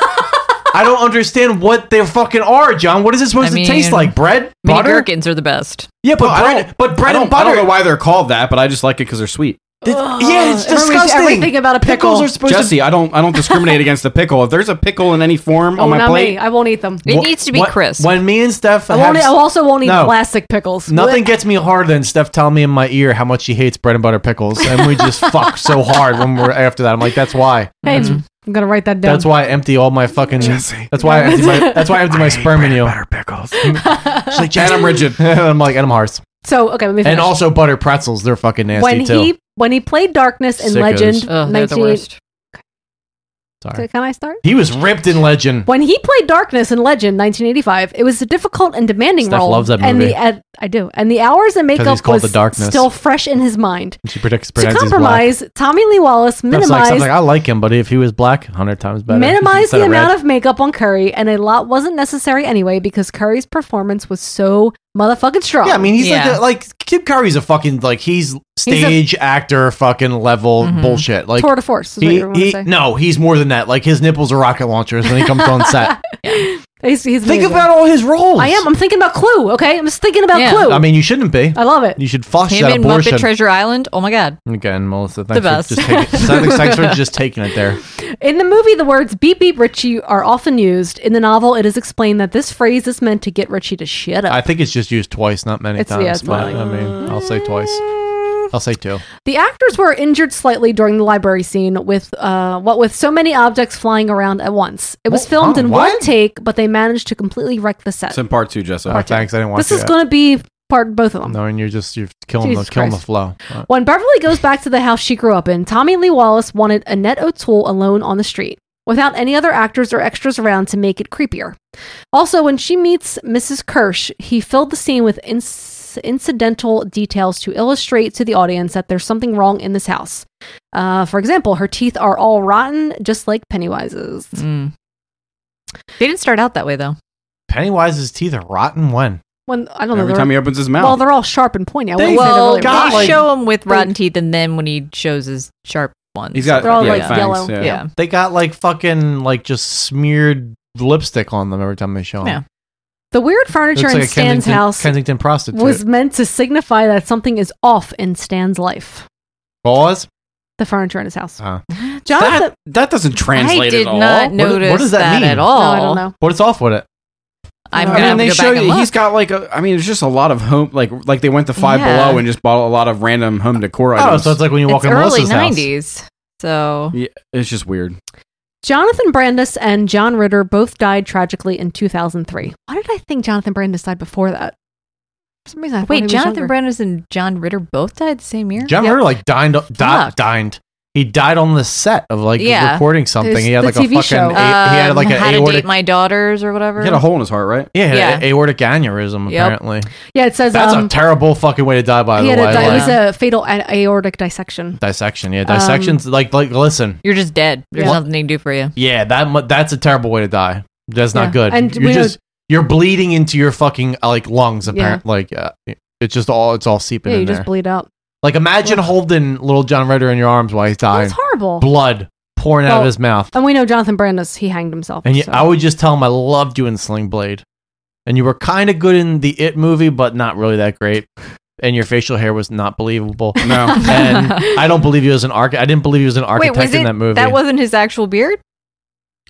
I don't understand what they fucking are, John. What is it supposed I mean, to taste like? Bread, mini butter. gherkins are the best. Yeah, but Well, I bread, don't- but bread I don't, and butter. I don't know why they're called that, but I just like it because they're sweet. yeah, it's It reminds you disgusting. everything about a pickle. Pickles are supposed to. Jesse, I don't, I don't discriminate against the pickle. If there's a pickle in any form Oh, on my not plate, me. I won't eat them. Wha- what- When me and Steph, I, won't eat, have- I also won't eat No. plastic pickles. Nothing gets me harder than Steph telling me in my ear how much she hates bread and butter pickles, and we just fuck so hard when we're after that. I'm like, that's why. Hey, that's, I'm gonna write that down. Mm-hmm. that's why I empty all my fucking. That's why I empty my. That's why I empty my sperm in you. Butter pickles. She's like, and I'm rigid. and I'm like, and I'm hard. So okay, let me finish. And also butter pretzels. They're fucking nasty when too. he when he played Darkness in Sickos. Legend, Ugh, they're the 19 worst. So Sorry. can I start? He was ripped in Legend. When he played Darkness in Legend 1985, it was a difficult and demanding Steph role. loves that And movie. the, ad- I do. And the hours and 'Cause makeup he's was called The Darkness. still fresh in his mind. She predicts. To predicts he's black. compromise, Tommy Lee Wallace That's like, sounds minimized like I like him, but if he was black, hundred times better. minimized Instead the red. amount of makeup on Curry, and a lot wasn't necessary anyway because Curry's performance was so motherfucking strong. Yeah, I mean, he's like a, like Kid Curry's a fucking like he's stage actor fucking level bullshit. Like Tour de force Mm-hmm. is what he, you wanna he- say. no, he's more than that. Like his nipples are rocket launchers when he comes on set. He's, he's Think amazing. about all his roles. I am. I'm thinking about Clue. Okay, I'm just thinking about Clue. I mean, you shouldn't be. I love it. You should flush Him that in abortion. Muppet Treasure Island. Oh my God. Again, Melissa, thanks The best. for just taking, thanks, thanks for just taking it there. In the movie, the words "beep beep Richie" are often used. In the novel, it is explained that this phrase is meant to get Richie to shut up. I think it's just used twice, not many It's- times. yeah, it's but, not I mean, I'll say twice. I'll say two. The actors were injured slightly during the library scene with uh, what with so many objects flying around at once. It was filmed huh, in what? one take, but they managed to completely wreck the set. it's in part two, Jesse. Oh, thanks. I didn't want This to. is going to be part both of them. No, and you're just you're killing Jesus the killing Christ. the flow. Uh, When Beverly goes back to the house she grew up in, Tommy Lee Wallace wanted Annette O'Toole alone on the street. without any other actors or extras around to make it creepier. Also, when she meets Mrs. Kirsch, he filled the scene with inc- incidental details to illustrate to the audience that there's something wrong in this house. Uh, for example, her teeth are all rotten, just like Pennywise's. Mm. They didn't start out that way though. Pennywise's teeth are rotten. When? When I don't Oh, know Every they're- time he opens his mouth. Well, they're all sharp and pointy. I They, wouldn't say they're well, really they rotten. show him with rotten teeth, and then when he shows his sharp ones, He's got they're all yeah, like fangs, yellow. Yeah. Yeah. they got like fucking like just smeared lipstick on them every time they show them. Yeah. The weird furniture Looks in like a Stan's Kensington, house Kensington prostitute. was meant to signify that something is off in Stan's life. Pause. The furniture in his house. Uh, Jonathan, that, that doesn't translate did at all. not What- what, notice does that, that mean? at all. No, I don't know. What's off with it? I'm gonna I mean, have to they go show back and you look. he's got like a. I mean, it's just a lot of home. Like like they went to Five Yeah. Below and just bought a lot of random home decor Oh, items. so it's like when you walk It's early '90s, so Yeah, it's just weird. Jonathan Brandis and John Ritter both died tragically in 2003. Why did I think Jonathan Brandis died before that? For some reason, I thought he wait, was Jonathan younger. Brandis and John Ritter both died the same year. John Ritter like dined, di- dined. He died on the set of like Yeah. recording something. There's he had the like a TV fucking. show. a- he had like Um, an How to aortic. date my daughters or whatever. He had a hole in his heart, right? Yeah, he had a- aortic aneurysm. Yep. Apparently, Yeah, it says that's um, a terrible fucking way to die. By he the way, had a di- it like- was a fatal a- aortic dissection. dissection. Yeah, dissections. like, like, listen. You're just dead. There's Yeah. nothing they can do for you. Yeah, that mu- that's a terrible way to die. That's not Yeah. good. And you're we know- just you're bleeding into your fucking uh, like lungs. Yeah. Apparently, like uh, it's just all it's all seeping Yeah, you in there. just bleed out. Like imagine holding little John Ritter in your arms while he's dying. It's horrible. Blood pouring out Well, of his mouth. And we know Jonathan Brandis, he hanged himself. And you, so. I would just tell him I loved you in Sling Blade. And you were kind of good in the It movie, but not really that great. And your facial hair was not believable. No. and I don't believe you as an architect. I didn't believe you as an architect Wait, was in it that movie. wasn't his actual beard?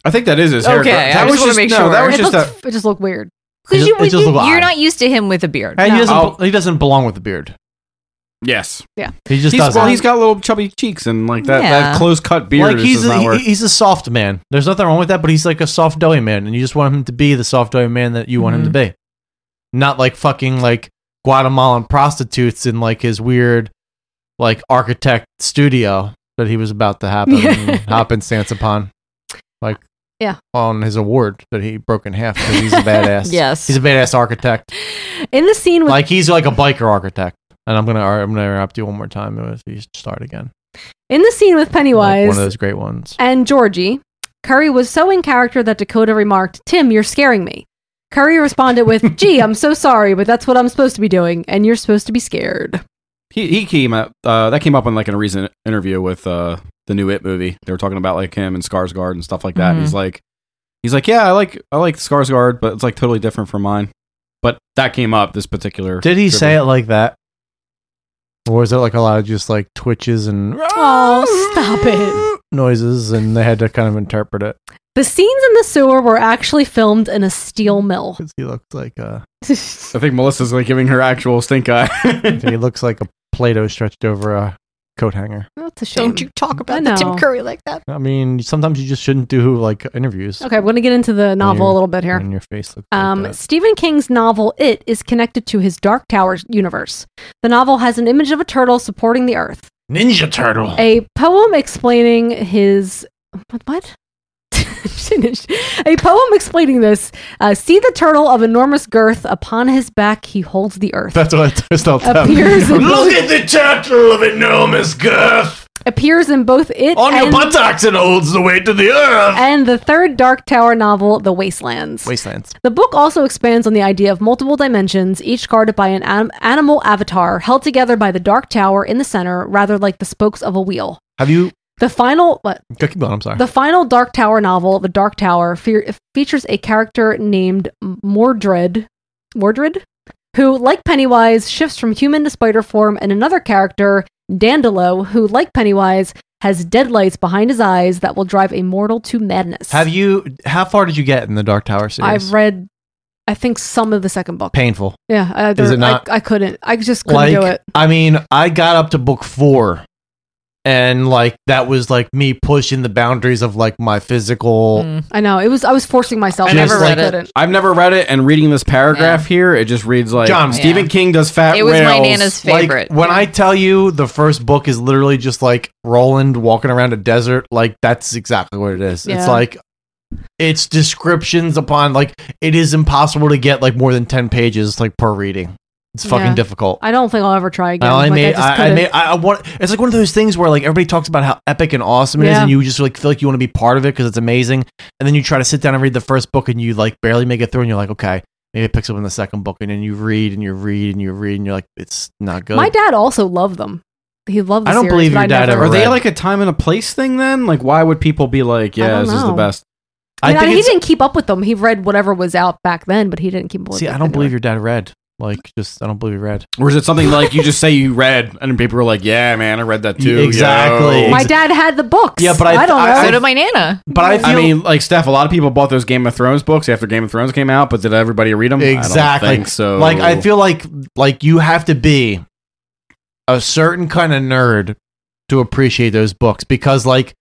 I think that is his hair. Okay, I that just was wanna just make no, sure. that was It just looks- a. It just looked weird. It Because ju- you, it just looked are odd. not used to him with a beard. And he, doesn't, he doesn't belong with the beard. Yes. Yeah. He just he's, doesn't. Well, he's got little chubby cheeks and like that, Yeah. that close cut beard. Like he's does not a, work. he- he's a soft man. There's nothing wrong with that, but he's like a soft doughy man, and you just want him to be the soft doughy man that you want him Mm-hmm. to be, not like fucking like Guatemalan prostitutes in like his weird like architect studio that he was about to happen happenstance upon, like Yeah. on his award that he broke in half because he's a badass. Yes. he's a badass architect. In the scene with Like he's like a biker architect. And I'm gonna I'm gonna interrupt you one more time if you start again. in the scene with Like, Pennywise one of those great ones. and Georgie, Curry was so in character that Dakota remarked, "Tim, you're scaring me." Curry responded with, "Gee, I'm so sorry, but that's what I'm supposed to be doing, and you're supposed to be scared." He, he came up. Uh, that came up in like in a recent interview with uh, the new It movie. They were talking about like him and Skarsgård and stuff like that. Mhm. Mm-hmm. He's like, he's like, yeah, I like I like Skarsgård, but it's like totally different from mine. But that came up this particular. Did he trivia. say it like that? Or was it like a lot of just like twitches and Oh, stop it! noises and they had to kind of interpret it? The scenes in the sewer were actually filmed in a steel mill. He looked like uh, a I think Melissa's like giving her actual stink eye. he looks like a Play-Doh stretched over a coat hanger. That's a shame. Don't you talk about Tim Curry like that. I mean, sometimes you just shouldn't do like interviews. Okay, I'm going to get into the novel a you're- little bit here. when your face looks like Um, that. Stephen King's novel It is connected to his Dark Tower universe. The novel has an image of a turtle supporting the earth. Ninja Turtle. A poem explaining his what? what? a poem explaining this. Uh, See the turtle of enormous girth upon his back. He holds the earth. That's what I thought. Appears in both- the turtle of enormous girth. Appears in both it and, and holds the weight of the earth. and the third Dark Tower novel, The Wastelands. Wastelands. The book also expands on the idea of multiple dimensions, each guarded by an anim- animal avatar held together by the dark tower in the center, rather like the spokes of a wheel. Have you? The final what? Go- Keep going. I'm sorry. The final Dark Tower novel, The Dark Tower, fe- features a character named Mordred, Mordred, who, like Pennywise, shifts from human to spider form, and another character, Dandelo, who, like Pennywise, has deadlights behind his eyes that will drive a mortal to madness. Have you? How far did you get in the Dark Tower series? I've read, I think, some of the second book. Painful. Yeah, I, Is there- it not- I, I couldn't. I just couldn't do it. I mean, I got up to book four, and like that was like me pushing the boundaries of like my physical. I know. It was. I was forcing myself. I Just never read like- it. I've never read it, and reading this paragraph here, it just reads like John, Stephen King does fat. It was my rails. nana's Like, favorite. when I tell you the first book is literally just like Roland walking around a desert, like that's exactly what it is. Yeah. It's like it's descriptions upon like it is impossible to get like more than ten pages like per reading. It's fucking Yeah. difficult. I don't think I'll ever try again. Oh, I only Like, made. just I, I, couldn't. made. I, I want. It's like one of those things where like everybody talks about how epic and awesome it is, Yeah. and you just like feel like you want to be part of it because it's amazing. And then you try to sit down and read the first book, and you like barely make it through, and you're like, okay, maybe it picks up in the second book, and then you read and you read and you read, and you're like, it's not good. My dad also loved them. He loved. The I don't series, believe but your I dad never- ever Are they read. like a time and a place thing then? Like, why would people be like, yeah, don't this is know. the best? I mean, I- he didn't keep up with them. He read whatever was out back then, but he didn't keep up. with See, it I don't anyway. believe your dad read. Like, just I don't believe he read. Or is it something like you just say you read, and then people are like, yeah, man, I read that too. Exactly. yo. My dad had the books. Yeah, but I- don't I- know. So did my nana. But I feel- mean, like Steph, a lot of people bought those Game of Thrones books after Game of Thrones came out, but did everybody read them? I don't Exactly. think so like I feel like like you have to be a certain kind of nerd to appreciate those books because like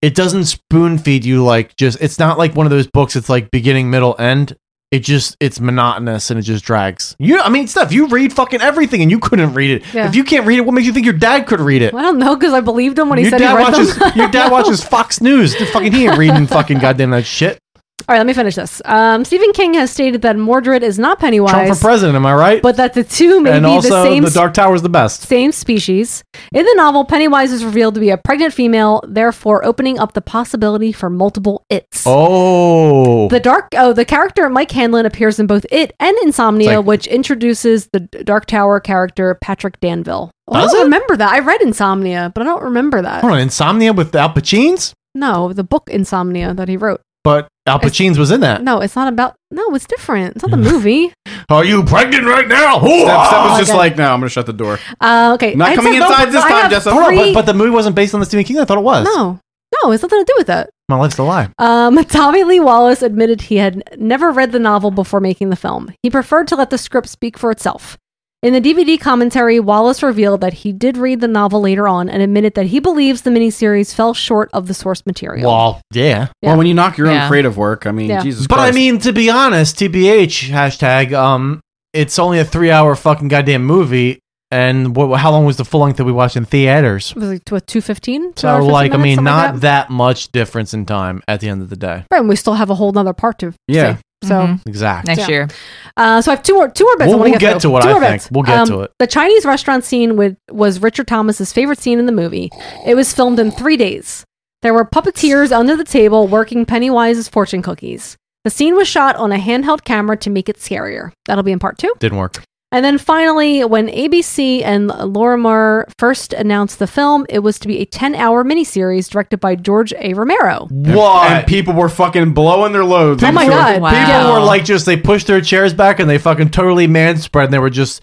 it doesn't spoon feed you like just it's not like one of those books it's like beginning middle end it just it's monotonous and it just drags you i mean stuff you read fucking everything and you couldn't read it Yeah. if you can't read it what makes you think your dad could read it I don't know because I believed him when he your said dad he read watches them. your dad watches fox news fucking he ain't reading fucking goddamn that shit All right, let me finish this. Um, Stephen King has stated that Mordred is not Pennywise, trump for president am i right but that the two may and be also the same the dark tower is the best same species. In the novel, Pennywise is revealed to be a pregnant female, therefore opening up the possibility for multiple its. oh The dark oh the character Mike Hanlon appears in both it and Insomnia, It's like- which introduces the Dark Tower character Patrick Danville. Oh, I Does don't it? remember that. I read Insomnia, but I don't remember that. Hold on, Insomnia with Al Pacino's, No, the book Insomnia that he wrote. but Al Pacino's was in that. No, it's not about. No, it's different. It's not the movie. Are you pregnant right now? Steph, Steph was Oh, just okay. like, no, I'm going to shut the door. Uh, okay, Not I coming said both, inside this I time, have Jessica. Hold on, three- but, but the movie wasn't based on the Stephen King. I thought it was. No, no, it's nothing to do with that. my life's a lie. Um, Tommy Lee Wallace admitted he had never read the novel before making the film. He preferred to let the script speak for itself. In the DVD commentary, Wallace revealed that he did read the novel later on and admitted that he believes the miniseries fell short of the source material. Well, yeah. Well, when you knock your own Yeah. creative work, I mean, Yeah. Jesus But I Christ. mean, to be honest, TBH hashtag. Um, it's only a three-hour fucking goddamn movie, and what, how long was the full length that we watched in theaters? It was like to a 215? So, like, I mean, not that much difference in time at the end of the day. Right, and we still have a whole nother part to. Yeah. So. Exactly. Yeah. Uh, so I have two more two more bits. We'll- I wanna we'll get through. to what Two I more Um, think. We'll get to it. The Chinese restaurant scene with, was Richard Thomas's favorite scene in the movie. It was filmed in three days. There were puppeteers under the table working Pennywise's fortune cookies. The scene was shot on a handheld camera to make it scarier. That'll be in part two. Didn't work. And then finally, when ABC and Lorimer first announced the film, it was to be a 10 hour miniseries directed by George A. Romero. What? And people were fucking blowing their loads. Oh I'm my sure. God. People Wow. were like, just they pushed their chairs back and they fucking totally man spread and they were just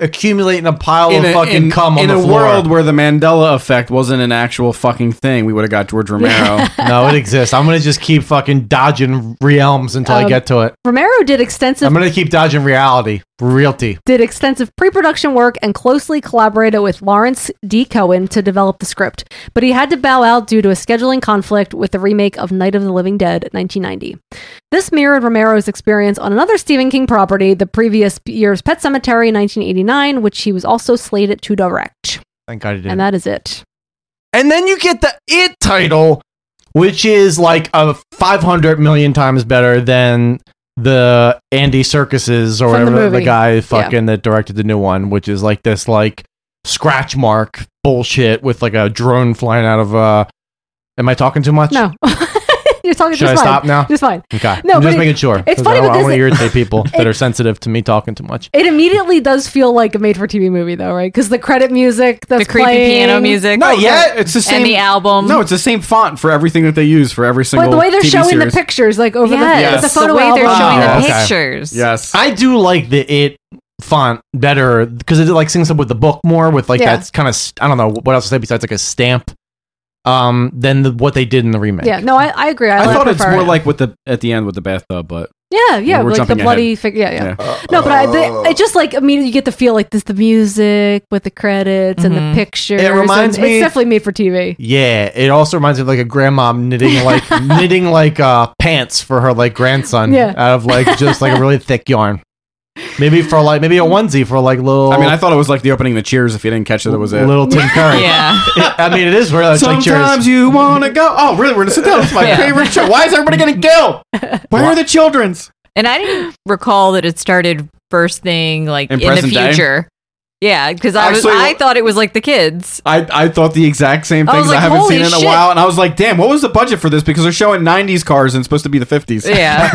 accumulating a pile In of a, fucking in, cum on in the a floor. world where the Mandela effect wasn't an actual fucking thing, we would have got George Romero. no, it exists. I'm gonna just keep fucking dodging realms until I Um, get to it. Romero did extensive I'm gonna keep dodging reality, realty. did extensive pre-production work and closely collaborated with Lawrence D. Cohen to develop the script, but he had to bow out due to a scheduling conflict with the remake of Night of the Living Dead 1990. This mirrored Romero's experience on another Stephen King property, the previous year's Pet Cemetery 1989, which he was also slated to direct. Thank God it did. And that is it. And then you get the it title, which is like a 500 million times better than the Andy Circuses or From the whatever the, movie. guy Yeah. fucking that directed the new one, which is like this like scratch mark bullshit with like a drone flying out of. uh Am I talking too much? No. You're talking Should just I fine. stop now? Just fine. Okay. No, I'm but just it- making sure. it's 'cause funny I, don't- I because want to it- irritate people that are sensitive to me talking too much. It immediately does feel like a made-for-TV movie, though, right? Because the credit music, that's The creepy piano playing- music. Not yet. It's the same. And the album. No, it's the same font for everything that they use for every single. But the way they're TV showing series. the pictures, like over Yes. the, the Yes. photo The way they're album. showing the okay. pictures. Yes. I do like the it font better because it like syncs up with the book more with like Yeah. that's kind of I don't know what else to say besides like a stamp um than the, what they did in the remake. Yeah, no, I, I agree. I, I like thought it's prefer- more like with the at the end with the bathtub, but Yeah, yeah, We're like the jumping bloody ahead. figure. Yeah, yeah. Yeah. no, but I, they, I just like. I mean, you get the feel like this, the music with the credits and Mhm. the pictures. It reminds and me- It's definitely made for TV. Yeah, it also reminds me of like a grandma knitting like knitting like uh, pants for her like grandson Yeah. out of like just like a really thick yarn. Maybe for like maybe a onesie for like little. I mean, I thought it was like the opening of Cheers. If you didn't catch it, that was it. Little Tim Curry. yeah. I mean, it is where uh, like Cheers. Sometimes you want to go. Oh, really? We're gonna sit down. It's my Yeah. favorite show. Why is everybody getting killed? Where are the childrens? And I didn't recall that it started first thing like In in, the present day? future. Yeah, because I was Actually, I thought it was like the kids. I, I thought the exact same I things. was I like, haven't "Holy seen it in a shit." while, and I was like, "Damn, what was the budget for this?" Because they're showing '90s cars and it's supposed to be the '50s. Yeah.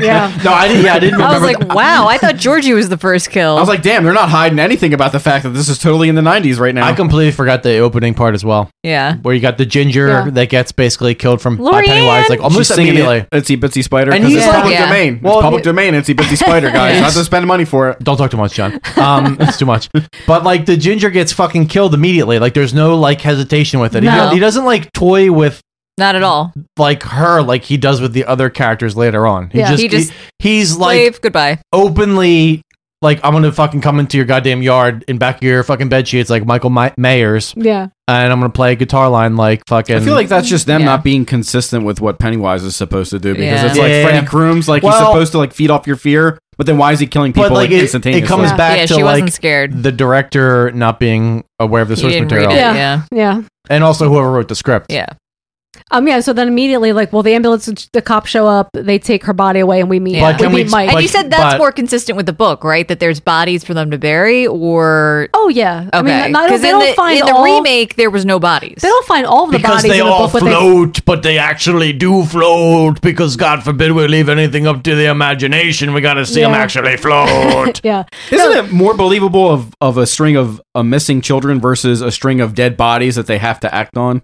yeah. No, I didn't. Yeah, I didn't. I was remember like, wow, I thought Georgie was the first kill. I was like, damn, they're not hiding anything about the fact that this is totally in the 90s right now. I completely forgot the opening part as well. Yeah. Where you got the ginger Yeah. that gets basically killed from by Lorianne! Pennywise, like almost She's singing immediately. it, Itsy Bitsy Spider. And 'cause he's it's like- public Yeah. domain. Well, it's public domain. Itsy Bitsy Spider, guys. Yeah. Not to spend money for it. Don't talk too much, John. Um, it's too much. But like the ginger gets fucking killed immediately. Like there's no like hesitation with it. He, No. do- he doesn't like toy with Not at all. like her like he does with the other characters later on. He Yeah. just, He just he- he's like Wave goodbye. openly like I'm gonna fucking come into your goddamn yard and back of your fucking bed sheets like Michael My- Myers. Yeah. And I'm gonna play a guitar line like fucking. I feel like that's just them not being consistent with what Pennywise is supposed to do because Yeah. it's like Yeah. Freddy Krueger's like he's Well- supposed to like feed off your fear, but then why is he killing people But like like, it, instantaneously? it comes back Yeah, to she wasn't like scared. the director not being aware of the He source didn't read material. it, Yeah. yeah. Yeah. And also whoever wrote the script. Yeah. Um. Yeah. So then immediately, like, well, the ambulance, the cops show up, they take her body away, and we meet. But can we we- meet Mike. and you said that's but- more consistent with the book, right? That there's bodies for them to bury, or oh yeah, I mean, okay. not- they in don't the, find in the all- remake there was no bodies. They don't find all of because they all float, but they actually do float. Because God forbid we leave anything up to the imagination. We got to see them Yeah. actually float. yeah. Isn't it more believable of, of a string of uh, missing children versus a string of dead bodies that they have to act on?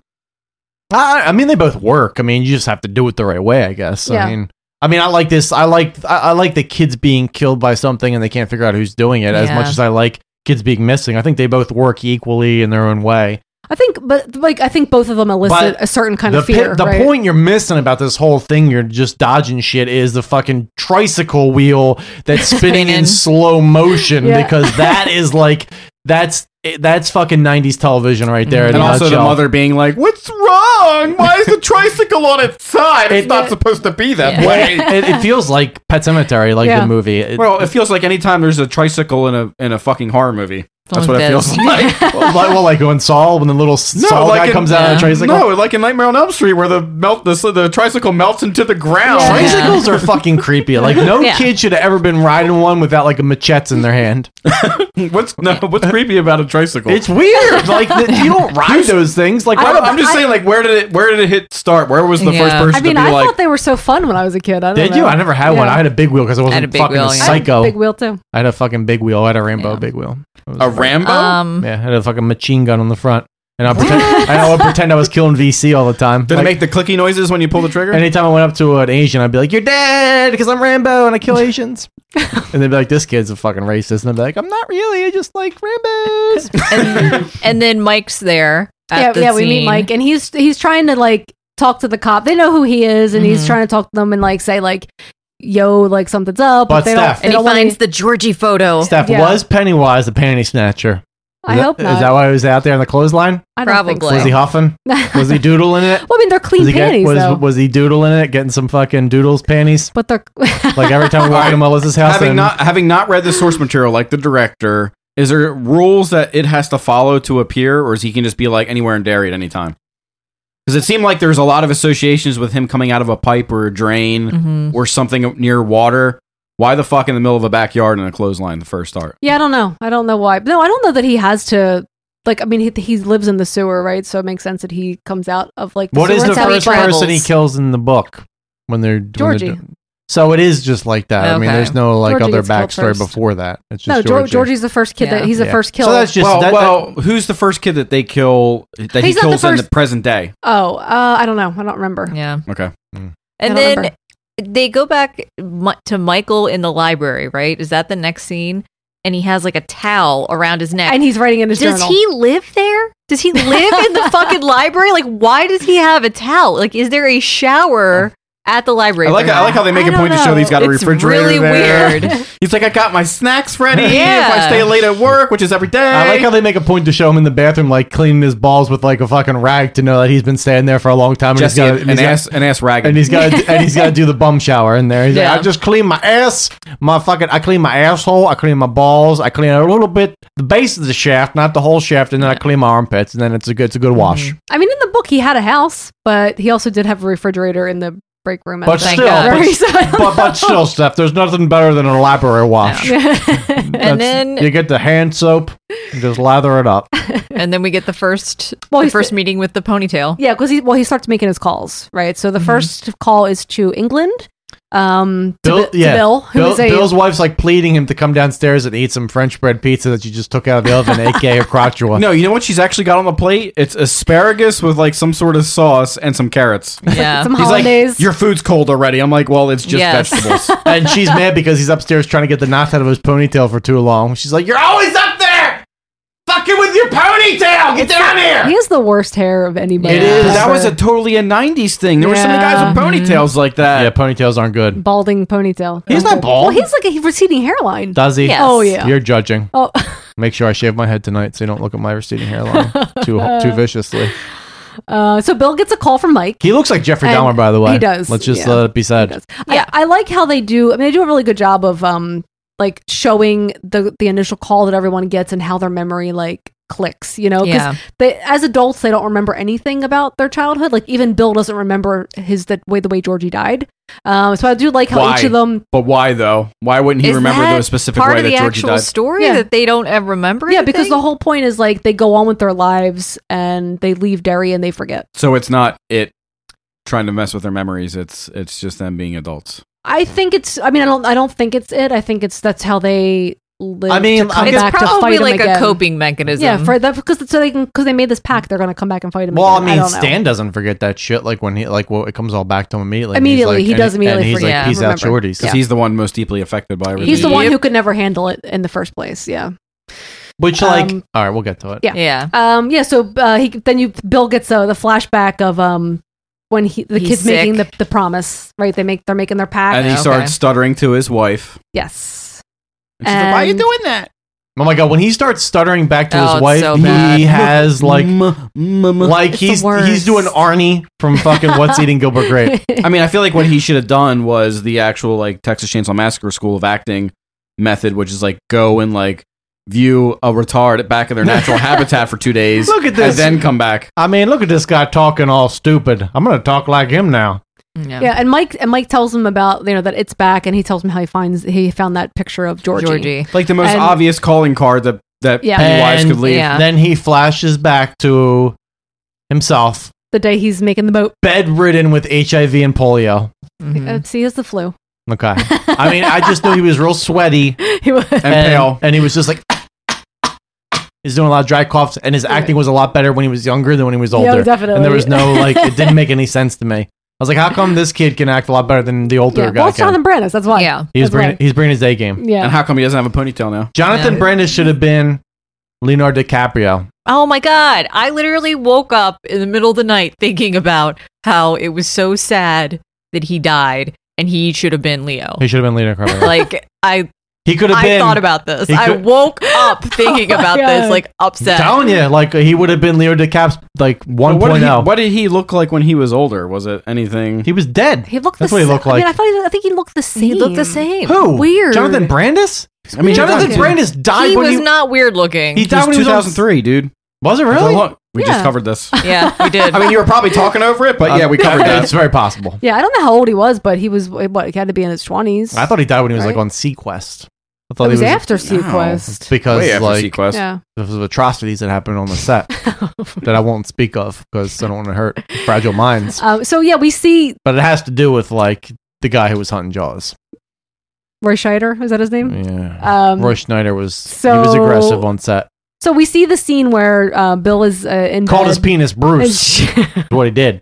I, I mean, they both work. I mean, you just have to do it the right way, I guess. Yeah. I mean, I mean, I like this. I like I, I like the kids being killed by something and they can't figure out who's doing it. As Yeah. much as I like kids being missing, I think they both work equally in their own way. I think, but like, I think both of them elicit But a certain kind the of fear. pi- the right? point you're missing about this whole thing, you're just dodging shit, is the fucking tricycle wheel that's spinning in slow motion Yeah. because that is like that's that's fucking 90s television right there. in and a also the nutshell. mother being like, "What's wrong? Why is the tricycle on its side? It's not supposed to be that way." it, it feels like Pet Cemetery, like Yeah. the movie. It- well, it feels like anytime there's a tricycle in a in a fucking horror movie, that's what it feels like. well, like, well, like when Saul, when the little Saul guy in- comes out of the tricycle. No, like in Nightmare on Elm Street, where the melt the, the tricycle melts into the ground. Tricycles are fucking creepy. Like no Yeah. kid should have ever been riding one without like a machete in their hand. what's no? What's creepy about a tricycle? It's weird. Like the, you don't ride those things. Like I, why- am just saying, like, where did it? Where did it hit start? Where was the first person I mean, to be I like? thought they were so fun when I was a kid. I don't Did know. you? I never had one. Yeah. I had a big wheel because I I had a wasn't big fucking wheel, a yeah. psycho. I had a big wheel, too. I had a fucking big wheel. I had a Rambo big wheel. A Rambo? Oh. Um, yeah, I had a fucking machine gun on the front, and I pretend I would pretend I was killing VC all the time. did Like, it make the clicky noises when you pull the trigger? Anytime I went up to an Asian, I'd be like, "You're dead," because I'm Rambo and I kill Asians. and they'd be like, "This kid's a fucking racist," and I'd be like, "I'm not." really. I just like rainbows. and, and then Mike's there. At yeah, the yeah. We meet scene. Mike, and he's he's trying to like talk to the cop. They know who he is, and Mm-hmm. he's trying to talk to them and like say like, "Yo, like something's up." But they Steph- they And he wanna- finds the Georgie photo. Steph Yeah. was Pennywise the panty snatcher. Is I that- hope Is not. that why he was out there in the clothesline? I don't think Probably. so. Was he huffing? was he doodling it? Well, I mean, they're was, clean he get- panties was, though. was he doodling it, getting some fucking doodles panties? But they're like every time we walk into Melissa's house, having and- not having not read the source material, like the director, is there rules that it has to follow to appear, or is he can just be like anywhere in Derry at any time? Because it seemed like there's a lot of associations with him coming out of a pipe or a drain Mm-hmm. Mhm. or something near water. Why the fuck in the middle of a backyard and a clothesline? The first start. yeah, I don't know. I don't know why. No, I don't know that he has to. Like, I mean, he, he lives in the sewer, right? So it makes sense that he comes out of like. What is sewer. the That's how he first person travels. he kills in the book when they're when they're Georgie. do- so it is just like that. I mean, Okay. there's no like Georgie other gets killed backstory first. before that. It's just No, Geor- Georgie. Georgie's the first kid. That he's the Yeah. first So killer. that's just- well, that- well, who's the first kid that they kill that He's he not the kills in the first- present day? Oh, uh, I don't know. I don't remember. Yeah. Okay. I And don't then remember. they go back mi- to Michael in the library, right? Is that the next scene? And he has like a towel around his neck. And he's writing in his Does journal. he live there? Does he live in the fucking library? Like, why does he have a towel? Like, is there a shower at the library. I like for I like how they him. make I a don't point to show know. that he's got a It's refrigerator really there. weird. He's like, I got my snacks ready. If I Yeah. stay late at work, which is every day. I like how they make a point to show him in the bathroom, like cleaning his balls with like a fucking rag to know that he's been staying there for a long time. Jesse, and he's an- an ass- an ass rag, and he's got and he's got to do the bum shower in there. He's Yeah. like, I just clean my ass, my fucking, I clean my asshole, I clean my balls, I clean a little bit the base of the shaft, not the whole shaft, and then I clean my armpits, and then it's a good, it's a Mm-hmm. good wash. I mean, in the book, he had a house, but he also did have a refrigerator in the break room. at But the still, library, so I but, don't but, but know. still, Steph, there's nothing better than a library wash. That's- and then you get the hand soap, and just lather it up. and then we get the first Well, the he's- first meeting with the ponytail. Yeah, because he well he starts making his calls, right? So the Mm-hmm. first call is to England, um, to, Bi- to Bill, who is a Bill's wife's like pleading him to come downstairs and eat some French bread pizza that you just took out of the oven, aka a crotula. No, you know what she's actually got on the plate? It's asparagus with like some sort of sauce and some carrots. Yeah. Some He's like, hollandaise. Your food's cold already. I'm like, well, it's just Yes. vegetables. and she's mad because he's upstairs trying to get the knots out of his ponytail for too long. She's like, "You're always up there, fucking with your ponytail. Get down here." He has the worst hair of anybody. It is. That was a totally a '90s thing. There were some guys with Yeah. ponytails like that. Yeah, ponytails aren't good. balding ponytail. He's not bald. Well, he's like a receding hairline. Does he? Oh yeah. You're judging. oh, Make sure I shave my head tonight so you don't look at my receding hairline too too viciously. uh, so Bill gets a call from Mike. He looks like Jeffrey And Dahmer, by the way. he does, Let's just yeah. let it be said. Yeah, I, I like how they do. I mean, they do a really good job of um, like showing the the initial call that everyone gets and how their memory like clicks. You know, Yeah. they as adults they don't remember anything about their childhood. Like even Bill doesn't remember his the way the way Georgie died. Um, so I do like how each of them. But why though? Why wouldn't he Is remember the that specific part way of the that Georgie actual died? story that they don't ever remember. Yeah, because the whole point is like they go on with their lives and they leave Derry and they forget. So it's not it trying to mess with their memories. It's it's just them being adults. I think it's. I mean, I don't. I don't think it's it. I think it's that's how they live. I mean, to come it's back to probably fight him like a again. coping mechanism. Yeah, for that because so they can because they made this pact, they're gonna come back and fight him. Well, I again. mean, don't know. Stan doesn't forget that shit. Like when he, like, well, it comes all back to him immediately. and he's Immediately, like- he and does immediately And he's forget, like, peace out, remember. shorties. Yeah. He's the one most deeply affected by. everything. He's the one who could never handle it in the first place. Yeah, Which, like, Um, all right, we'll get to it. yeah, Um, yeah. So uh, he then you Bill gets uh, the flashback of um when he the He's kids sick. making the, the promise right. They make they're making their pact. And he starts stuttering to his wife. Yes. she's like, "Why are you doing that? Oh my god! When he starts stuttering back to Oh, his it's wife, so bad. he has like, like It's the he's he's worst. doing Arnie from fucking What's Eating Gilbert Grape. I mean, I feel like what he should have done was the actual like Texas Chainsaw Massacre school of acting method, which is like go and like view a retard back in their natural habitat for two days. Look at and this. then come back. I mean, look at this guy talking all stupid. I'm gonna talk like him now. Yeah. and Mike and Mike tells him about you know that it's back, and he tells him how he finds he found that picture of Georgie. like the most And- obvious calling card that that Yeah. Pennywise And could leave. then he flashes back to himself, The day he's making the boat, bedridden with HIV and polio. Mm-hmm. Uh, see, is the flu. Okay. I mean, I just knew he was real sweaty He was and, pale, and he was just like. He's doing a lot of dry coughs, and his acting was a lot better when he was younger than when he was Yeah, older. definitely. And there was no like, it didn't make any sense to me. I was like, how come this kid can act a lot better than the older yeah. guy? Well, it's can? Jonathan Brandis. That's why. Yeah, He's bringing he's bringing his A game. Yeah. And how come he doesn't have a ponytail now? Jonathan Brandis should have been Leonardo DiCaprio. Oh my god! I literally woke up in the middle of the night thinking about how it was so sad that he died, and he should have been Leo. He should have been Leonardo DiCaprio. Like I, He could have I been- thought about this. he I could- woke up thinking Oh my about God. this, like I'm upset. telling you, like he would have been Leo DiCaprio like But what, did he, 1.0. what did he look like when he was older? Was it anything? He was dead. He looked. That's the what he sa- looked I mean, like. I, thought he, I think he looked the same. He looked the same. Who? Weird. Jonathan Brandis? I mean, Jonathan Jonathan- Brandis died he when was he not weird looking. He died when he was on- 2003, dude. Was it really? Look, we Yeah. just covered this. Yeah, we did. I mean, you were probably talking over it, but yeah, we covered that. Uh, It's very possible. Yeah, I don't know how old he was, but he was what he had to be in his twenties. I thought he died when he was Right? like on Sequest. I thought It was after Sequest. because Way after like Sequest. Yeah. there was atrocities that happened on the set that I won't speak of because I don't want to hurt fragile minds. Um, so yeah, we see But it has to do with like the guy who was hunting Jaws. Roy Scheider. Was that his name? Yeah. Um, Roy Schneider was he was so- aggressive on set. So we see the scene where uh, Bill is uh, in Called bed. his penis Bruce. is what he did.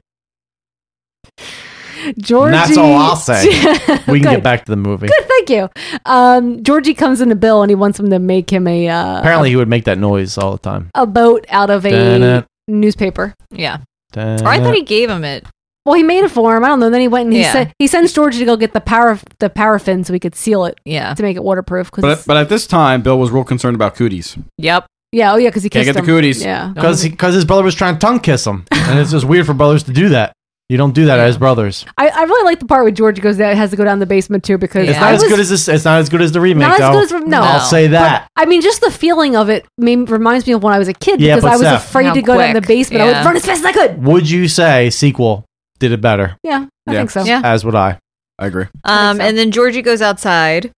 Georgie. And that's all I'll say. we can Good. get back to the movie. Good, thank you. Um, Georgie comes into Bill and he wants him to make him a uh, Apparently, he would make that noise all the time. a boat out of a Dun-dun. newspaper. Yeah. Or I thought he gave him it. Well, he made it for him. I don't know. Then he went and he Yeah. said he sends Georgie to go get the power the paraffin so we could seal it. Yeah, to make it waterproof. Cause But, but at this time, Bill was real concerned about cooties. Yep. yeah, oh yeah, because he Can't kissed get the him. cooties. Yeah, because his brother was trying to tongue kiss him, and it's just weird for brothers to do that. You don't do that as brothers. I, I really like the part where Georgie goes that has to go down the basement too because It's I not as was- good as this. It's not as good as the remake. Not as though. good as re- no. I'll No. say that. I mean, just the feeling of it made, reminds me of when I was a kid Yeah, because but I was Steph- afraid How to go down the quick. basement. I Yeah. would run as fast as I could. Would you say sequel did it better? Yeah, I think so. Yeah. As would I. I agree. Um, and then Georgie goes outside.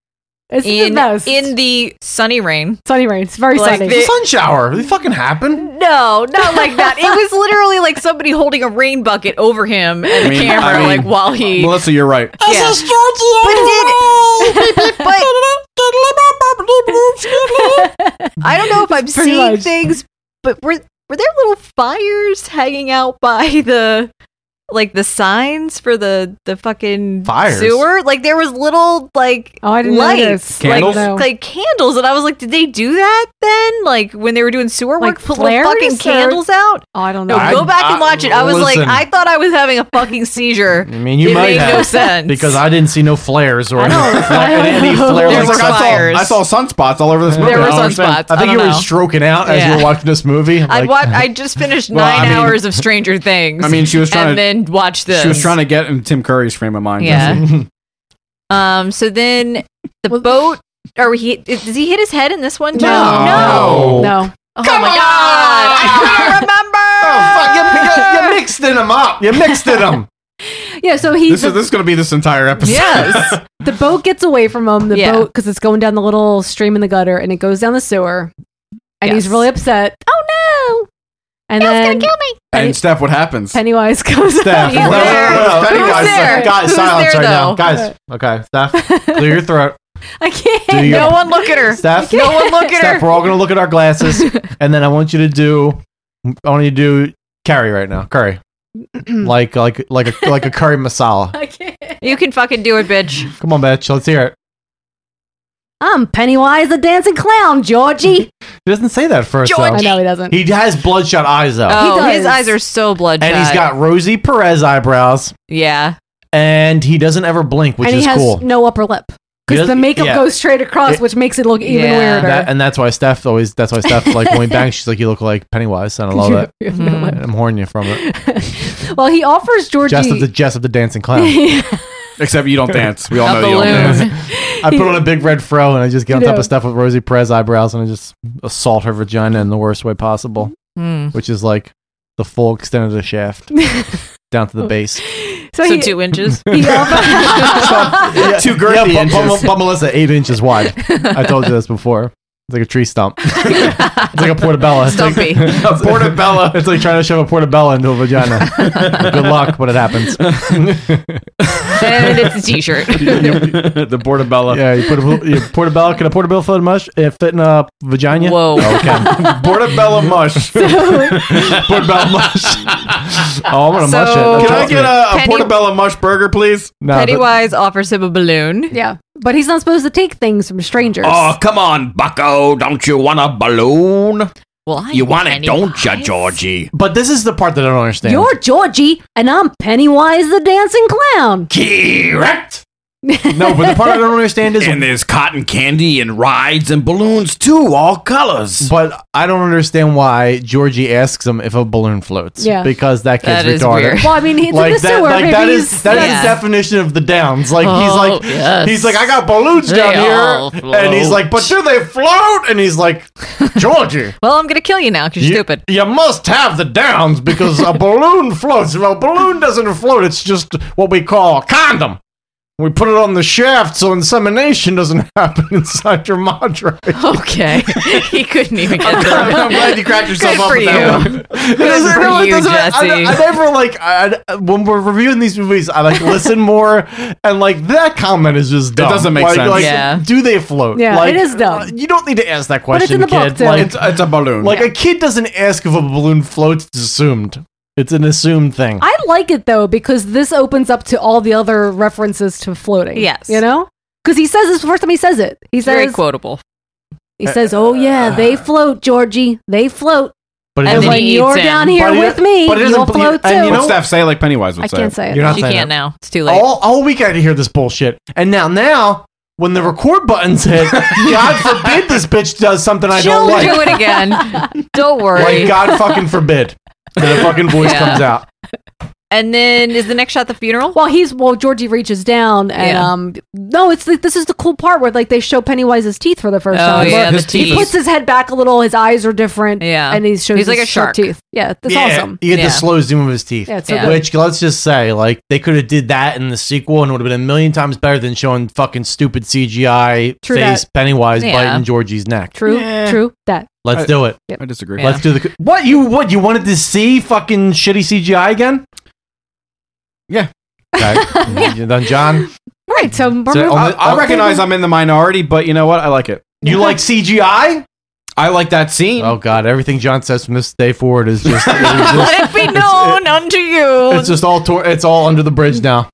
It's the in, best. in the sunny rain. Sunny rain. It's very Like sunny. the- Sun shower. It fucking happened. No, not like that. It was literally like somebody holding a rain bucket over him and the camera, I mean, like while he. Melissa, you're right. Yeah. I don't know if I'm Pretty seeing much. things, but were were there little fires hanging out by the like the signs for the the fucking Fires? sewer? Like there was little like Oh, I didn't know lights, this. like Candles? No. like candles, and I was like, did they do that then? Like when they were doing sewer Like work, put flares little fucking or- candles out. Oh, I don't know. No, go back and watch it. I was like, listen. I thought I was having a fucking seizure. I mean, you it might made have no sense because I didn't see no flares or any any flare There like were stuff. fires. I saw sunspots all over this movie. There were I don't sunspots. understand. I think I you don't were know. stroking out as you Yeah. were watching this movie. I like- wa- I just finished Well, I nine mean- hours of Stranger Things. I mean, she was trying and to- then watch this. She was trying to get in Tim Curry's frame of mind. Yeah. Um. So then the boat. Or he is- does he hit his head in this one too? No. No. No. Oh my god! I couldn't Oh, fuck, you, you, you mixed in them up. You mixed in them. Yeah, so he This the, is this is going to be this entire episode. Yes. the boat gets away from him. The Yeah. boat because it's going down the little stream in the gutter and it goes down the sewer, and he's Yes. really upset. Oh no! And remember. then It's gonna kill me. and Steph, what happens? Pennywise goes. Steph, He's no, no, no, there. no, no. Who's Pennywise, there? Guys, Who's silence there, right now. though? Guys, okay, Steph, clear your throat. I can't. Do your No one look at her. Steph, No one look at Steph, her. we're all gonna look at our glasses, and then I want you to do. I want you to do curry right now. Curry, like like like a like a curry masala. I can't. You can fucking do it, bitch. Come on, bitch. Let's hear it. I'm Um, Pennywise the dancing clown, Georgie. He doesn't say that first. though. I know he doesn't. He has bloodshot eyes though, Oh, does. his eyes are so bloodshot. and he's got Rosie Perez eyebrows, yeah. and he doesn't ever blink, which and is he has cool. no upper lip He because does- the makeup yeah. goes straight across, It- which makes it look even Yeah. weirder. That- and that's why Steph always. That's why Steph like when we bang, she's like, "You look like Pennywise," and I love it. You have no Mhm. lip. I'm horning you from it. Mm-hmm. Well, he offers Georgie. Jess of the Jess of the dancing clown. Except you don't dance. Oh, We all A know you don't dance. balloon. I put on a big red fro and I just get on top Yeah. of Steph with Rosie Perez eyebrows and I just assault her vagina in the worst way possible, Hmm. which is like the full extent of the shaft down to the base. so So he, two inches. he offers, Too girthy but, but- inches. but Melissa, eight inches wide. I told you this before. It's like a tree stump. it's like a portobello. It's like- Stumpy. A portobello. It's like trying to shove a portobello into a vagina. Good luck, but it happens. and it's a t-shirt. the portobello. Yeah, you put a you portobello. Can a portobello fit in a mush? eh, Fit in a vagina? Whoa. Okay. Portobello mush. Can portobello mush. Oh, I'm gonna mush it. So- That's Can I awesome. get a, a Penny- portobello mush burger, please? No, but- Pennywise offers him a balloon. yeah, but he's not supposed to take things from strangers. Oh, come on, bucko. Don't you want a balloon? Well, I You want it, Pennywise. don't you, Georgie? But this is the part that I don't understand. You're Georgie, and I'm Pennywise the dancing clown. Correct. no, but the part I don't understand is. And there's cotton candy and rides and balloons too, all colors. but I don't understand why Georgie asks him if a balloon floats. Yeah. Because that kid's That is retarded. weird. Well, I mean, he's in Like the that, sewer. like that maybe is he's- that is Yeah. the definition of the downs. Like Oh, he's like yes. he's like I got balloons down They all here, and he's like, but do they float? And he's like, Georgie, Well, I'm gonna kill you now because you're You- stupid. You must have the downs because a balloon floats. If a balloon doesn't float, it's just what we call a condom. We put it on the shaft so insemination doesn't happen inside your madre. Okay. he couldn't even get I'm, there. glad you cracked yourself Good up for with that you. one. It doesn't- for it really you, doesn't- I- Jesse. I, I never like I, I- when we're reviewing these movies. I like listen more, and like that comment is just dumb. doesn't make Like- sense. like, Yeah. Do they float? Yeah, it Like, is dumb. uh, You don't need to ask that But it's question, in the book, kid. too. Like, It's, it's a balloon. like a kid doesn't ask if a balloon floats. It's assumed. It's an assumed thing. I like it though because this opens up to all the other references to floating. Yes. you know, because he says this is the first time he says it. He Very says quotable. Uh, he says, "Oh yeah, they float, Georgie. They float." But it And doesn't- when you're down here But it- with me, but it doesn't you'll bl- float and you too. know What staff say like Pennywise would I say? can't say it. You're not She saying can't it. now. It's too late. All, all week I hear this bullshit. And now, now, when the record button's hit, God forbid this bitch does something I She'll don't like. do it again. don't worry. Like, uh, God fucking forbid that a fucking voice Yeah. comes out. And then is the next shot the funeral? Well, he's well. Georgie reaches down and Yeah. um. No, it's the, this is the cool part where like they show Pennywise's teeth for the first Oh, time. yeah, Look, His the He teeth. puts his head back a little. His eyes are different. Yeah. and he shows He's like his a shark. teeth. Yeah, that's yeah, awesome. You get yeah. the slow zoom of his teeth. Yeah, it's so Yeah. good. Which let's just say, like, they could have did that in the sequel and it would have been a million times better than showing fucking stupid CGI True face that. Pennywise Yeah. biting Georgie's neck. True, true. That Let's do it. I disagree. Let's do the what you what you wanted to see fucking shitty CGI again. Yeah. Okay. You done, John. Right. So, we're So moving- I, I recognize I'm in the minority, but you know what? I like it. You like CGI? I like that scene. Oh God! Everything John says from this day forward is just. Let it be known unto you. It's just all tor- it's all under the bridge now.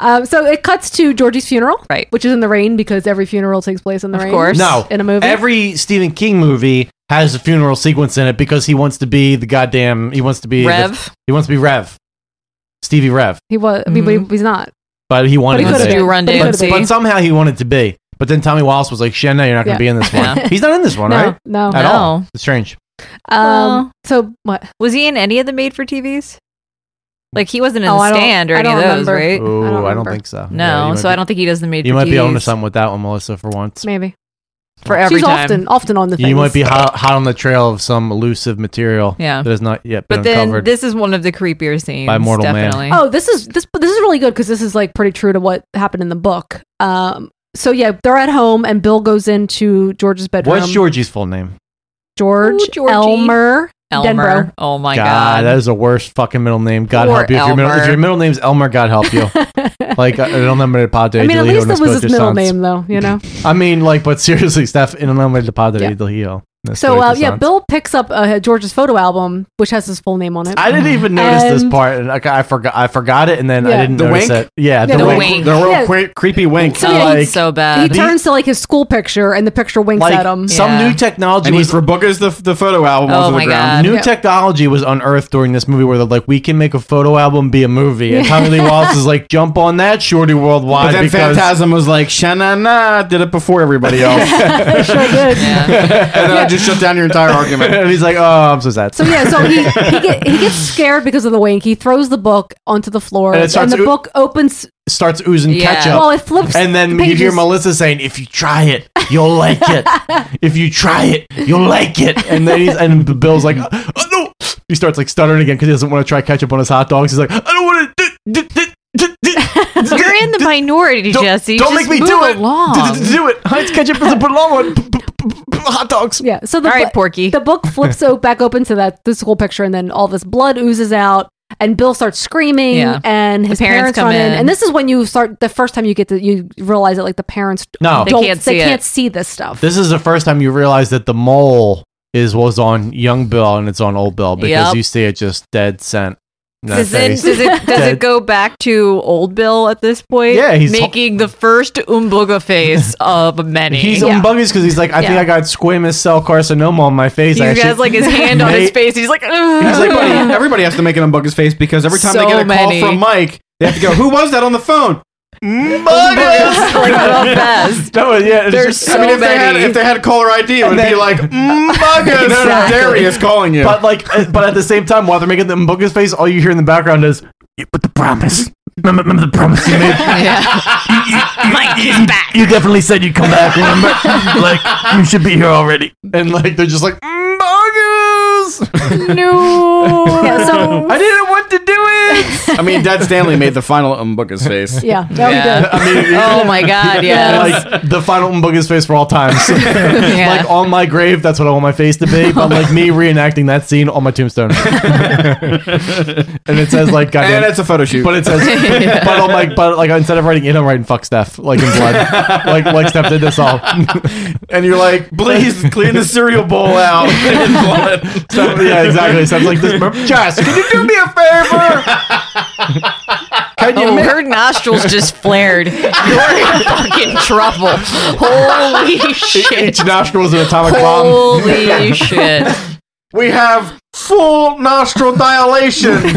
Um, so it cuts to Georgie's funeral, right? Which is in the rain because every funeral takes place in the rain. No. in a movie. Every Stephen King movie has a funeral sequence in it because he wants to be the goddamn. He wants to be the- Rev? he wants to be Rev. Stevie Rev, he was, I mean, Mm-hmm. but he's not. but he But wanted he to could've be. been. Run But he but, could've been. but somehow he wanted to be. But then Tommy Wallace was like, "Shanna, you're not going Yeah. to be in this one. Yeah. He's not in this one, No, right? no. at all. No. It's strange. Um, so what was he in any of the made for TVs? Like he wasn't in Oh, I the don't- stand or I any of don't those, remember. right? Ooh, I don't, think so. Yeah, No, you so might I don't think he does the be- made. You for might be TVs. on to something with that one, Melissa, for once. maybe for every She's time. often often on the. Things. You might be hot, hot on the trail of some elusive material Yeah. that has not yet been But then uncovered. this is one of the creepier scenes By Mortal Man. definitely. Oh, this is this this is really good because this is like pretty true to what happened in the book. Um, so yeah, they're at home and Bill goes into George's bedroom. What's Georgie's full name? George Elmer Elmer. Denbro. Oh my God, god. that is the worst fucking middle name. God Poor help you. If your, middle, if Elmer. your middle name's Elmer, God help you. like, uh, I don't know my padre. I mean, at Delio least that was his Nescocho middle Sans. name, though. You know. I mean, like, but seriously, Steph, in nombre de padre Yeah. Delio So uh, Nescocho yeah, Sans. Bill picks up uh, George's photo album, which has his full name on it. I didn't even notice this And- part. and, Like, I forgot. I forgot it, and then Yeah. I didn't The notice wink? it. Yeah, Yeah, the wink. The real Yeah. creepy wink. So, yeah, he- He Uh, The- turns to like his school picture, and the picture winks like at him. some new technology And he was Rabuka's the the photo album Oh onto my the ground. New technology was unearthed during this movie where they're like, we can make a photo album be a movie. And Tommy Lee Wallace is like, jump on that, Shorty Worldwide. But then because Phantasm was like, Shanna nah, did it before everybody else. And then I just shut down your entire argument. and he's like, oh, I'm so sad. So yeah, so he he, get, he gets scared because of the wink. He throws the book onto the floor, And it and, starts the oo- book opens. starts oozing Yeah. ketchup. Well, it flips And then the you hear pages. Melissa saying, if you try it, you'll like it. if you try it, you'll like it. And then he's, and Bill's like, oh, no. He starts like stuttering again because he doesn't want to try ketchup on his hot dogs. He's like, I don't want to. You're in the minority, Jesse. Don't Just make me move do it. along. D- d- Do it. Heinz ketchup is a belong one. hot dogs. Yeah. So the All right, bu- Porky. The book flips o- back open to that the school picture, and then all this blood oozes out. And Bill starts screaming, Yeah. and The his parents, parents come run in. in. and this is when you start the first time you get to you realize that like the parents No. They don't, can't they see it. can't see this stuff. This is the first time you realize that the mole is was on young Bill and it's on old Bill because Yep. you see it just dead sent. in that Does it, face. does it does Dead. it go back to old Bill at this point? Yeah, he's- making the first umbuga face of many. He's on buggies because he's like, I think Yeah. I got squamous cell carcinoma on my face. He I has actually- like his hand on his Mate, face. He's like, He's like, buddy, "Ugh." everybody has to make an unbugger's face because every time they So get a many. call from Mike, they have to go, who was that on the phone? Umbugas. Like, the best. No, yeah, it's There's just- so I mean, if many. they had if they had caller ID, it would be like Mugga, no, no, Exactly. Darius calling you. But like, uh, but at the same time, while they're making the Mbuga's face, all you hear in the background is, "Yeah, "But the promise, remember, remember the promise you made. Mike is back. You definitely said you'd come back. Remember, like you should be here already." And like, they're just like, Muggas. No. Yeah, so- I didn't want to do it. I mean, Dad Stanley made the final Umbuga's face. Yeah, that we Yeah. did. oh my god, yes. like the final Mbuga's face for all time. So, Like on my grave, that's what I want my face to be. But like me reenacting that scene on my tombstone, and it says like, goddamn, And it's a photo shoot. But it says, but on my, but like instead of writing in, I'm writing fuck Steph, like in blood, like like Steph did this all. and you're like, please clean the cereal bowl out. in blood. So, yeah, exactly. So it's like this. Jess, can you do me a favor? Can you Oh, ma- her nostrils just flared. You're in fucking trouble. Holy shit. Each nostril is an atomic bomb. Holy shit. We have full nostril dilation.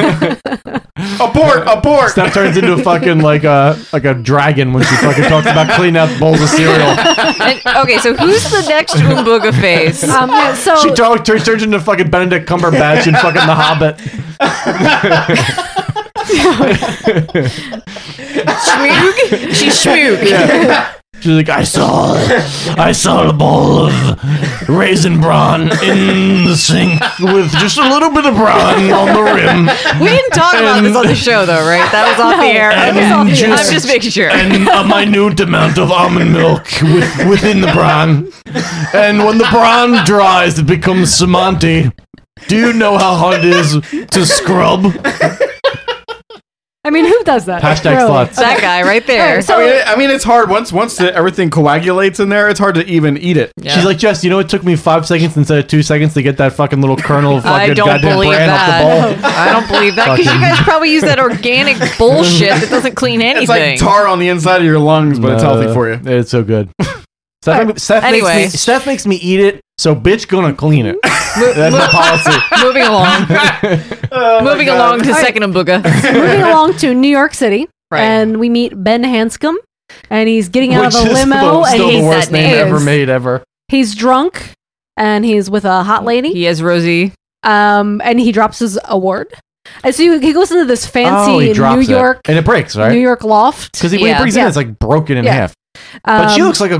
abort, abort. Steph turns into a fucking like a like a dragon when she fucking talks about cleaning out bowls of cereal. And- okay, so who's the next Oomboga face? Um, yeah, so she talk, turns turns into fucking Benedict Cumberbatch and fucking The Hobbit. Schmoog? She schmoog. Yeah. She's like, I saw, I saw a bowl of raisin bran in the sink with just a little bit of bran on the rim. We didn't talk about this on the show, though, right? That was off No, the air. that was off the air. I'm just making sure. and a minute amount of almond milk with, within the bran. And when the bran dries, it becomes semanti. Do you know how hard it is to scrub? I mean, who does that? Really? That guy right there. Alright, so- Oh, I, mean, it- I mean, it's hard once once the, everything coagulates in there. It's hard to even eat it. She's like, Jess, you know it took me five seconds instead of two seconds to get that fucking little kernel of I fucking don't goddamn believe bran that. off the ball. I don't believe that because you Fucking- guys probably use that organic bullshit that doesn't clean anything. it's like tar on the inside of your lungs, but it's healthy for you. It's so good. Steph, Alright. Steph Anyway. makes me, Steph makes me eat it, so bitch gonna clean it. That's the policy. Moving along. Oh Moving along to Alright. second Oomboga. moving along to New York City, Right. and we meet Ben Hanscom, and he's getting out of a limo, and still he's the worst name ever is- made ever. He's drunk, and he's with a hot lady. He has Rosie, um, and he drops his award. And so he he goes into this oh, fancy he drops New it. York, and it breaks, right? New York loft because when he brings it in, it's like broken in Yeah. half. But she Um, looks like a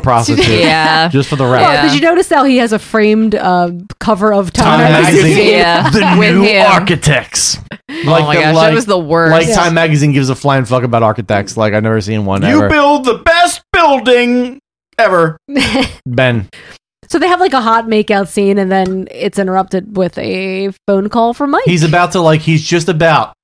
prostitute. Yeah. just for the Well, record. did you notice how he has a framed uh, cover of Time, Time magazine? magazine, Yeah. the With new him. architects. Like Oh my gosh, that was the worst. Like Yeah. Time magazine gives a flying fuck about architects. Like I've never seen one You ever. build the best building ever. ben, So they have like a hot makeout scene, and then it's interrupted with a phone call from Mike. he's about to like he's just about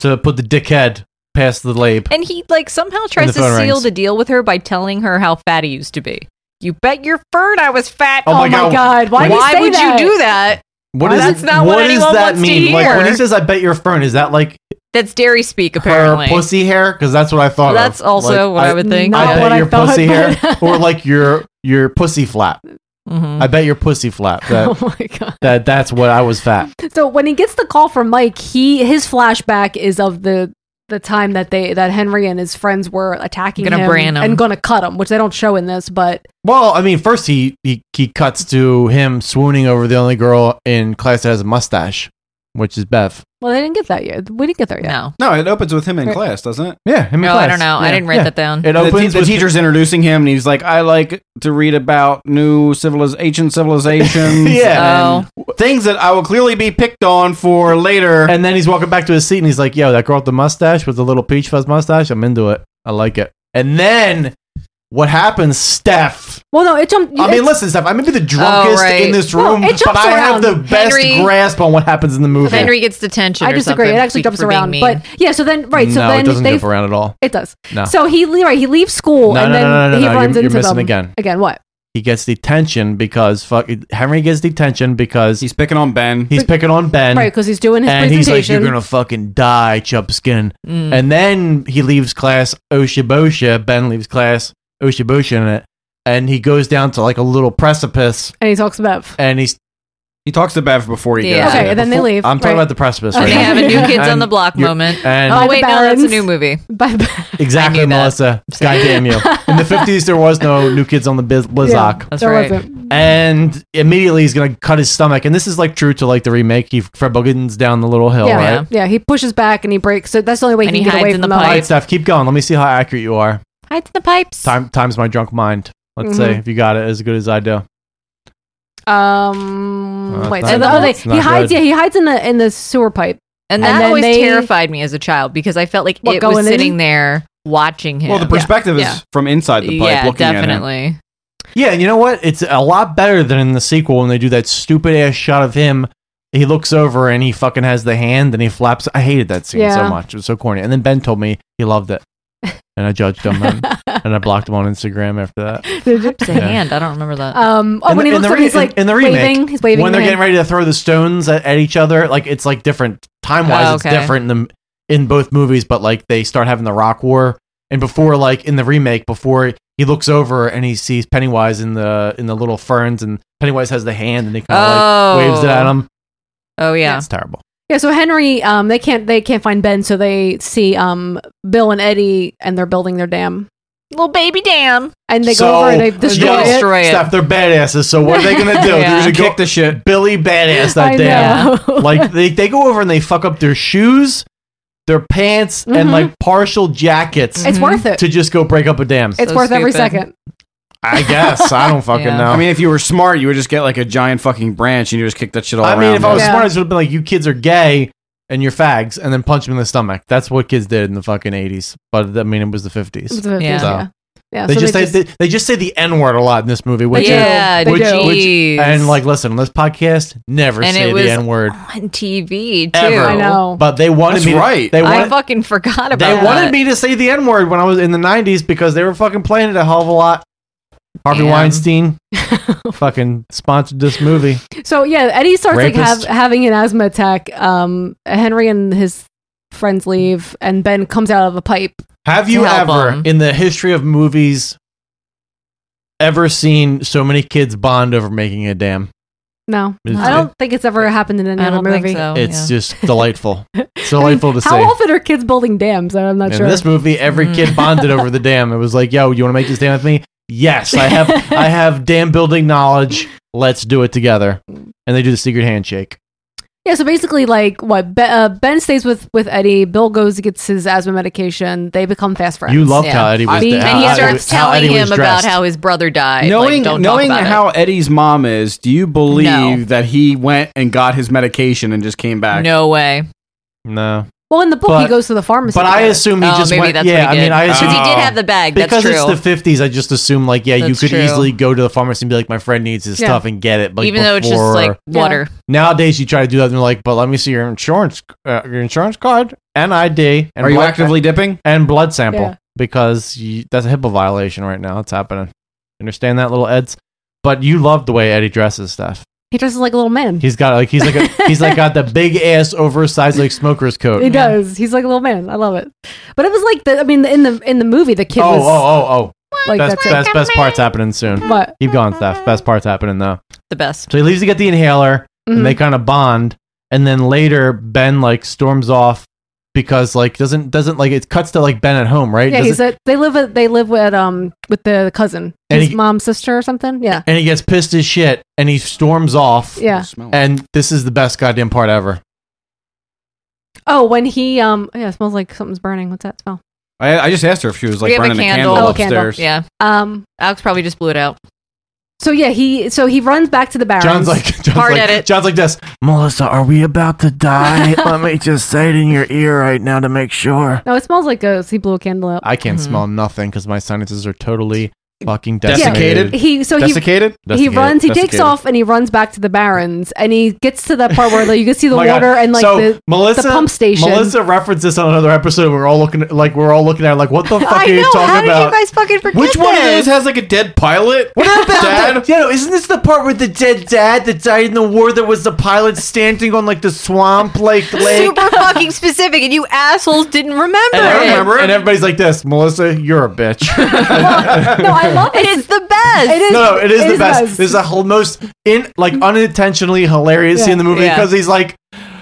to put the dickhead past the lab. and he like somehow tries to the seal phone rings. the deal with her by telling her how fat he used to be. You bet your fern I was fat. Oh my Oh my God. God, why did he say would that? you do that? What is Oh, that's it- not what, what does anyone that wants mean? to Like hear. when he says, "I bet your fern," is that like that's dairy speak. her Apparently, pussy hair? Because that's what I thought. of. That's also Like, what I would think, I Not bet what I your thought, pussy but- hair, or like your your pussy flap. Mm-hmm. I bet your pussy flap that oh my god. that that's what I was fat. So when he gets the call from Mike, he his flashback is of the the time that they that Henry and his friends were attacking Gonna him, brand him. and gonna cut him, which they don't show in this, but Well, I mean, first he, he he cuts to him swooning over the only girl in class that has a mustache, which is Bev. well, they didn't get that yet. We didn't get there yet. No. No, it opens with him in Right. class, doesn't it? Yeah, him in Oh, I class. Oh, don't know. I didn't write that down. It It opens. The, opens with- teacher's introducing him, and he's like, "I like to read about new civiliz- ancient civilizations, Yeah. Oh. and things that I will clearly be picked on for later." And then he's walking back to his seat and he's like, "Yo, that girl with the mustache with the little peach fuzz mustache, I'm into it. I like it." And then what happens, Steph? Well, no, it jumped. I mean, it's- listen, Steph. I may be the drunkest right. in this Well, room, it jumps but I around. have the best Henry- grasp on what happens in the movie. Henry gets detention. I or disagree. It something actually be- jumps for being around, mean. but yeah. So then, right? no, so then it doesn't they jump around at all. It does. No. So he le- right he leaves school No, and no, then no, no, no, he no, runs you're- you're into missing them again. Again, what? he gets detention because fuck Henry gets detention because he's picking on Ben. He's picking on Ben. right? Because he's doing his and he's presentation. like, "You're gonna fucking die, chub skin." Mm. And then he leaves class, Oshibosha. Ben leaves class, Oshibosha in it, and he goes down to like a little precipice, and he talks about and he's he talks to Bev before he Yeah. goes. Okay, in. and then they Before- leave, I'm talking right. about the precipice. And right they now. have a new kids on And the block you're- moment. and- oh wait, no, that's a Balance. new movie. by exactly, Melissa. God damn you! In the 50s, there was no new kids on the biz- Blizzak. That's there right. wasn't. And immediately he's gonna cut his stomach, and this is like true to like the remake. He Fred Buggins down the little hill, yeah, right? yeah. He pushes back and he breaks. So that's the only way And he he can get hides away in from the All them. right, Steph, keep going. Let me see how accurate you are. Hides in the pipes. Time times my drunk mind. Let's say Mhm. if you got it as good as I do. Um, No, wait. it's So not- the other it's thing, not he hides. good. Yeah, he hides in the in the sewer pipe. And that then always they- terrified me as a child because I felt like What, it was going in? sitting there watching him. well, the perspective Yeah. is from inside the pipe, Yeah, looking at him. definitely. Yeah, and you know what? It's a lot better than in the sequel when they do that stupid ass shot of him. He looks over and he fucking has the hand and he flaps. I hated that scene so Yeah. much. It was so corny. And then Ben told me he loved it. And I judged him and, and I blocked him on Instagram after that. Flaps the Yeah. hand. I don't remember that. Um, oh, In when the- he in looks the up, re- he's in- like in the remake, waving. He's waving. when they're the getting hand. ready to throw the stones at, at each other, like it's like different time wise. Oh, It's okay. different in the in both movies, but like they start having the rock war, and before like in the remake, before he looks over and he sees Pennywise in the in the little ferns, and Pennywise has the hand, and he kind of like waves it Oh. at him. Oh yeah, it's terrible. Yeah, so Henry, um, they can't they can't find Ben, so they see um Bill and Eddie, and they're building their dam, little baby dam, and they go over and they destroy yeah, it. Steph, they're badasses. So what are they gonna do? Yeah. They're gonna Kick kick the shit. Billy badass I that damn. know. like they, they go over and they fuck up their shoes, their pants, Mm-hmm. and like partial jackets. It's worth it. to just go break up a dam. It's worth every second. I guess I don't fucking know. I mean, if you were smart, you would just get like a giant fucking branch and you just kick that shit all I around. mean, if I was us. smart, it would have been like, "You kids are gay and you're fags," and then punch them in the stomach. That's what kids did in the fucking eighties. But I mean, it was the It fifties. was the 50s, yeah. Yeah, they so just they say they, they just say the n word a lot in this movie. Which do. Yeah, which, they do. which- Jeez. and like, listen, on this podcast, never And it say was the n word on TV too. ever. But they wanted That's me. to- right. They I wanted. fucking forgot about. they wanted that. me to say the N word when I was in the '90s because they were fucking playing it a hell of a lot. Harvey Damn. Weinstein fucking sponsored this movie. So yeah, Eddie starts like have, Rapist. having an asthma attack. Um, Henry and his friends leave, and Ben comes out of a pipe. Have to you help ever, him. in the history of movies, ever seen so many kids bond over making a dam? No, It's- I don't think it's ever happened in any I other don't think movie. so. it's just delightful. It's delightful to How see. often are kids building dams? I'm not in sure. this movie, every Mm. kid bonded over the dam. It was like, "Yo, you want to make this dam with me?" Yes, I have. I have dam building knowledge. Let's do it together. And they do the secret handshake. Yeah, so basically, like what Be- uh, Ben stays with with Eddie, Bill goes gets his asthma medication. They become fast friends. You loved Yeah. how Eddie was- Be- how and he Eddie starts was- how telling Eddie was him about dressed. how his brother died. knowing like, don't knowing talk about how Eddie's mom is, do you believe that he went and got his medication and just came it. back? No way. No. well, in the book, he But- goes to the pharmacy. But I together. assume he Oh, just maybe went. that's what yeah, he I mean, did. I 'Cause he assume did have the bag, that's Because true. it's the fifties. I just assume like yeah, That's you could true. easily go to the pharmacy and be like, my friend needs his Yeah. stuff and get it. Like, Even though it's just, before- like, water. Yeah. Nowadays, you try to do that and they're like, but let me see your insurance, uh, your insurance card and ID. And Are you actively dipping and blood sample Yeah. because you, that's a HIPAA violation right now. It's happening. Understand that, little Eds. But you love the way Eddie dresses stuff. he dresses like a little man. He's got like he's like a, he's like got the big ass oversized like smoker's coat. He does. He's like a little man. I love it. But it was like the. I mean, in the in the movie, the kid oh, was oh, oh, oh. Like, best, that's it. best, best part's happening soon. What? Keep going, uh-huh. Steph. Best part's happening though. The best. So he leaves to get the inhaler, Mhm. Mm-hmm. and they kind of bond, and then later Ben like storms off because like doesn't doesn't like it cuts to like Ben at home, right? yeah. He's Doesn't- at, they live with they live with um with the cousin, And his he- mom's sister or something. Yeah. and he gets pissed as shit, and he storms off. Yeah. And this is the best goddamn part ever. Oh, when he um yeah, it smells like something's burning. What's that smell? I, I just asked her if she was like burning a candle, Oh, a candle. upstairs. Yeah. Um. Alex probably just blew it out. So yeah, he so he runs back to the barrens. John's like John's Hard like, edit. John's like this. Melissa, are we about to die? Let me just say it in your ear right now to make sure. No, it smells like ghosts. He blew a candle out. I can't Mhm. smell nothing because my sinuses are totally fucking Yeah, desiccated. He Oh, so he Desiccated? He Desiccated. runs. He takes Desiccated. off and he runs back to the barrens and he gets to that part where like, you can see the Oh My God. water and like So, the, the pump station. Melissa referenced this on another episode. We're all looking at, like we're all looking at it like what the fuck I are you know, talking how did you about? guys fucking forget Which one of this? those has like a dead pilot? What about dad? You know, isn't this the part with the dead dad that died in the war? There was the pilot standing on like the swamp like lake. Super fucking specific, and you assholes didn't remember And, it. and everybody's like this, Melissa, you're a bitch. no, I love it. It's the best. It no, no, it is the best. This is the whole most in like unintentionally hilarious Yeah. scene in the movie Yeah. because he's like,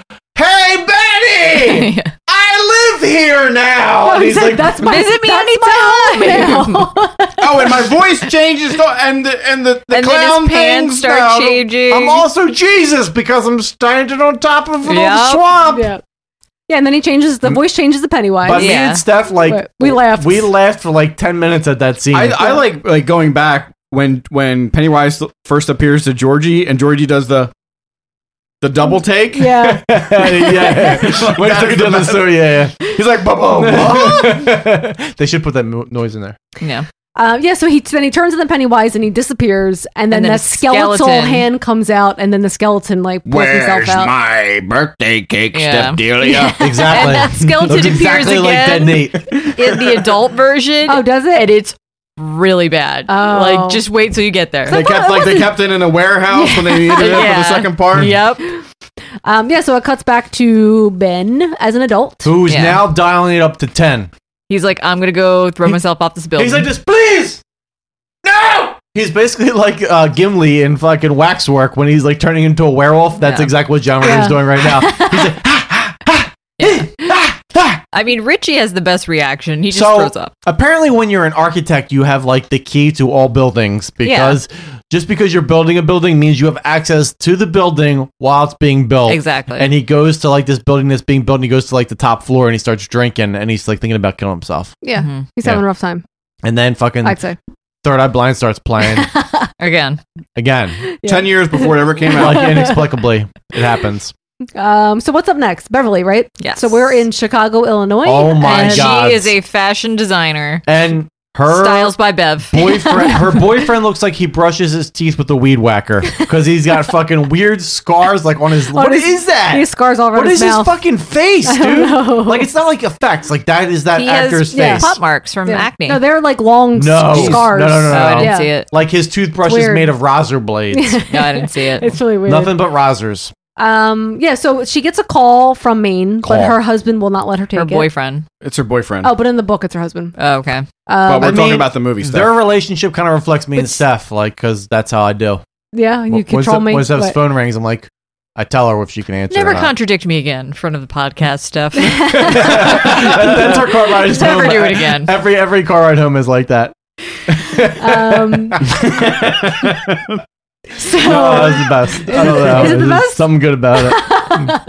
"Hey, Betty, I live here now." And he's like, visit me anytime. oh, and my voice changes to, and the, and the, the And then his clown pants things start now. changing. I'm also Jesus because I'm standing on top of an Yep. old swamp. Yeah. Yeah, and then he changes the voice changes to Pennywise. But me and Steph like But we laughed. We laughed for like ten minutes at that scene. I, I like like going back when when Pennywise first appears to Georgie and Georgie does the the double take. Yeah. yeah. When he that took is it the down the best. sewer, yeah, yeah. He's like, "Bubba, They should put that mo- noise in there. Yeah. Uh, yeah, so he then he turns to the Pennywise and he disappears, and then, then a that skeletal skeleton. hand comes out, and then the skeleton like pulls himself Where's out. my birthday cake, Yeah. Steph Delia? Yeah. Exactly. And that skeleton Looks appears exactly like again. Dead in the adult version. Oh, does it? And it's really bad. Oh. Like, just wait till you get there. They kept like they kept it in a warehouse when they needed it for the Yeah. second part. Yep. Um, yeah, so it cuts back to Ben as an adult. Who's Yeah. now dialing it up to ten? He's like, I'm gonna go throw myself off this building. He's like this, please. He's basically like uh, Gimli in fucking Waxwork when he's like turning into a werewolf. That's Yeah. exactly what John Yeah. Renner's doing right now. I mean, Richie has the best reaction. He just throws so up. apparently, when you're an architect, you have like the key to all buildings because just because you're building a building means you have access to the building while it's being built. Exactly. Oh. And he goes to like this building that's being built, and he goes to like the top floor, and he starts drinking, and he's like thinking about killing himself. Yeah, Mm-hmm. he's Yeah. having a rough time. And then fucking I'd say. Third Eye Blind starts playing Again. again. Yeah. 10 years before it ever came out. Like inexplicably, it happens. Um, so what's up next? Beverly, right? Yes. So we're in Chicago, Illinois. Oh my and- God. She is a fashion designer. And her Styles by Bev. boyfriend, her boyfriend looks like he brushes his teeth with a weed whacker because he's got fucking weird scars like on his. on what his- is that? oh, These scars all around What his is his mouth. fucking face, I don't dude? know. Like it's not like effects. Like that is that He has, actor's yeah, face. pop marks from acne. Oh, No, they're like long s- No, scars. no, no, no, no. Yeah. Like his toothbrush It's is weird. made of razor blades. no, I didn't see it. It's really weird. Nothing but razors. Um, yeah, so she gets a call from Maine, Call. but her husband will not let her take Her it. boyfriend. It's her boyfriend. Oh, but in the book, it's her husband. Oh, okay. Uh, But we're talking about the movie, Their Steph. relationship kind of reflects me and Steph, like because that's how I do. yeah, you Wh- when control Steph- me. When Steph's but- phone rings, I'm like, I tell her if she can answer. Never or not. contradict me again in front of the podcast stuff. That- that's our car ride Never home. do it again. Every every car ride home is like that. um, so, No, Oh, that was the best. I don't know. Is it the There's best? Something good about it.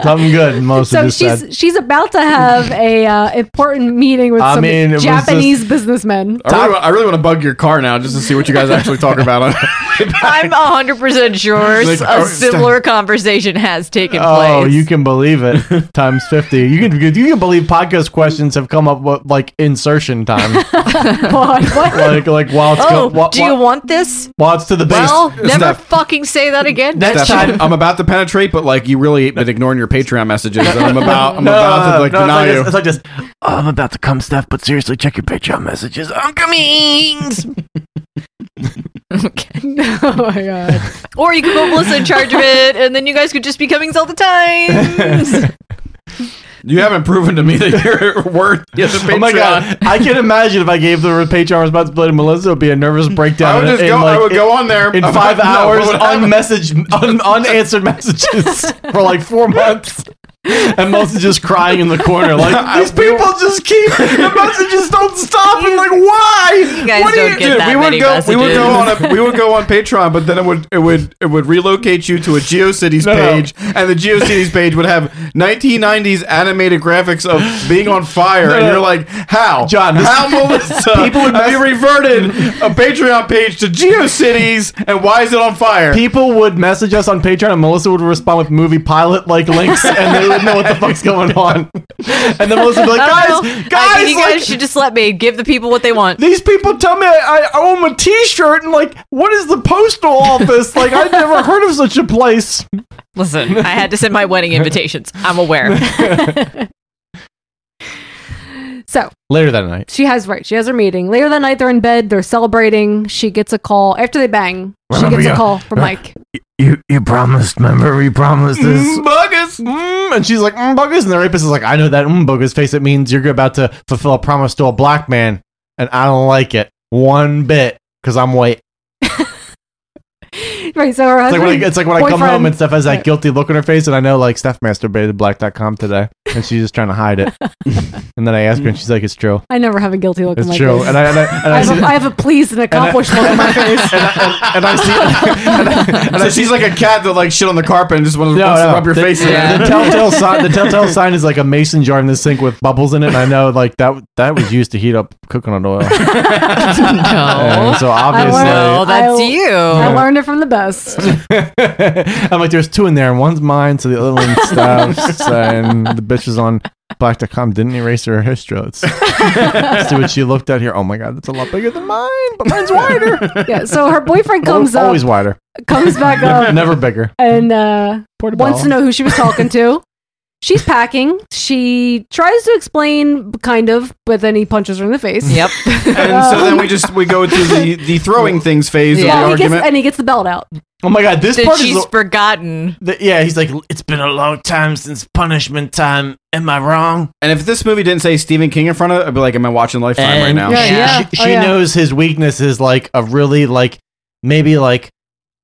something good. Most so of this she's said. she's about to have a uh, important meeting with I some mean, it was Japanese just- businessmen. I really, wa- I really want to bug your car now just to see what you guys actually talk about. On I'm 100% sure Like, a oh, similar conversation has taken Oh, place. you can believe it times fifty. You can you can believe podcast questions have come up with, like insertion time, What? What? like like while it's oh, go, while, do you want this? while it's to the base. Well, never fucking say that again. Steph, I'm about to penetrate, but like you really been ignoring your Patreon messages. And I'm about, I'm No, about to like no, it's deny like- you. it's like just, I'm about to come, Steph, but seriously, check your Patreon messages. I'm coming. oh my god. Or you could put Melissa in charge of it, and then you guys could just be comings all the time. You haven't proven to me that you're worth. Yes, Oh my god! I can imagine if I gave the Patreon responsibility to Melissa, it would be a nervous I breakdown. would just in, go- I like, would go in- on there. in five No, hours, what would happen? unmessage, un- unanswered messages for like four months, and Melissa's just crying in the corner, like these people just keep the messages don't stop. I'm like, why? You guys What do don't you get do? that we would many go. messages. We would go on. A, we would go on Patreon, but then it would it would it would relocate you to a GeoCities page, and the GeoCities page would have 1990s animated graphics of being on fire, No, and no. you're like, how, John, this- how Melissa, People would have you reverted a Patreon page to GeoCities, and why is it on fire? People would message us on Patreon, and Melissa would respond with movie pilot like links, and they would know what the fuck's going on. And then Melissa would be like, I guys, don't know. I guys, think you like, guys should just let me give the people what they want. these people tell me I, I owe them a T-shirt, and like, what is the postal office? Like, I've never heard of such a place. Listen, I had to send my wedding invitations. I'm aware. So Later that night, she has right. She has her meeting later that night. They're in bed. They're celebrating. She gets a call after they bang. She Remember gets a you- call from Mike. You you promised. Remember, we promised this. Mbugus, mm, and she's like, Mbugus, and the rapist is like, I know that Mbugus face. It means you're about to fulfill a promise to a black man, and I don't like it one bit because I'm white. Right. So her It's like, husband. when I, it's like when I come boyfriend- home and Steph has that guilty look on her face, and I know like Steph masturbated black.com today, and she's just trying to hide it. and then I ask her, and she's like, "It's true, I never have a guilty look. it's in my true." Face. And I and I, and I, I, see, have a, I have a pleased and accomplished look in my face. and I see And so she's like a cat that like shit on the carpet and just wants, no, wants no, to rub your the, face. yeah. in the it. telltale sign. The telltale sign is like a mason jar in the sink with bubbles in it, and I know like that that was used to heat up coconut oil. Oh. And so obviously, No, that's you. Oh. I learned it from the best. I'm like, there's two in there, and one's mine, so the other one's Steph's, and the bitch is on black.com. Didn't erase her history. Let's let's see what she looked at here. Oh my god, that's a lot bigger than mine, but mine's wider. Yeah. So her boyfriend comes up, Um, always wider, comes back never, up, never bigger. and uh, wants ball. to know who she was talking to. She's packing. She tries to explain, kind of, but then he punches her in the face. Yep. And so then we just we go to the the throwing things phase Well, he of the gets, argument. and he gets the belt out. Oh my god, this that part she's is. forgotten. The, yeah, he's like, It's been a long time since punishment time. Am I wrong? And if this movie didn't say Stephen King in front of it, I'd be like, am I watching Lifetime right now? She, Yeah. she, Oh, she yeah. knows his weakness is like a really like maybe like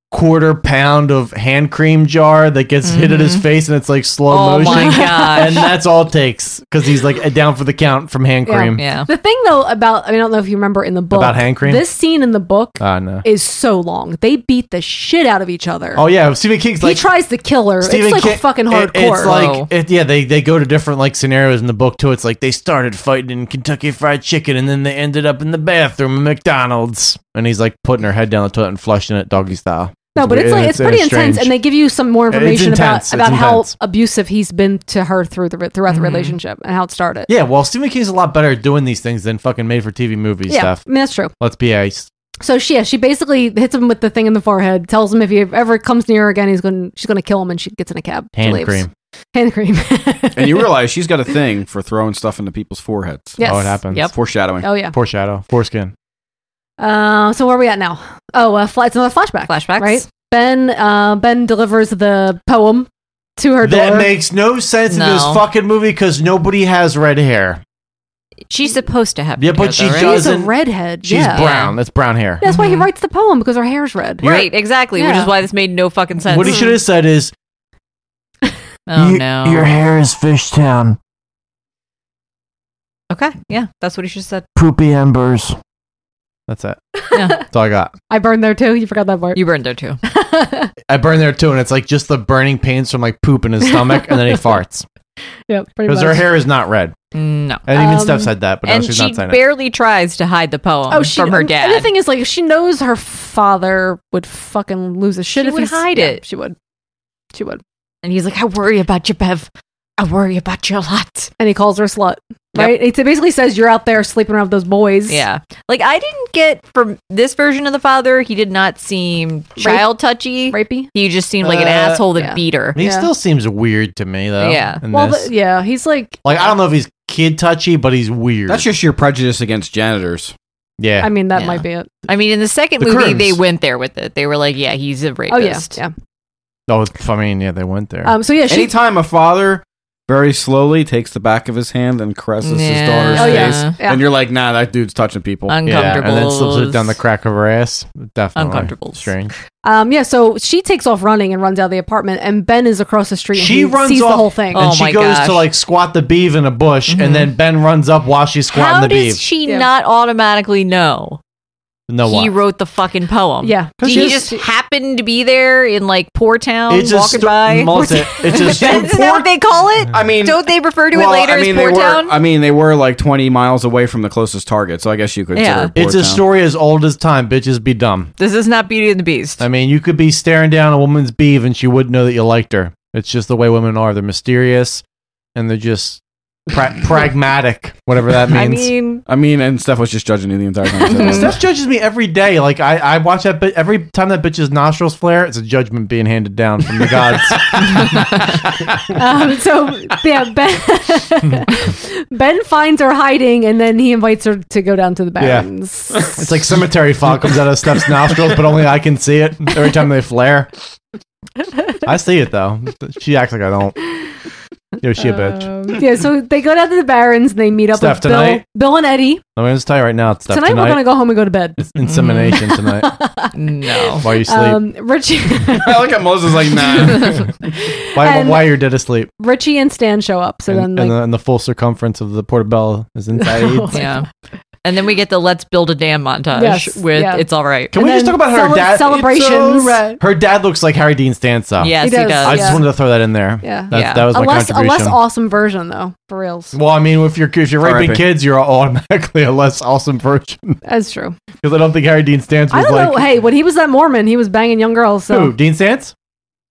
quarter pound of hand cream jar that gets hit in his face and it's like slow Mm-hmm. Oh motion. my gosh. And that's all it takes because he's like down for the count from hand cream. The thing though about I don't know if you remember in the book About hand cream? This scene in the book Uh, no. is so long. They beat the shit out of each other. Oh yeah, Stephen King's he like tries to kill her. Stephen it's like King- fucking hardcore. it- it's like it, yeah, they they go to different like scenarios in the book too. It's like they started fighting in Kentucky Fried Chicken and then they ended up in the bathroom at McDonald's. And he's like putting her head down the toilet and flushing it doggy style. no, but it's like it's, pretty intense, strange. and they give you some more It's information intense, about it's about how intense. Mm-hmm. abusive he's been to her through the throughout the relationship and how it started. yeah, well, Stephen King's a lot better at doing these things than fucking made for TV movie Yeah, stuff. I mean, that's true. Let's be ice. So she yeah, she basically hits him with the thing in the forehead, tells him if he ever comes near her again, he's going she's going to kill him, and she gets in a cab. She Hand leaves. cream. Oh, Hand cream. and you realize she's got a thing for throwing stuff into people's foreheads. Yes. Oh, it happens. Yep. Foreshadowing. Oh, yeah. Foreshadow. Foreskin. Uh, so where are we at now? Oh, uh, fl- it's another flashback. Flashbacks, right? Ben, uh, Ben delivers the poem to her That daughter. makes no sense in this No. fucking movie because nobody has red hair. She's supposed to have. Yeah, but she She's doesn't. a redhead. She's yeah. brown. Mm-hmm. That's brown hair. That's why he writes the poem because her hair's red. Right, exactly. Which Yeah. is why this made no fucking sense. What he should have said is, Oh You- no. Your hair is Fishtown. Okay, yeah, that's what he should have said. Poopy embers. That's it. That's all I got. I burned there too. You forgot that part. You burned there too. I burn there too, and it's like just the burning pains from like poop in his stomach, and then he farts yeah, pretty because much. her hair is not red. No, and even Um, Steph said that, but no, and she's she not saying it. barely tries to hide the poem Oh, she, from her And the dad. thing is, like, she knows her father would fucking lose his shit She if would he's- hide yeah, it. She would. She would. And he's like, I worry about you, Bev. I worry about you a lot. And he calls her a slut. Right? It basically says you're out there sleeping around with those boys. Yeah. Like I didn't get from this version of the father, he did not seem child touchy. Rapey. He just seemed like an Uh, asshole that yeah. beat her. He still seems weird to me though. Yeah. in Well, this. Oh, the, yeah, he's like, like I don't know if he's kid touchy, but he's weird. That's just your prejudice against janitors. Yeah. I mean, that might be it. I mean in the second The movie Crims. they went there with it. They were like, Yeah, he's a Oh, yeah. rapist. Yeah. oh, I mean, yeah, they went there. Um, so yeah, she- anytime a father very slowly takes the back of his hand and caresses Yeah. his daughter's Oh, yeah. face, Yeah. and you're like, nah, that dude's touching people. Yeah, and then slips it down the crack of her ass. Definitely Uncomfortable. Strange. Um, yeah, so she takes off running and runs out of the apartment, and Ben is across the street. She and he runs sees off the whole thing, Oh and she goes to like squat the beeve in a bush, Mm-hmm. and then Ben runs up while she's squatting How the beeve. does she not automatically know no he one. wrote the fucking poem? Yeah. Did he just happen to be there in like poor town It's a walking sto- by? multi- it's a sto- Isn't that what they call it? I mean don't they refer to Well, it later I mean, as they poor were. town? I mean, they were like 20 miles away from the closest target, so I guess you could. Yeah. Yeah, It's a story as old as time. Bitches be dumb. This is not Beauty and the Beast. I mean, you could be staring down a woman's beeve and she wouldn't know that you liked her. It's just the way women are. They're mysterious and they're just pra- pragmatic, whatever that means. I mean, and Steph was just judging you the entire time. Steph judges me every day. Like I, I watch that. But every time that bitch's nostrils flare, it's a judgment being handed down from the gods. um, so yeah, Ben Ben finds her hiding, and then he invites her to go down to the yeah, barrens. it's like cemetery fog comes out of Steph's nostrils, but only I can see it every time they flare. I see it though. She acts like I don't. Yo, she a bitch. Um, yeah, so they go down to the barrens and they meet up Steph, with Bill, tonight? Bill and Eddie. I'm gonna just tell you right now, it's Steph tonight, tonight. we're gonna go home and go to bed. It's insemination tonight. no. While you sleep. Um, Richie, I like how Moses like, nah. why, and- why you're dead asleep? Richie and Stan show up. So then, and, like, Oh. and, the, and the full circumference of the portobello is inside. yeah. And then we get the let's build a dam montage Yes, with yeah. it's all right. Can we just talk about her dad? celebrations. It's alright. Her dad looks like Harry Dean Stanza. Yes, He he does, does. I Uh, just yeah. wanted to throw that in there. yeah, That, that was a my less a contribution. Mm. less awesome version though, for reals. well, I mean, if you're if you're raping R.I.P. kids, you're automatically a less awesome version. That's true. Because I don't think Harry Dean Stanz I was don't like know. Hey, when he was that Mormon, he was banging young girls. So who Dean Stanz.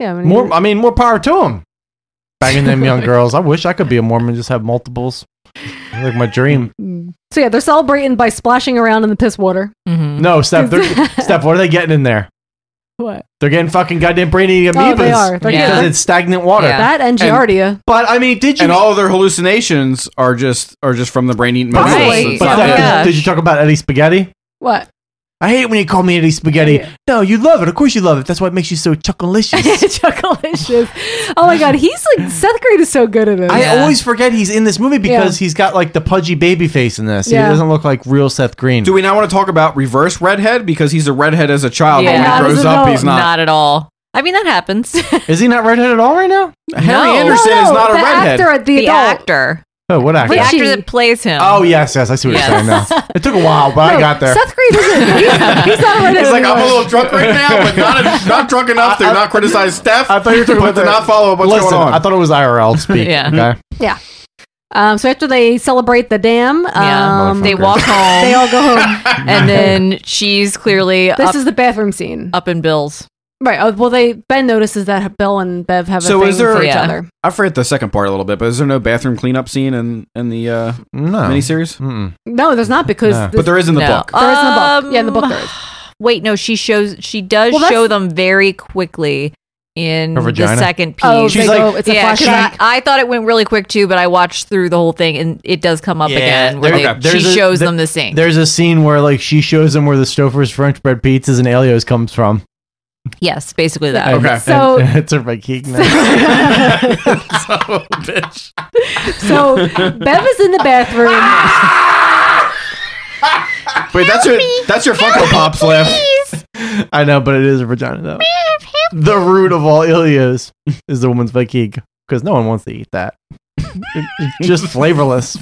yeah, when he More, was- I mean, more power to him. Banging them young girls. I wish I could be a Mormon, just have multiples. Like my dream. So yeah, they're celebrating by splashing around in the piss water. No, Steph, they're- Steph, what are they getting in there? What? They're getting fucking goddamn brainy amoebas. Oh, they are. They're because getting- it's stagnant water. That and Giardia. but I mean, did you? And all of their hallucinations are just are just from the brain eating. But, mimosas. but It's not Steph, bad. did, did you talk about Eddie Spaghetti? what? I hate when you call me any spaghetti. No, you love it. Of course you love it. That's why it makes you so chuckalicious. Chuckalicious. Oh my god, he's like Seth Green is so good at this. I always forget he's in this movie because Yeah. he's got like the pudgy baby face in this. Yeah. He doesn't look like real Seth Green. Do we not want to talk about reverse redhead because he's a redhead as a child, but when he grows up, he's not. at all. I mean, that happens. Is he not redhead at all right now? No. No, no, the actor at the adult. actor. Oh, what actor? The actor that plays him. Oh yes, yes, I see what you're saying now. It took a while, but I No, got there. Seth Green isn't. He's, he's not a redhead. It's like I'm a anymore. little drunk right now, but not not drunk enough to not criticize Steph. I thought you were talking about to not follow what's Listen, going on. I thought it was IRL speak. Yeah. Okay. Yeah. Um, so after they celebrate the dam, Yeah. um, They walk home. They all go home, and then she's clearly this up, is the bathroom scene. up in Bill's. Uh, Right. Oh, well, they Ben notices that Bill and Bev have a So thing is there? for each other. I forget the second part a little bit, but is there no bathroom cleanup scene in in the uh, miniseries? No, there's not because. No. this- But there is in the No. book. There is in the book. Yeah, in the book there is. Wait, no, she shows she does Well, that's- show them very quickly in Her the vagina? second piece. Oh, She's they like- go- it's a yeah, 'cause flashback. I, I thought it went really quick too, but I watched through the whole thing and it does come up again where there- they- there's she a- shows there- them the sink. There's a scene where like she shows them where the Stouffer's French bread pizzas and alios comes from. Yes, basically that. And- and- So- and it's her by bitch. So Bev is in the bathroom. Wait, that's your that's your Funko Pops laugh. I know, but it is a vagina though. the root of all ilios is the woman's vikig because no one wants to eat that. It's just flavorless.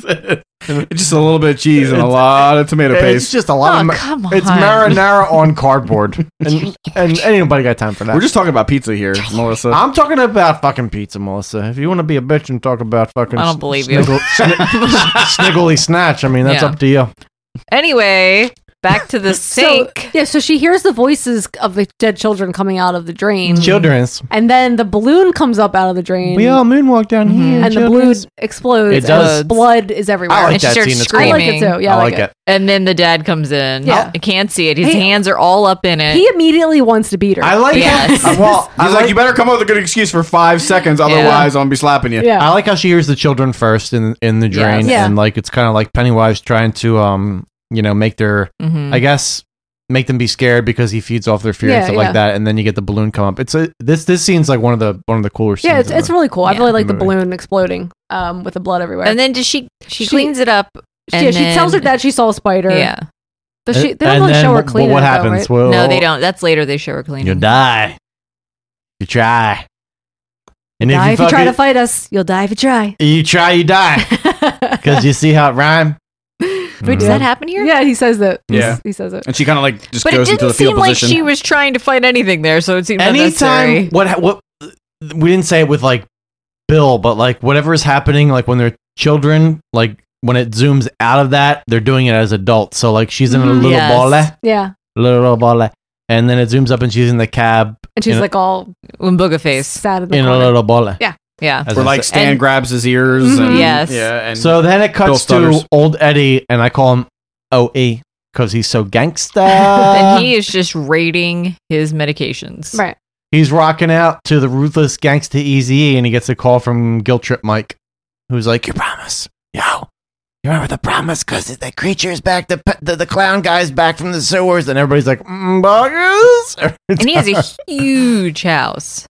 Just a little bit of cheese and a lot of tomato It's paste. just a lot of. Oh, ma- Oh, come It's marinara on cardboard, and, and ain't nobody got time for that. We're just talking about pizza here, Melissa. I'm talking about fucking pizza, Melissa. If you want to be a bitch and talk about fucking, I don't s- believe you. sniggle- sni- sniggly snatch, I mean that's Yeah. up to you. Anyway, back to the sink. So, yeah, so she hears the voices of the dead children coming out of the drain. Children's. And then the balloon comes up out of the drain. We all moonwalk down Mm-hmm. here, And the balloon explodes. It does. And blood is everywhere. I like and she that starts scene, it's cool. screaming. I like it too. Yeah, I I like like it. it. And then the dad comes in. Yeah. Yeah. I can't see it. His He- hands are all up in it. He immediately wants to beat her. I like Yes. it. Well, He's like, you better come up with a good excuse for five seconds, otherwise I'm gonna be slapping you. Yeah. I like how she hears the children first in in the drain, Yeah. and like it's kind of like Pennywise trying to um you know make their Mhm. I guess make them be scared because he feeds off their fear and Yeah, stuff yeah. like that, and then you get the balloon come up. It's a this this scene's like one of the one of the cooler scenes. Yeah, it's, in it's the- really cool. I really like the movie. balloon exploding um, with the blood everywhere. and then does she, she cleans it up. She, and yeah, she tells her then- dad she saw a spider. Yeah. Does she, they don't And really then show wh- her wh- cleaning. What though, happens? right? Well, no, they don't. That's later. They show her cleaning. You Oh. die. You try. And Die if you try fucking- to fight us, you'll die if you try. You try, you die. Because you see how it rhyme. Mm. Wait, does that happen here? Yeah, he says that. He's- Yeah. he says it. And she kind of like just But it goes into didn't the seem fetal like position. she was trying to fight anything there, so it seemed Anytime unnecessary. what ha- what we didn't say it with like Bill, but like whatever is happening, like when they're children, like when it zooms out of that, they're doing it as adults. So like she's in a Mhm. little Yes. ball, Yeah, little ball, and then it zooms up and she's in the cab and she's in, a- like all Umbuga face. sad in the in a corner. little ball. Yeah, Yeah. As Where I like said- Stan and- grabs his ears. And, Yes. Yeah. And So then it cuts Bill to stutters. old Eddie, and I call him OE because he's so gangsta. Uh, and he is just rating his medications. right. he's rocking out to the ruthless gangsta Easy, and he gets a call from Guilt Trip Mike, who's like, "You promise, yo, you remember the promise? Cause the creature's back, the pe- the, the clown guy's back from the sewers." And everybody's like, mm, "Buggers!" And he has a huge house.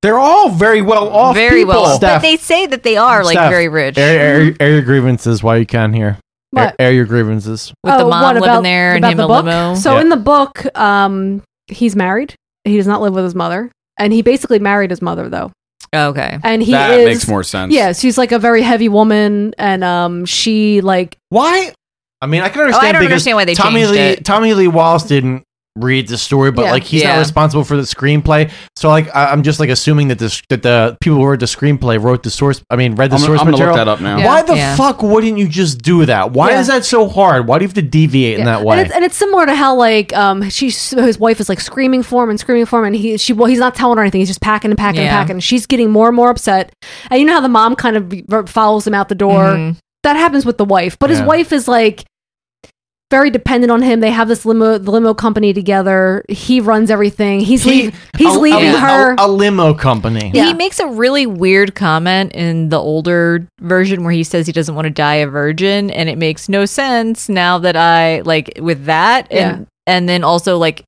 they're all very well off. very people. well. But Steph. they say that they are like Steph, very rich. Air, air, air your grievances while you can here. Air, What? air your grievances. with the Oh, mom what living about- there and about him the a book? limo. So Yeah. in the book, um, he's married. He does not live with his mother, and he basically married his mother though. okay. And he that is, makes more sense. Yeah, she's like a very heavy woman, and um, she like Why? I mean, Oh, I can don't understand. because understand why they Tommy changed Lee, it. Tommy Lee Wallace didn't read the story, but Yeah. like he's Yeah. not responsible for the screenplay. So like, I, I'm just like assuming that this that the people who wrote the screenplay wrote the source. I mean, read the I'm, gonna- source I'm gonna material. look that up now. Yeah. Why the Yeah. fuck wouldn't you just do that? Why Yeah. is that so hard? Why do you have to deviate in Yeah. that way? And it's, and it's similar to how like um she so his wife is like screaming for him and screaming for him, and he she well he's not telling her anything. He's just packing and packing Yeah. and packing. She's getting more and more upset, and you know how the mom kind of be- follows him out the door. Mhm. That happens with the wife, but his Yeah. wife is like very dependent on him. They have this limo the limo company together. He runs everything. He's He- oh, leav- he's a, leaving a, her. a, a limo company. Yeah. He makes a really weird comment in the older version where he says he doesn't want to die a virgin, and it makes no sense now that I like with that. And and then also like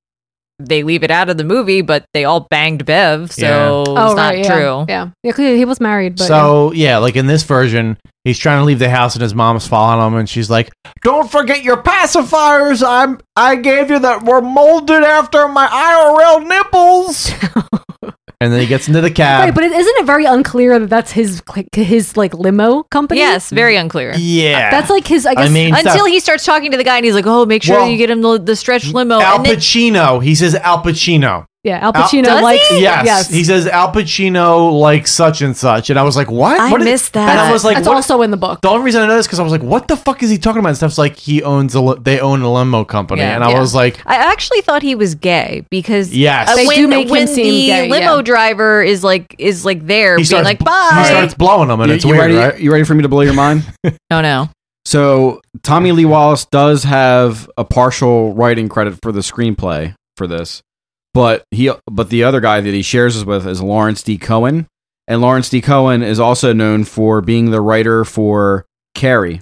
they leave it out of the movie, but they all banged Bev, so Yeah. it's oh, not right, yeah, true. Yeah, yeah. 'cause He was married, but um, so yeah. like in this version, he's trying to leave the house and his mom's following him, and she's like, Don't forget your pacifiers. I'm I gave you that were molded after my IRL nipples. and then he gets into the cab. Right, but it, isn't it very unclear that that's his like, his like limo company? Yes, very unclear. Yeah. that's like his. I guess until he starts talking to the guy and he's like, "Oh, make sure Well, you get him the, the stretch oh, limo." Al and then, Pacino. He says Al Pacino. yeah, Al Pacino likes. Yes. yes. He says Al Pacino like such and such, and I was like, "What? I What is- missed that. And I was like, That's what- also in the book. The only reason I know this because I was like, "What the fuck is he talking about?" And stuff's like he owns a li- they own a limo company, Yeah. and I Yeah. was like, I actually thought he was gay because Yes. uh, They when, do make him when seem the gay, limo yeah. driver is like is like there being like he bye. starts blowing them, and it's weird, ready, right? You ready for me to blow your mind? no, no. So Tommy Lee Wallace does have a partial writing credit for the screenplay for this, but he but the other guy that he shares this with is Lawrence D. Cohen, and Lawrence D. Cohen is also known for being the writer for Carrie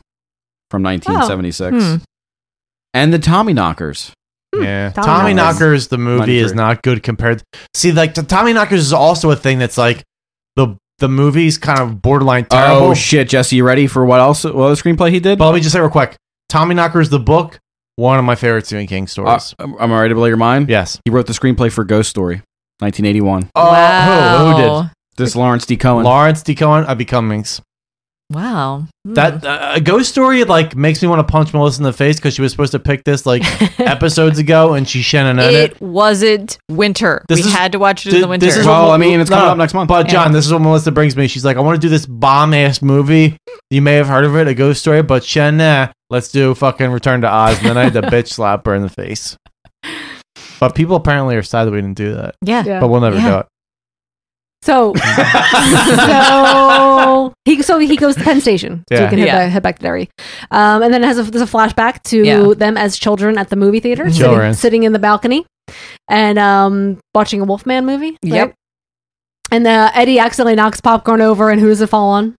from 1976 Hmm. and the Tommy Knockers. Yeah, Tommy Tommy Knockers. Knockers the movie is 93. not good compared. See, like the Tommy Knockers is also a thing that's like the the movie's kind of borderline terrible. Oh shit, Jesse, you ready for what else? What other screenplay he did? But let me just say real quick, Tommy Knockers the book, one of my favorite Stephen King Uh, stories. I'm I'm already to blow your mind. Yes, he wrote the screenplay for Ghost Story, 1981. Oh, who, who Wow. did? This Lawrence D. Cohen. Lawrence D. Cohen, I Becomings. Wow. That uh, a ghost story like makes me want to punch Melissa in the face because she was supposed to pick this like episodes ago and she shannon Hmm. it, it. wasn't winter. This we is- had to watch it in the winter. This is what- no, But John, this is what Melissa brings me. She's like, I want to do this bomb ass movie. You may have heard of it, a ghost story, but shannon, let's do fucking Return to Oz. And then I had to bitch slap her in the face. But people apparently are sad that we didn't do that. Yeah. Yeah. but we'll never Yeah. do it. So, so he so he goes to Penn Station, so Yeah. he can head, Yeah. back, head back to Derry, um, and then it has a, there's a flashback to Yeah. them as children at the movie theater, sitting- Children. Sitting, in the balcony and um, watching a Wolfman movie. Yep. And uh, Eddie accidentally knocks popcorn over, and who does it fall on?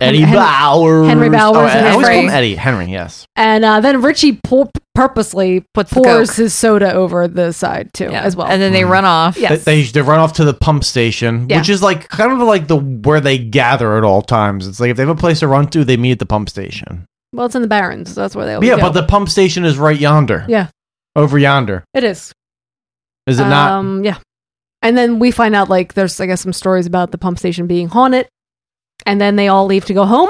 Eddie Henry- Bowers. Henry Bowers Oh, and I always call Henry. him Eddie. Henry, yes. And uh, then Richie pour- purposely Puts the pours Coke. his soda over the side too, as well. And then Hmm. they run off. Yes. They, they, they run off to the pump station, Yeah. which is like kind of like the where they gather at all times. It's like if they have a place to run to, they meet at the pump station. well, it's in the Barrens, so that's where they. Always yeah, go. but the pump station is right yonder, yeah, over yonder. it is. Is it not? Um, yeah. And then we find out like there's I guess some stories about the pump station being haunted, and then they all leave to go home.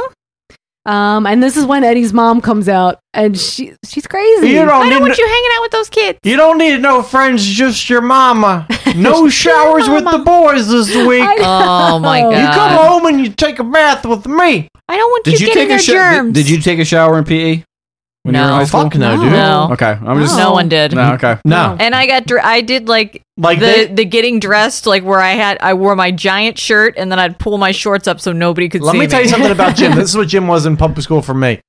Um, and this is when Eddie's mom comes out, and she she's crazy. You don't I don't need want to- you hanging out with those kids. You don't need no friends, just your mama. No showers with the boys this week. I know. Oh, my You come God. home and you take a bath with me. I don't want Did you, take a their sho- germs. did, did you take a shower in PE? When you were in No. high school? Fuck no, dude. No. Okay, I'm No. just No one did. No, okay, no. and I got dr- I did like Like the they- the getting dressed like where I had I wore my giant shirt and then I'd pull my shorts up so nobody could Let see me tell you something about Jim. This is what Jim was in public school for me.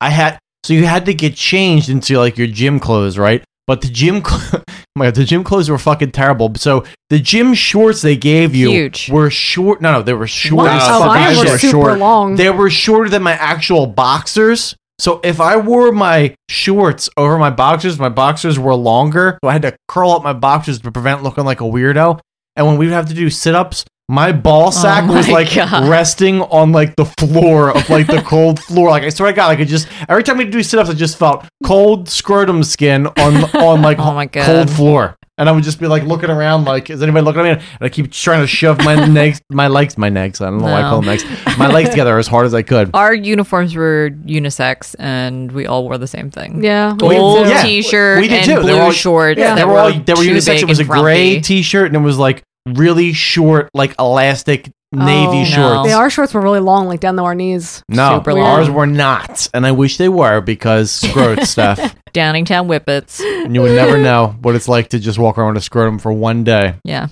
I had so you had to get changed into like your gym clothes, right? But the gym, cl- oh my God, the gym clothes were fucking terrible. So the gym shorts they gave you Huge. were short. No, no, they were short. Mine- as oh, fuck. mine They were super long. They were shorter than my actual boxers. So if I wore my shorts over my boxers, my boxers were longer. So I had to curl up my boxers to prevent looking like a weirdo. And when we would have to do sit ups, my ball sack was Oh my like God. resting on like the floor of like the cold floor. Like I swear to God, like it just every time we do sit ups, I just felt cold scrotum skin on on like Oh my God. cold floor. And I would just be like looking around, like, is anybody looking at me? And I keep trying to shove my legs, my legs, my legs. I don't know why I No. call them legs. My legs together as hard as I could. Our uniforms were unisex and we all wore the same thing. Yeah, We did gold too. Yeah. t-shirt We did and too. They blue were all- shorts. that Yeah, they were all they were too unisex. big It was a and gray frumpy. t-shirt and it was like really short, like elastic navy Oh, shorts. They, our shorts were really long, like down to our knees. No, Super long. ours were not, and I wish they were because scrote stuff. Downingtown whippets. And you would never know what it's like to just walk around with a scrotum for one day, Yeah.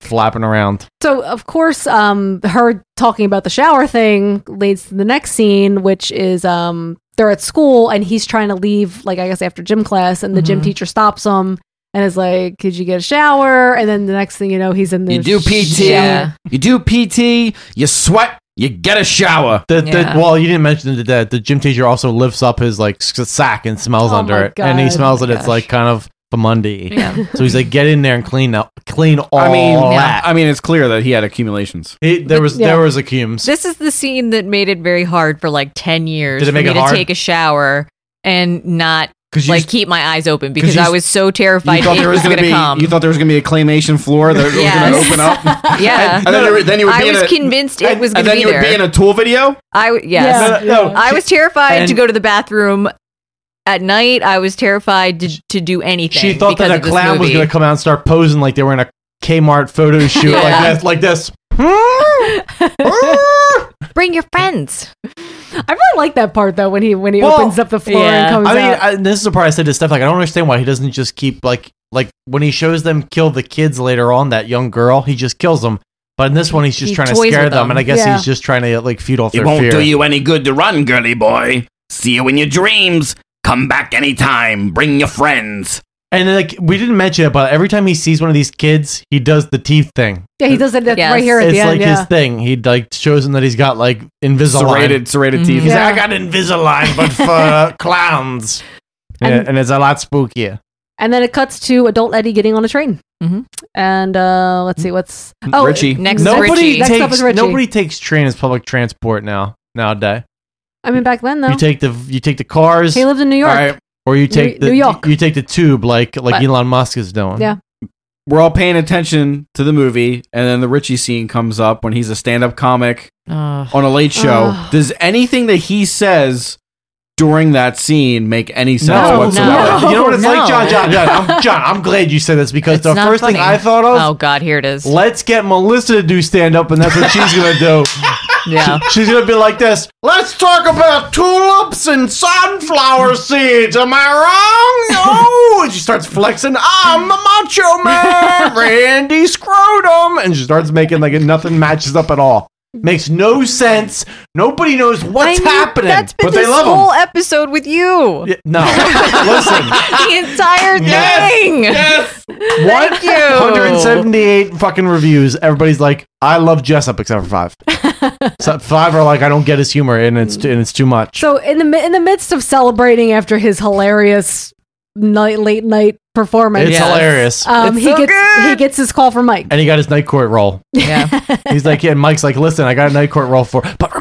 flapping around. So of course, um, her talking about the shower thing leads to the next scene, which is um, they're at school and he's trying to leave, like I guess after gym class, and the gym Mm-hmm. Mhm. teacher stops him and is like, "Could you get a shower?" And then the next thing you know, he's in the You do PT. shower. You do PT. You sweat. You get a shower. The, the, Yeah. Well, you didn't mention the that the gym teacher also lifts up his like s- sack and smells Oh under my it, and he God. smells Oh it. my It's like kind of Famundi. Yeah. so he's like, get in there and clean up, clean all I mean, that. I mean, it's clear that he had accumulations. He, there was yeah. there was a cumes. This is the scene that made it very hard for like ten years Did it for make me it to hard? take a shower and not 'Cause you like s- keep my eyes open because you I s- was so You terrified thought it there was going gonna to be come. you thought there was gonna be a claymation floor that was Yes. gonna open up. yeah, And then, there, were- then you would I be was in a, convinced it was going to and then be you there. would be in a tool video. I w- yes, Yeah, no, no. I was terrified to And- go to the bathroom at night. I was terrified to, to do anything. She thought because that a of this clown was movie. going to come out and start posing like they were in a Kmart photo shoot, Yeah. like this, like this. Bring your friends. I really like that part though when he when he opens up the floor and comes I mean, out. I, this is the part I said to Steph. Like, I don't understand why he doesn't just keep like like when he shows them kill the kids later on that young girl, he just kills them. But in this one, he's just He trying to toys scare with them, them. and I guess Yeah. he's just trying to like feed off It their won't fear. do you any good to run, girly boy. See you in your dreams. Come back anytime. Bring your friends. and like we didn't mention it, but every time he sees one of these kids, he does the teeth thing. yeah, he does it that- right here at it's the end. like yeah. his thing. He like shows him that he's got like Invisalign, Serrated- serrated Mhm. teeth. He's Yeah. like, I got Invisalign, but for uh, clowns. Yeah, And- and, it's a lot spookier. And then it cuts to adult Eddie getting on a train. Mm-hmm. And uh, let's see what's Oh, nobody Takes, Next up is Richie. Nobody takes train as public transport now nowadays. I mean, back then though, You take the you take the cars. He lived in New York. Or you New- take the New York. You take the tube like like But- Elon Musk is doing. yeah. We're all paying attention to the movie, and then the Richie scene comes up when he's a stand-up comic on a late show. Ugh. Does anything that he says during that scene make any sense No, whatsoever? no, You know what it's like, John? John, John, I'm, I'm, John, I'm glad you said this because It's the not first thing funny. I thought of, Oh God, here it is. let's get Melissa to do stand up, and that's what she's gonna do. Yeah, she's gonna be like this. Let's talk about tulips and sunflower seeds. Am I wrong? Oh, and she starts flexing. I'm the Macho Man, Randy Scrotum, and she starts making like nothing matches up at all. Makes no sense. Nobody knows what's happening, That's been but they this love whole him. episode with you. No, listen. the entire Yes, thing. yes. What? Thank you. 178 fucking reviews. Everybody's like, I love Jessup except for five. so five are like, I don't get his humor and it's and it's too much. So in the mi- in the midst of celebrating after his hilarious night late night performance, It's hilarious. Um, It's he so gets he gets his call from Mike. And he got his night court role. Yeah. He's like, yeah, and Mike's like, listen, I got a night court role for but But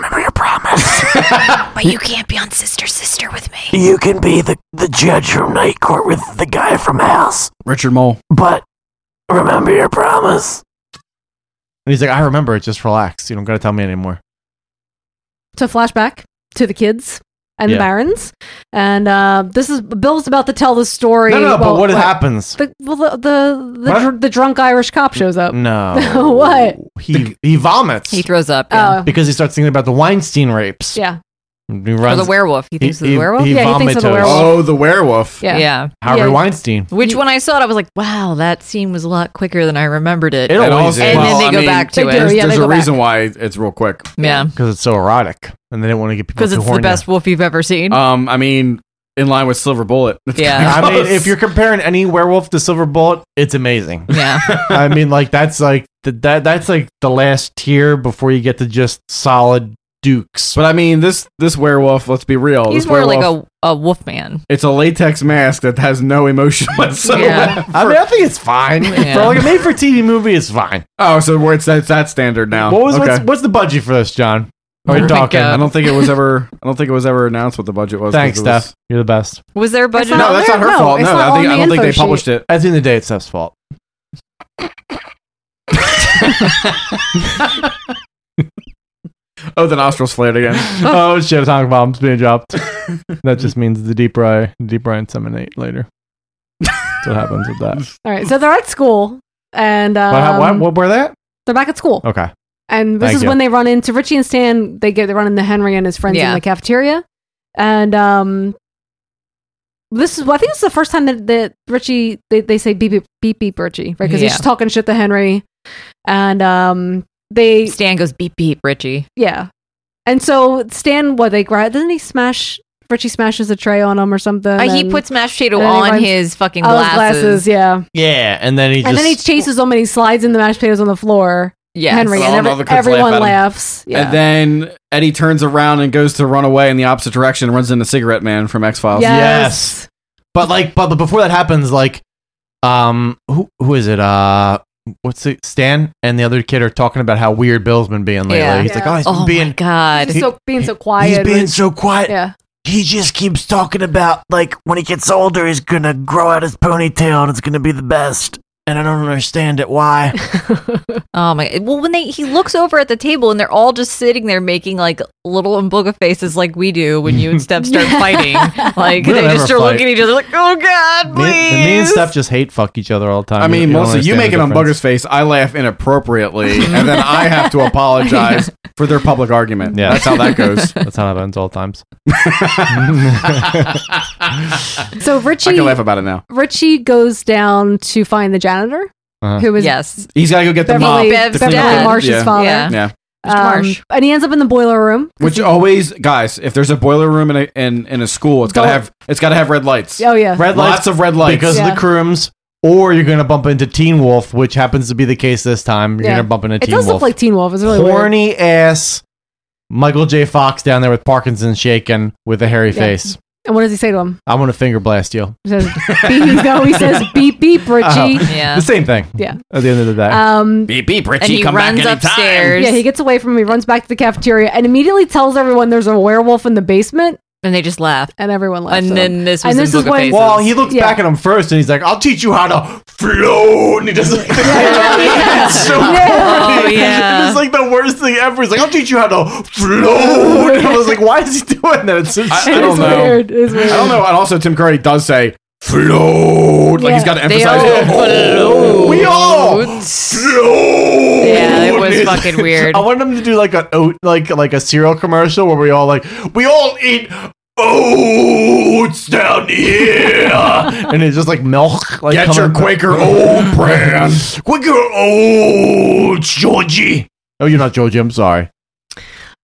you can't be on Sister Sister with me. You can be the, the judge from Night Court with the guy from House, Richard Mole. but remember your promise. and he's like, I remember it, just relax. You don't gotta tell me anymore. to flashback to the kids and Yeah. the barons, and uh, this is Bill's about to tell the story. No, no, but Well, what happens? The, well, the the the, What? dr- the drunk Irish cop shows up. Mm-hmm. No. what? He he vomits. He throws up yeah. Oh. because he starts thinking about the Weinstein rapes. Yeah. He runs- Oh, the werewolf. He thinks of the werewolf? He Yeah, he thinks of the vomitos. werewolf. Oh, the werewolf. Yeah. Yeah. Harvey Yeah. Weinstein. Which when I saw it, I was like, "Wow, that scene was a lot quicker than I remembered it." It and always is. then Well, they I go mean, back to they it. do, There's, there's a reason why it's real quick. Yeah. Because it's so erotic, and they didn't want to get people because too it's the horny. best wolf you've ever seen. Um, I mean, in line with Silver Bullet. Yeah. I mean, if you're comparing any werewolf to Silver Bullet, it's amazing. Yeah. I mean, like that's like the, that that's like the last tier before you get to just solid dukes. But I mean, this this werewolf. Let's be real. He's this more werewolf, like a a wolf man. It's a latex mask that has no emotion whatsoever. Yeah. I mean, I think it's fine Yeah. for like a made-for-TV movie. It's fine. Oh, so where it's that, that standard now. What was Oh, okay. what's, what's the budget for this, John? Are you uh, talking? I don't think it was ever. I don't think it was ever announced what the budget was. Thanks, It was- Steph. You're the best. Was there a budget? No, on that's there? not her fault. No, I, think, I don't think they published it. At the end of the day, it's Steph's fault. Oh, the nostrils flared again. oh shit! Atomic bombs being dropped. that just means the deep fry, deep fry inseminate later. That's what happens with that. All right, so they're at school, and um, what, what, what were that? they're back at school. Okay. And this Thank is you. when they run into Richie and Stan. They get they run into Henry and his friends Yeah. in the cafeteria, and um, this is I think it's the first time that, that Richie they, they say beep beep beep beep Richie right because Yeah. he's just talking shit to Henry, and um they Stan goes beep beep Richie. yeah, and so Stan what they grab doesn't he smash Richie smashes a tray on him or something? Uh, he and- puts mashed potato and then he on runs- his fucking Oh, his glasses. yeah, Yeah, and then he and just then he chases them and he slides in the mashed potatoes on the floor. Yes. Henry, and Well, no every- other kids everyone laugh at him. laughs. Yeah. And then Eddie turns around and goes to run away in the opposite direction and runs into Cigarette Man from X Files. Yes. But like, but, but before that happens, like, um, who who is it? Uh, what's it? Stan and the other kid are talking about how weird Bill's been being lately. He's like, oh, he's been being God. He- so being so quiet. He's being with- so quiet. Yeah. He just keeps talking about like when he gets older, he's gonna grow out his ponytail and it's gonna be the best. And I don't understand it. Why? Oh my! Well, when they he looks over at the table and they're all just sitting there making like little umbuga faces like we do when you and Steph start fighting. Like We don't they ever just start fight. looking at each other like, "Oh God, me, please!" me and Steph just hate fuck each other all the time. I mean, don't mostly you understand make the it on difference. Bugger's face. I laugh inappropriately, and then I have to apologize for their public argument. Yeah, that's how that goes. That's how that ends all times. So Richie, I can laugh about it now. Richie goes down to find the janitor, Uh-huh. who is yes, He's got to go get the mop. Beverly- to clean Beverly up. Marsh's yeah. father. Um, Yeah. Mr. Marsh. and he ends up in the boiler room. Which always, guys, if there's a boiler room in a, in, in a school, it's got to Don't- have it's got to have red lights. Oh, yeah. Red lights lots of red lights because of the crims, or you're gonna bump into Teen Wolf, which happens to be the case this time. You're Yeah. gonna bump into It Teen does Wolf. look like Teen Wolf. It's really weird. horny ass Michael J. Fox down there with Parkinson's shaken with a hairy Yeah. face. And what does he say to him? I want to finger blast you. He says, beep, no, he says beep beep, Richie. Oh, The same thing. Yeah. At the end of the day. Um, beep beep, and he runs upstairs. Yeah, he gets away from him. He runs back to the cafeteria and immediately tells everyone there's a werewolf in the basement, and they just laugh. and everyone laughs. And at him. then this was and in this is Book of when Faces. well, he looks back at him first and he's like, I'll teach you how to float. And he does like, It's so Yeah. Oh, corny. yeah. It's like the worst thing ever. He's like, I'll teach you how to float. And I was like, why is he doing that? It's so I, I don't know. I don't know. And also, Tim Curry does say float. Like he's got to emphasize it. Oh, We all Yeah, it was fucking weird. I wanted them to do like a oat, like like a cereal commercial where we all like we all eat oats down here, and it's just like milk. Like Get your Quaker oat brand. Quaker oats, Georgie. Oh, you're not Georgie. I'm sorry.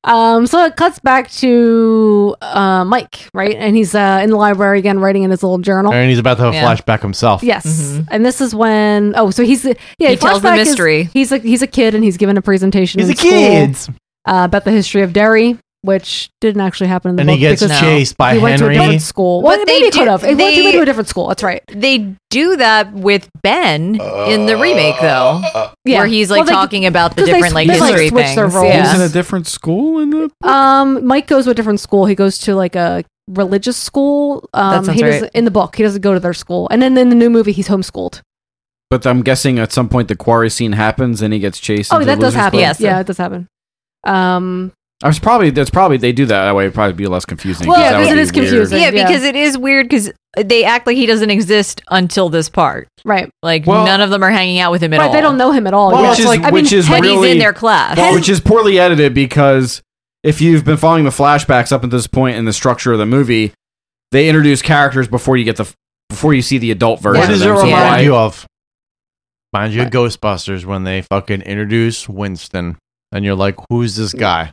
Um, so it cuts back to uh, Mike, right? And he's uh, in the library again, writing in his little journal. And he's about to have a flashback himself. Yes, and this is when oh, so he's yeah, Mm-hmm. He tells the flashback is- mystery. he's a he's a kid and he's given a presentation. He's in a school, kid. uh, about the history of Derry, which didn't actually happen in the And book. he gets because chased by he went to a Henry. different school. But Well, they maybe he do- could have. He went he went they- to a different school. That's right. They do that with Ben in the Uh, remake, though, Yeah. where he's like Well, they- talking about the 'cause they different like split, like, history switch things. their roles. Yeah. He's in a different school in the Um, Mike goes to a different school. He goes to like a religious school. Um, sounds he right. doesn't, in the book, he doesn't go to their school. And then in the new movie, he's homeschooled. But I'm guessing at some point the quarry scene happens and he gets chased. Oh, into that does Loser's happen. Club. yeah, it does happen. Um, I was probably that's probably they do that that way. It'd probably be less confusing. 'cause that would be weird. Yeah, because it is weird because they act like he doesn't exist until this part. Right. Like Well- none of them are hanging out with him at right, all. they don't know him at all. Well, yeah. which is Like, I mean, which is when he's really- in their class. Well, which is poorly edited because if you've been following the flashbacks up at this point in the structure of the movie, they introduce characters before you get the before you see the adult version. What of does it them, so remind why- you of? Mind you, of Ghostbusters when they fucking introduce Winston, and you're like, "Who's this guy?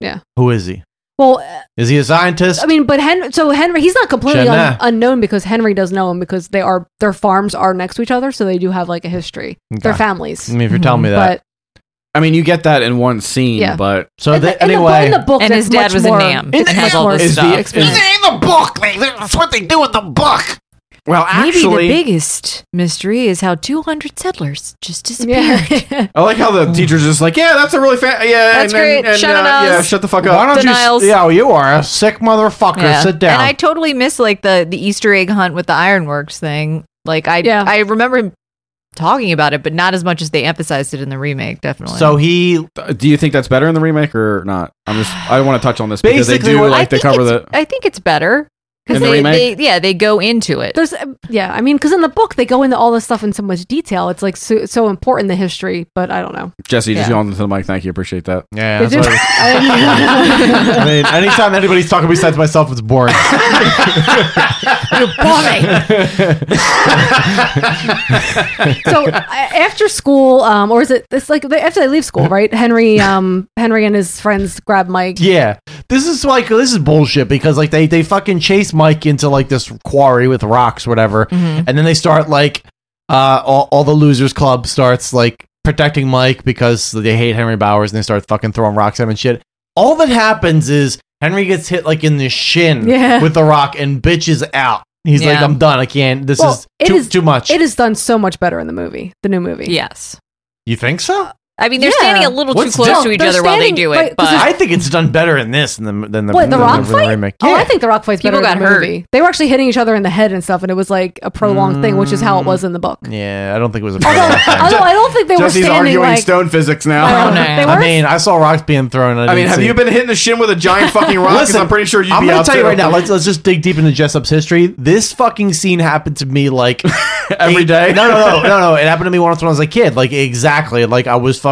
yeah. Who is he? Well, Is he a scientist?" I mean, but Henry. So Henry, he's not completely un- Jenna. unknown because Henry does know him because they are their farms are next to each other, so they do have like a history. Their Okay. families. I mean, if you're telling me Mm-hmm. that- I mean, you get that in one scene, Yeah. but so the- in the- but in the book, And that's his dad much was a more- NAMM. it's It has much all more this stuff. explained. in the book. Like, that's what they do in the book. Well, Maybe actually, the biggest mystery is how 200 settlers just disappeared. I like how the teacher's just like, yeah, that's a really fan. Yeah, That's and, then- great. and, Shut it uh, up. Yeah, shut the fuck up. Why don't you- Denials. Yeah, well, you are a sick motherfucker. Yeah. Sit down. And I totally miss like the the Easter egg hunt with the ironworks thing. Like I I remember him talking about it, but not as much as they emphasized it in the remake. Definitely. he. Do you think that's better in the remake or not? I'm just. I don't want to touch on this because they Basically do what- I like they think cover it's- the. I think it's better because In the they, remake? they yeah they go into it. There's yeah, I mean, because in the book they go into all this stuff in so much detail. It's like so, so important the history, but I don't know. Jesse just Yeah. yawned into the mic. Thank you. Appreciate that. Yeah. Did that's you- what I I mean, anytime anybody's talking besides myself, it's boring. so a- after school, um, or is it? It's like they, after they leave school, right? Henry, um, Henry and his friends grab Mike. Yeah, this is like this is bullshit because like they they fucking chase Mike into like this quarry with rocks, whatever, Mhm. and then they start like uh all, all the losers club starts like protecting Mike because they hate Henry Bowers and they start fucking throwing rocks at him and shit. All that happens is Henry gets hit like in the shin Yeah. with the rock and bitches out. He's like, Yeah. I'm done. I can't. This Well, is, it too, is- too much. It is done so much better in the movie, the new movie. Yes. you think so? I mean, they're Yeah. standing a little What's too close done- to each They're other while they standing- do right, it, 'cause but there's- I think it's done better in this than the than the, What, the than rock than fight? remake. Oh, I Yeah. think the rock fight's better People in the got hurt. movie. They were actually hitting each other in the head and stuff, and it was like a prolonged thing, which is how it was in the book. Mm. Yeah, I don't think it was a. Although I don't think they were Jesse's standing arguing like. stone physics now. I don't know. They I weren't- mean, I saw rocks being thrown. I, I mean, didn't have see- you been hitting the shin with a giant fucking rock? 'Cause I'm pretty sure you'd I'm be gonna out tell you too. right now. Let's let's just dig deep into Jessup's history. This fucking scene happened to me like Every every day? day. No, no, no, no, no. It happened to me once when I was a kid. Like exactly. Like I was fucking.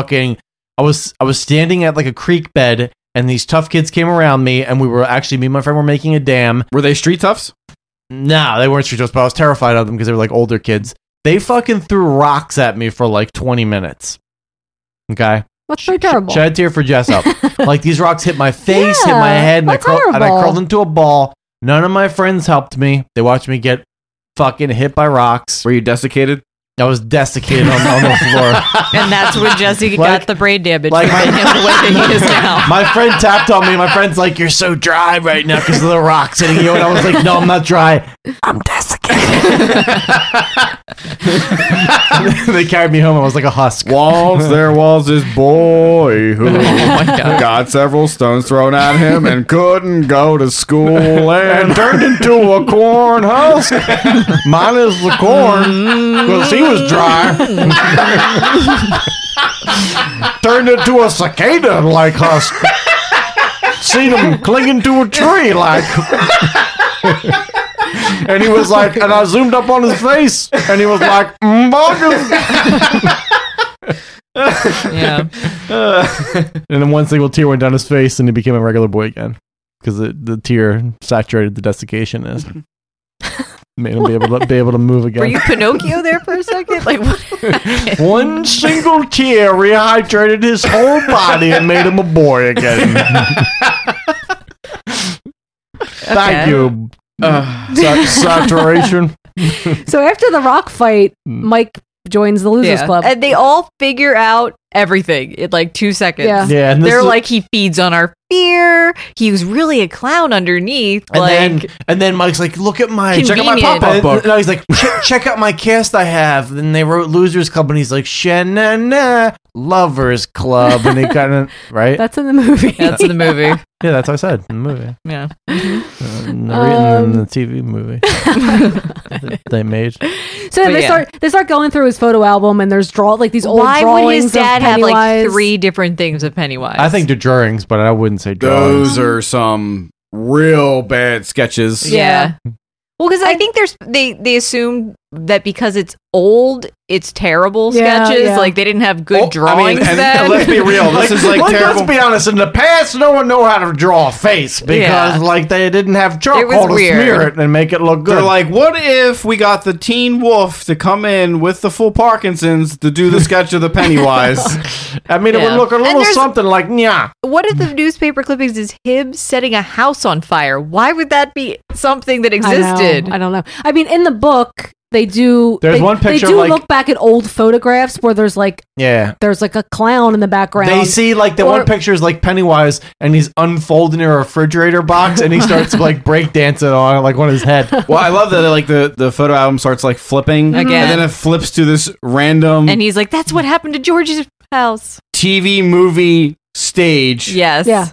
I was I was standing at like a creek bed, and these tough kids came around me, and we were actually me and my friend were making a dam. Were they street toughs? No, they weren't street toughs, but I was terrified of them because they were like older kids. They fucking threw rocks at me for like twenty minutes. Okay. That's pretty terrible. Shed a tear for Jess up. like these rocks hit my face, hit my Yeah, head, and I, that's curl- and I horrible. curled into a ball. None of my friends helped me. They watched me get fucking hit by rocks. Were you desiccated? I was desiccated on, on the floor. and that's when Jesse Like- got the brain damage like- like, in him the way that he is now. My friend tapped on me. My friend's like, "You're so dry right now because of the rocks hitting you," and I was like, "No, I'm not dry. I'm desiccated. they carried me home. I was like a husk. Walls, there was this boy who got several stones thrown at him and couldn't go to school and turned into a corn husk. Minus the corn, because he was dry. Turned into a cicada like husk. Seen him clinging to a tree like. and he was like, and I zoomed up on his face, and he was like, "Mm, bogus." Yeah. and then one single tear went down his face, and he became a regular boy again because the, the tear saturated the desiccation. Is made him be able to be able to move again. Mm-hmm. Were you Pinocchio there for a second? Like what? One single tear rehydrated his whole body and made him a boy again. Thank Okay. you. Sa- saturation. so after the rock fight, Mm. Mike joins the Losers Yeah. Club. And they all figure out everything in like two seconds. Yeah. Yeah, and this Uh, They're is- like, he feeds on our fear. He was really a clown underneath. And like, then, and then Mike's like, "Look at my Convenient. check out my pop-up Pop-up book." book. No, he's like, "Check- "Check out my cast I have." And they wrote "Losers Club," and he's like, "Shanana Lovers Club," and they kind of right. That's in the movie. That's in the movie. yeah, that's what I said in the movie. Yeah. Uh, no, written Um, in the TV movie that they made. So then they start they start going through his photo album, and there's draw like these old Why would drawings. his of dad have like Pennywise. three different things of Pennywise? I think they're drawings, but I wouldn't say drawings. Those are some real bad sketches. Yeah. Well, because I think there's they they assume that because it's old, it's terrible Yeah, sketches. yeah. Like they didn't have good drawings and- then. and let's be real, this is like Like, terrible. Let's be honest. In the past, no one knew how to draw a face because, Yeah. like, they didn't have charcoal to weird. smear it and make it look good. They're like, what if we got the Teen Wolf to come in with the full Parkinson's to do the sketch of the Pennywise? I mean, it would Yeah. look a And little there's- something like yeah. What if the newspaper clippings is him setting a house on fire? Why would that be something that I know, existed? I, don't know. I mean, in the book, they do. There's they, one picture, They do like- look back at old photographs where there's like yeah. there's like a clown in the background. They see like the Or- one picture is like Pennywise, and he's unfolding a refrigerator box, and he starts like breakdancing on it, like on his head. well, I love that like the, the photo album starts like flipping Again. and then it flips to this random And he's like, "That's what happened to George's house." TV movie stage. Yes. Yeah.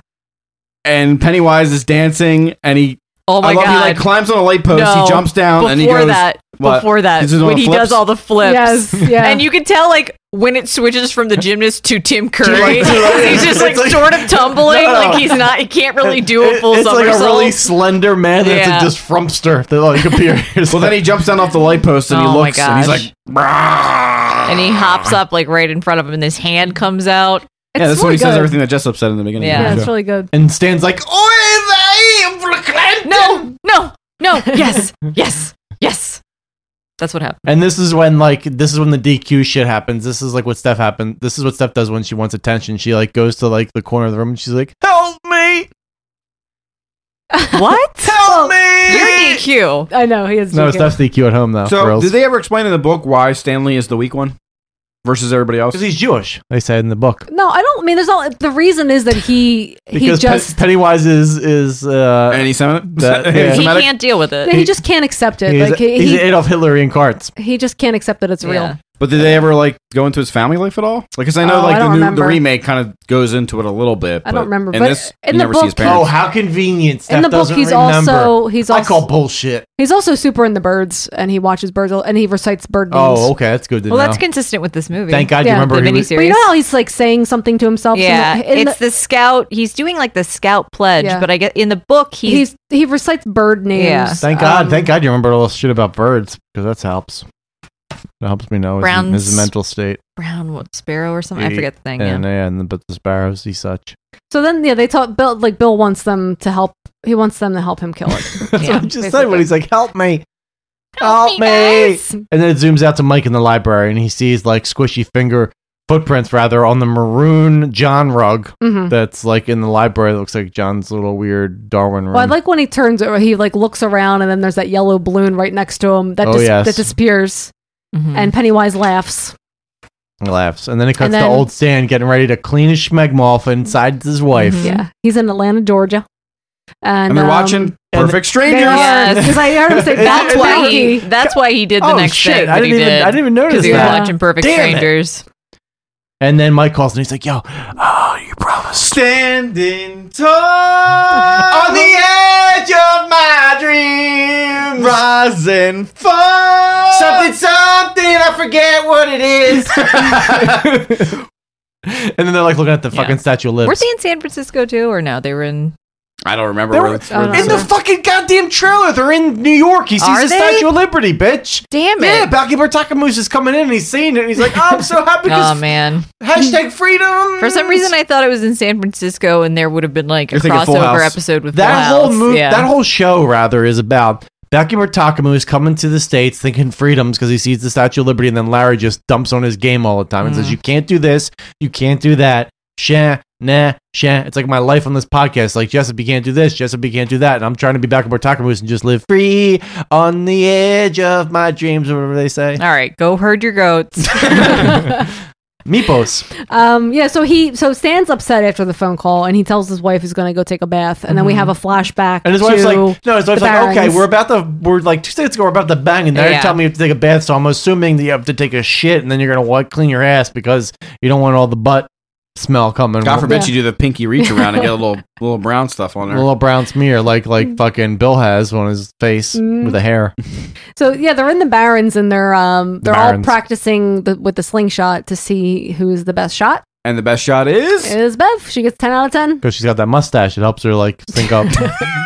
And Pennywise is dancing and he Oh my I love, He God. like climbs on a light post, No. he jumps down and he Before goes that, what? before that, He's doing when he flips? does all the flips, Yes, yeah. and you can tell like when it switches from the gymnast to Tim Curry, to, like- he's just like, it's like- sort of tumbling, No. like he's not, he can't really do a It- full it's like somersault. a really slender man that's Yeah. a just frumpster that like appears. Well, then he jumps down off the light post and he Oh my looks and he's gosh. like, "Brah." and he hops up like right in front of him, and his hand comes out. yeah, that's when he says everything that Jessup said in the beginning. Yeah. Yeah, it's really good. And Stan's like, No, no, no. Yes, yes, yes. That's what happened. And this is when like this is when the DQ shit happens. This is like what Steph happened. This is what Steph does when she wants attention. She like goes to like the corner of the room and she's like, Help me! What? Help me! You're DQ. I know he is. No, joking. Steph's DQ at home though. So, girls. did they ever explain in the book why Stanley is the weak one? versus everybody else? Because he's Jewish, they said in the book. No, I don't I mean there's all the reason is that he he Because Pe- just Pennywise is is uh, anti-Semitic. He can't deal with it. he, just can't accept it. He's, like he, he's he, Adolf Hitler incarnate. he just can't accept that it's real. But did they ever like go into his family life at all? Like, because I know Oh, I like don't the new, the remember. remake kind of goes into it a little bit. I don't remember, In but this, in you the never see his book- parents. Oh, how convenient! In the book, he's also he's also I call bullshit. he's also super in the birds, and he watches birds a- and he recites bird names. Oh, okay, that's good to Well, know. that's consistent with this movie. Thank God you Yeah. remember the he was- miniseries. But you know how he's like saying something to himself. in the- yeah, in it's the, scout. He's doing like the scout pledge, Yeah. but I get in the book he's, he's he recites bird names. Thank God, Um, thank God you remembered all this shit about birds because that helps. That helps me know his, Brown's- his mental state. brown what, sparrow or something. I forget the thing. And, yeah. and but the sparrows, he such. So then, yeah, they taught Bill like Bill wants them to help. He wants them to help him kill it. That's what I'm just saying. When he's like, "Help me, help, me!" And then it zooms out to Mike in the library, and he sees like squishy finger footprints, rather, on the maroon John rug Mhm. that's like in the library. It looks like John's little weird Darwin room. Well, I like when he turns or he like looks around and then there's that yellow balloon right next to him that Oh, dis- yes. that disappears, Mm-hmm. Mm-hmm. and Pennywise laughs. He laughs, and then it cuts And then- to old Stan getting ready to clean his schmegmoff inside his wife. Yeah, he's in Atlanta, Georgia, and, And they're um, watching Perfect Strangers. they are, Yes. 'cause I heard him say It's- that's That's why he. why. That's why he did the Oh, next shit, thing. I that he didn't even- did, I didn't even notice 'cause he was that. watching Perfect Damn it. Strangers. And then Mike calls and he's like, "Yo, oh, Standing tall on the edge of my dreams. Rise and fall. Something, something, I forget what it is. and then they're like looking at the fucking statue of Were lips. they in San Francisco too, or no? They were in. I don't remember. They where were- it's- where in it's- the fucking goddamn trailer. They're in New York. He sees Are the they? Statue of Liberty, bitch. Damn it. Yeah, Balky Bartakamoose is coming in and he's seeing it and he's like, oh, I'm so happy Oh because man! hashtag freedom. For some reason, I thought it was in San Francisco, and there would have been like a You're thinking Full crossover House. episode with that Full whole House, movie, yeah. that whole show rather is about Balky Bartakamoose coming to the states thinking freedoms because he sees the Statue of Liberty and then Larry just dumps on his game all the time and says, you can't do this, you can't do that. Shah, nah, shah. It's like my life on this podcast. Like Jessup, you can't do this. Jessup, you can't do that. And I'm trying to be back at Bartakamoose and just live free on the edge of my dreams, or whatever they say. All right, go herd your goats. Meepos. Um, yeah, so he so Stan's upset after the phone call and he tells his wife he's going to go take a bath, and then we Mhm. have a flashback. And his wife's to like, no, his wife's the like, okay, Barons. we're about to, we're like two states ago, we're about to bang, and they're Yeah. telling me you have to take a bath, so I'm assuming that you have to take a shit, and then you're gonna wipe, clean your ass because you don't want all the butt smell coming. God forbid you do the pinky reach around and get a little little brown stuff on a there. little brown smear like like fucking Bill has on his face Mm. with the hair. So yeah, they're in the barrens and they're um they're all Barrens. practicing the, with the slingshot to see who's the best shot. and the best shot is Is Bev? She gets ten out of ten. Because she's got that mustache, it helps her like sync up,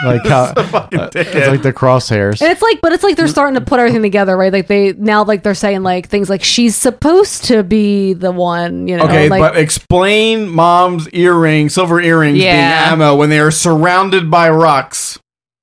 like how uh, it's like the crosshairs. And it's like, but it's like they're starting to put everything together, right? Like they now, like they're saying like things like she's supposed to be the one, you know? okay, like, but explain mom's earring, silver earrings Yeah. being ammo when they are surrounded by rocks.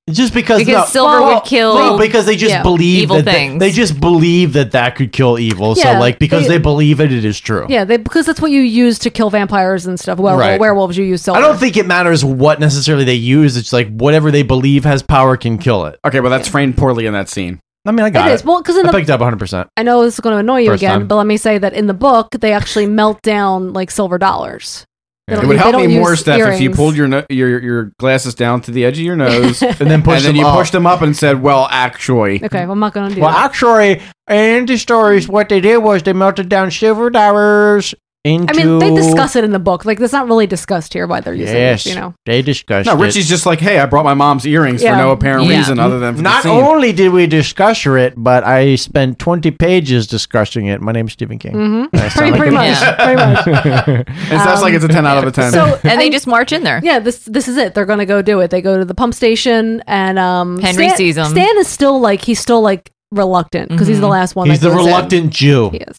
Just because, Because no, silver would kill no, because they just yeah, believe evil that they- things. They, just believe that that could kill evil. Yeah, so like because they- they, believe it, it is true. yeah, they because that's what you use to kill vampires and stuff. Well, Right. werewolves you use silver. I don't think it matters what necessarily they use. It's like whatever they believe has power can kill it. Okay, but that's framed poorly in that scene. I mean, I got It it. is. Well, 'cause in I the- picked up 100. percent I know this is going to annoy you First again, time. but let me say that in the book they actually melt down like silver dollars. They It don't- e, would they help don't me more, use Steph, if you earrings. pulled your, no- your your glasses down to the edge of your nose And then pushed them you up. pushed them up and said, "Well, actually, Okay, well, I'm not going to do Well, that. actually, in the stories, what they did was they melted down silver dollars into. I mean, they discuss it in the book. Like, that's not really discussed here why they're using Yes, it, you know. they discussed. No, it. Richie's just like, "Hey, I brought my mom's earrings Yeah. for no apparent Yeah. reason other than for Not the scene. only did we discuss it, but I spent 20 pages discussing it. My name's Stephen King. Mhm. I sound Pretty- like pretty a- much, pretty It sounds like it's a ten out of a ten. So, and they just march in there. Yeah, this this is it. They're going to go do it. They go to the pump station, and um, Henry Stan, sees 'em. Mm-hmm. Stan is still like he's still like reluctant because he's the last one. He's that the goes in. reluctant Jew. He is.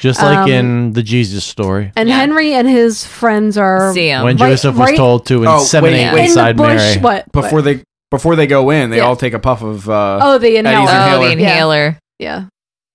Just like Um, in the Jesus story. And Henry and his friends are See When Joseph was told Oh, to inseminate inside Mary. What Before what? they before they go in, they Yeah. all take a puff of uh, Oh, the inhaler. Eddie's Oh, the Yeah. inhaler. Yeah,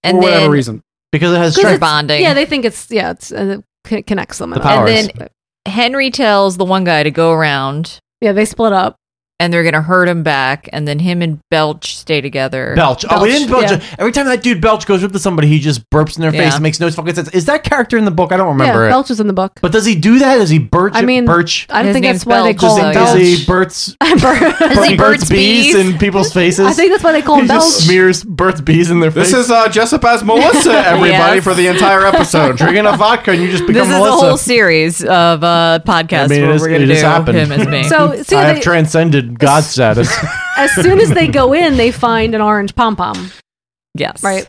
And for whatever then reason. Because it has 'Cause it's- bonding. Yeah, they think it's yeah, it's, uh, it connects them. The and all. powers. And then Henry tells the one guy to go around. yeah, they split up. and they're gonna hurt him back, and then him and Belch stay together. Belch. Oh, we didn't belch. Yeah. Every time that dude Belch goes up to somebody, he just burps in their face. Yeah. It makes no fucking sense. Is that character in the book? I don't remember yeah, it. Belch is in the book. But does he do that? Is he Birch? I mean, Birch. I don't His think that's name's why they Belch, call Does him he- does Belch. he Bert's, Is Bert's bees in people's faces? I think that's why they call he him just Belch. smears Bert's bees in their face. This is uh, Jessup as Melissa, everybody, Yes. for the entire episode. Drinking a vodka and you just This become is Melissa. a whole series of uh, podcasts I mean, where it, is, we're it gonna do has happened. him as me. So, see, I they- have transcended God status. as soon as they go in, they find an orange pom pom. Yes. Right.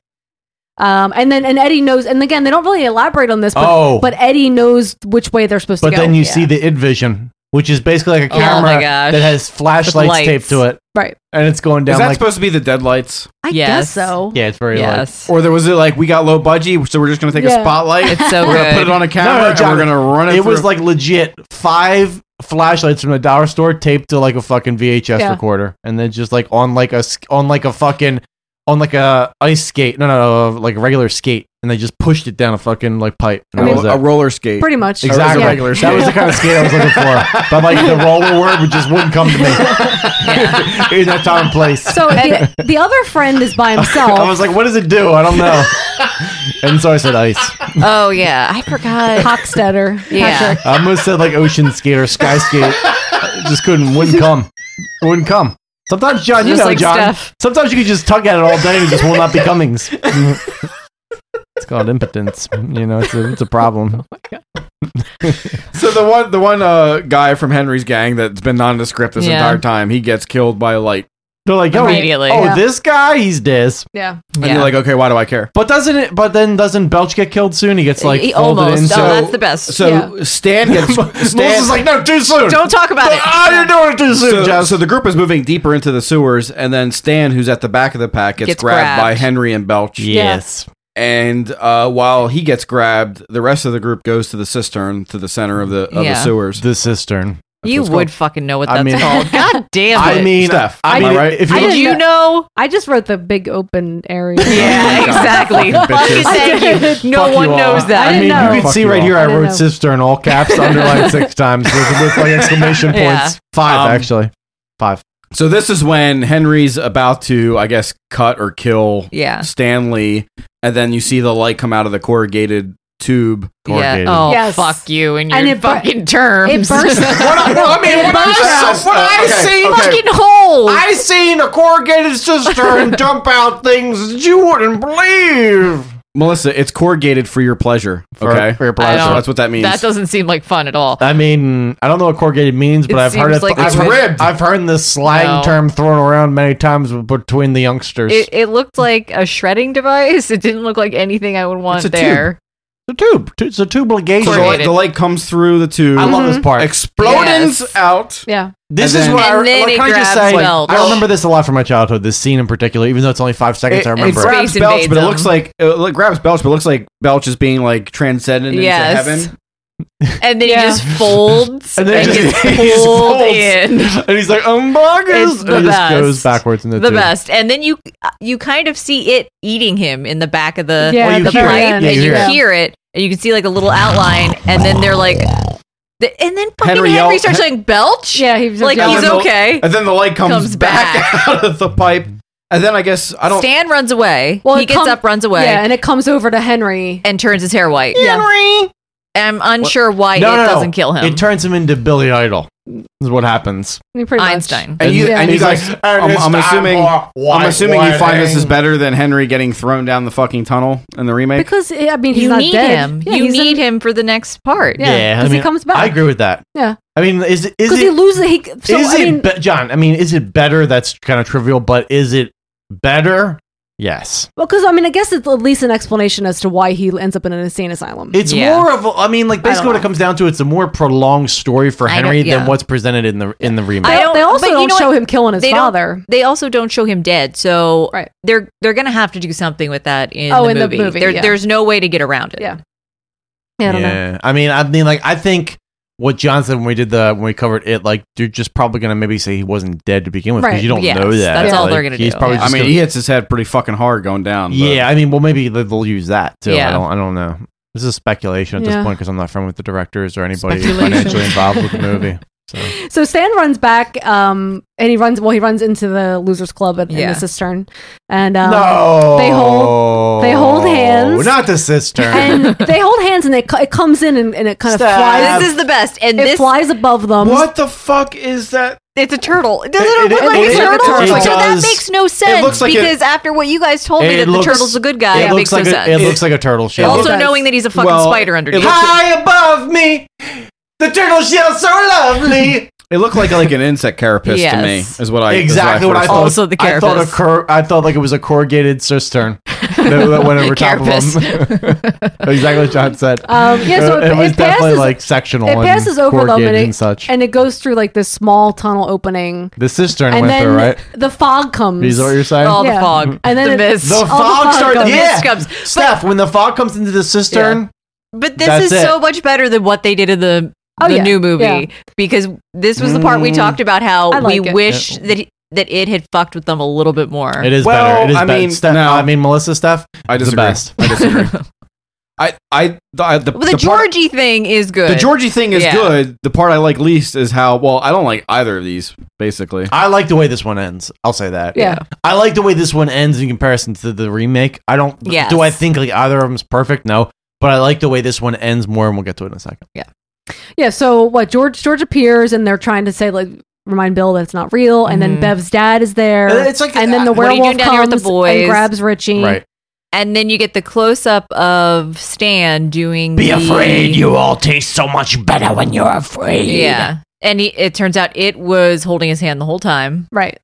Um, and then and Eddie knows, and again, they don't really elaborate on this. But, Oh. but Eddie knows which way they're supposed But to go. then you see the id vision, which is basically like a Oh my camera gosh. that has flashlights lights. taped to it. Right. And it's going down Is that like supposed to be the deadlights? I Yes. guess so. Yeah, it's very Yes. Or there was it like we got low budget, so we're just gonna take Yeah. a spotlight. It's so we're gonna put good. it on a camera and John, we're gonna run it. It was through. like legit five flashlights from the dollar store taped to like a fucking VHS Yeah. recorder, and then just like on like a s- on like a fucking on like a ice skate, no, no, no, like a regular skate, and they just pushed it down a fucking like pipe. And I that mean, was it. a roller skate. Pretty much. Exactly. Yeah. That was the kind of skate I was looking for, but like the roller word would just wouldn't come to me in that time and place. So the, the other friend is by himself. I was like, "What does it do? I don't know." and so I said, "Ice." Oh yeah, I forgot. Hockstetter. Yeah. I almost said like ocean skate or sky skate. I just couldn't. Wouldn't come. It Wouldn't come. Sometimes, John, you Just know, like John. Steph. Sometimes you can just tug at it all day and it just will not be Cummings. it's called impotence. You know, it's a, it's a Oh problem. so the one the one uh, guy from Henry's gang that's been nondescript this Yeah. entire time. He gets killed by light. They're like, oh, Immediately. oh, Yeah. this guy, he's dead. yeah. And you're like, okay, why do I care? But doesn't it? But then doesn't Belch get killed soon? He gets like He folded almost. in. Oh, that's the best. So Yeah. Stan gets Stan, Melissa's like, no, too soon. Don't talk about it. Ah, you're doing it too soon, So, Jess. so the group is moving deeper into the sewers, and then Stan, who's at the back of the pack, gets, Gets grabbed, by grabbed. Henry and Belch. Yes. And uh, while he gets grabbed, the rest of the group goes to the cistern to the center of the of the Yeah. sewers. The cistern. You what it's would called. fucking know what I that's mean- called. God damn it. I mean, Steph, I am I mean, right? if you I Did didn't you know- know? I just wrote the big open area. Yeah, exactly. Fucking Fucking bitches. thank you. No Fuck you one all. knows that. I I mean, didn't know. you can Fuck see you right all. here. I I didn't wrote know. "sister" in all caps, underlined six times with, with like exclamation points. Yeah. Five Um, actually. Five. So this is when Henry's about to, I guess, cut or kill Yeah. Stanley, and then you see the light come out of the corrugated tube. Yeah. Corrugated. Oh, Yes. fuck you and your And it bur- fucking terms. It bursts. I mean, It what I bursts saw- what I seen, fucking holes. I seen a corrugated cistern dump out things that you wouldn't believe. Melissa, it's corrugated for your pleasure. For- okay, for your I don't- So that's what that means. that doesn't seem like fun at all. I mean, I don't know what corrugated means, but It I've heard seems it. like I've it's heard, ribbed. I've heard this slang No. term thrown around many times between the youngsters. It, it looked like a shredding device. It didn't look like anything I would want It's a tube. there. the tube, it's a tube So the, light, corrugated. Mm-hmm. the light comes through the tube. I love this part. Explodins Yes. out. Yeah. This And is then- what I, And then like, it can I just grabs say. "Oh, Welch. I remember this a lot from my childhood. This scene in particular, even though it's only five seconds, I It- remember. It it. grabs Space Belch, invades but it him. looks like it lo- grabs Belch, but it looks like Belch is being like transcended Yes. into heaven. And then Yeah. he just folds and, And then gets just- he just pulled folds. in. and he's like, "Um, buggers!" It's the and it just goes best. backwards in the, The tube. best. And then you you kind of see it eating him in the back of the Yeah, Well, you the the hear it. pipe, very Yeah, end. and you hear it. hear it, and you can see like a little outline, and then they're like, the- and then fucking Henry Henry, yelled- starts like belch. Yeah, he was like And he's then the- okay. And then the light comes, Comes back, back. out of the pipe. And then I guess I don't. Stan runs away. Well, he it gets come- up, runs away, Yeah, and it comes over to Henry. and turns his hair white. Henry. I'm unsure why No, it no, no. doesn't kill him. It turns him into Billy Idol. Is what happens. pretty much. Einstein. and you, Yeah. and you He's guys, like, I'm, "Ernest, I'm I'm assuming, a white I'm assuming you find this is wedding." better than Henry getting thrown down the fucking tunnel in the remake. Because I mean, he's you not need dead. him. Yeah, you he's in- need him for the next part. Yeah, 'cause he comes back. I agree with that. Yeah, I mean, is is because he it loses. He so is I mean, it be- John? I mean, is it better? That's kind of trivial, but is it better? Yes. well, because I mean, I guess it's at least an explanation as to why he ends up in an insane asylum. It's Yeah. more of. A, I mean, like don't basically, what it know. comes down to, it's a more prolonged story for I don't- Henry yeah. than what's presented in the in the remake. I They- don't- they also but you don't know show what? him killing his They don't- father. They also don't show him dead, so Right. they're they're gonna have to do something with that in, Oh, the, in the movie. movie, There- yeah. There's no way to get around it. Yeah. Yeah, I don't know. I mean, I mean, like, I think what John said when we did the when we covered it, like, you're just probably gonna maybe say he wasn't dead to begin with because Right. you don't Yes, know that. that's all Like, they're gonna he's do. Probably Yeah. I just mean, gonna- he hits his head pretty fucking hard going down. but- yeah. I mean, well, maybe they- they'll use that too. Yeah. I don't. I don't know. This is speculation at Yeah. this point because I'm not friend with the directors or anybody Speculation. financially involved with the movie. So Stan runs back, um, and he runs. Well, he runs into the losers' club in, in Yeah. the cistern, and um, no. they hold they hold hands. Not the sister. and they hold hands, and it, co- it comes in, and, and it kind of Stab. flies. This is the best, and it this- flies above them. What the fuck is that? It's a turtle. Doesn't It- it, it- look like it- a it- turtle? it so that does. makes no It sense looks like because it- after what you guys told me It that looks- the turtle's a good guy, it, It looks makes like no a, sense. it looks like a turtle shell. also knowing that he's a fucking Well, spider it underneath. looks- High above me, the turtle shell so lovely. It looked like like an insect carapace to me. Yes. Is what I exactly what I thought. I thought, a cur- I thought like it was a corrugated cistern that, that went over top of them. exactly what John said. Um, yeah, so it- was it definitely passes- like sectional. it passes and over them, corrugated and and, it, such. and it goes through like this small tunnel opening. the cistern and went then through, right? the fog comes. Is that what you're saying? All the fog. and then The it- mist. The all fog starts- comes. yeah. Steph, when the fog comes into the cistern, But this That's is it. so much better than what they did in the, Oh, the yeah, new movie yeah. because this was the part we Mm. talked about how I like we it. wish that he- that it had fucked with them a little bit more. it is better. It is better. Steph, I mean, Melissa, Steph, I the best. I disagree. I I the, I- the, Well, the, the part- Georgie thing is good. The Georgie thing is Yeah. good. The part I like least is how well I don't like either of these. Basically, I like the way this one ends. I'll say that. Yeah. I like the way this one ends in comparison to the remake. I don't. Yes. Do I think like either of them's perfect? No. But I like the way this one ends more, and we'll get to it in a second. Yeah. Yeah, so what George George appears and they're trying to say like remind Bill that it's not real, and then Mhm. Bev's dad is there. Uh, it's like, and then the uh, what are you werewolf doing down here comes with the boys? and grabs Richie. And then you get the close up of Stan doing Be the- afraid, you all taste so much better when you're afraid. Yeah. And he, it turns out it was holding his hand the whole time. Right.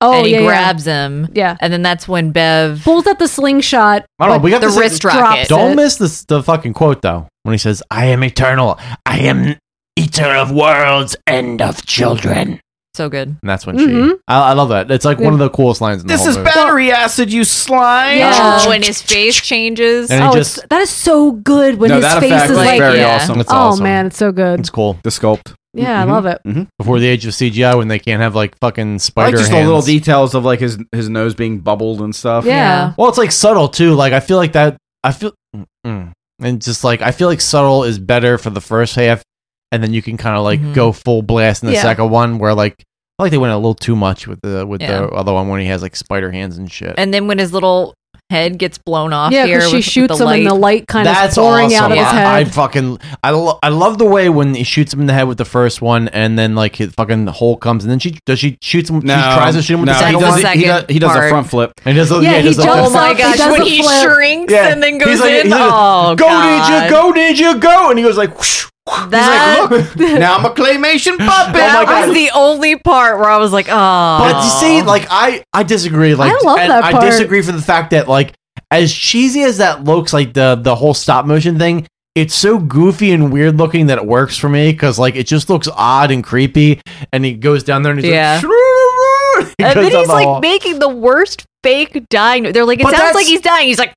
Oh, and he yeah, yeah. grabs him. Yeah. And then that's when Bev Pulls out the slingshot. I don't know. but We got the this- wrist rocket. Don't miss the the fucking quote though when he says, "I am eternal. I am." And Eater of worlds and of children. So good. that's when Mhm. she. I, I love that. It's like one of the coolest lines in the This whole is movie. battery acid, you slime. Yeah. Oh, and his face changes. And he oh, just- it's- that is so good when No, his that face effect is was like, very Yeah. awesome. It's oh awesome. man, it's so good. It's mm-hmm. cool. The sculpt. Yeah, I love it. Before the age of CGI, when they can't have like fucking I spider like just hands. the little details of like his his nose being bubbled and stuff. Well, it's like subtle too. Like I feel like that. I feel mm, mm. and just like I feel like subtle is better for the first half, and then you can kind of like Mhm. go full blast in the Yeah. second one where like I feel like they went a little too much with the with Yeah. the other one when he has like spider hands and shit. And then when his little head gets blown off Yeah, here, because she with- with shoots him and the light kind That's of pouring awesome. out of his I- head. I, fucking I, lo- I love the way when he shoots him in the head with the first one, and then like his fucking hole comes, and then she does she shoots him. No. she tries to shoot him with No, the he second does one. it- he does- he does a Part. front flip. And he does a, Yeah, yeah, he does a jumps flip. Oh my up, he gosh, does when a he flip. shrinks and then goes He's like- in, he's like, oh, go God. ninja, go ninja, go, and he goes like. whoosh, whoosh. That- He's like, look, now I'm a claymation puppet. that was the only part where I was like, oh. But you see, like I, I disagree. Like I love and that part. I disagree for the fact that like as cheesy as that looks, like the the whole stop motion thing, it's so goofy and weird looking that it works for me because like it just looks odd and creepy. And he goes down there and he's Yeah. like, "Shrew-roo-roo," he and goes then down he's the like hall. making the worst fake dying. They're like, it But sounds that's- like he's dying. He's like,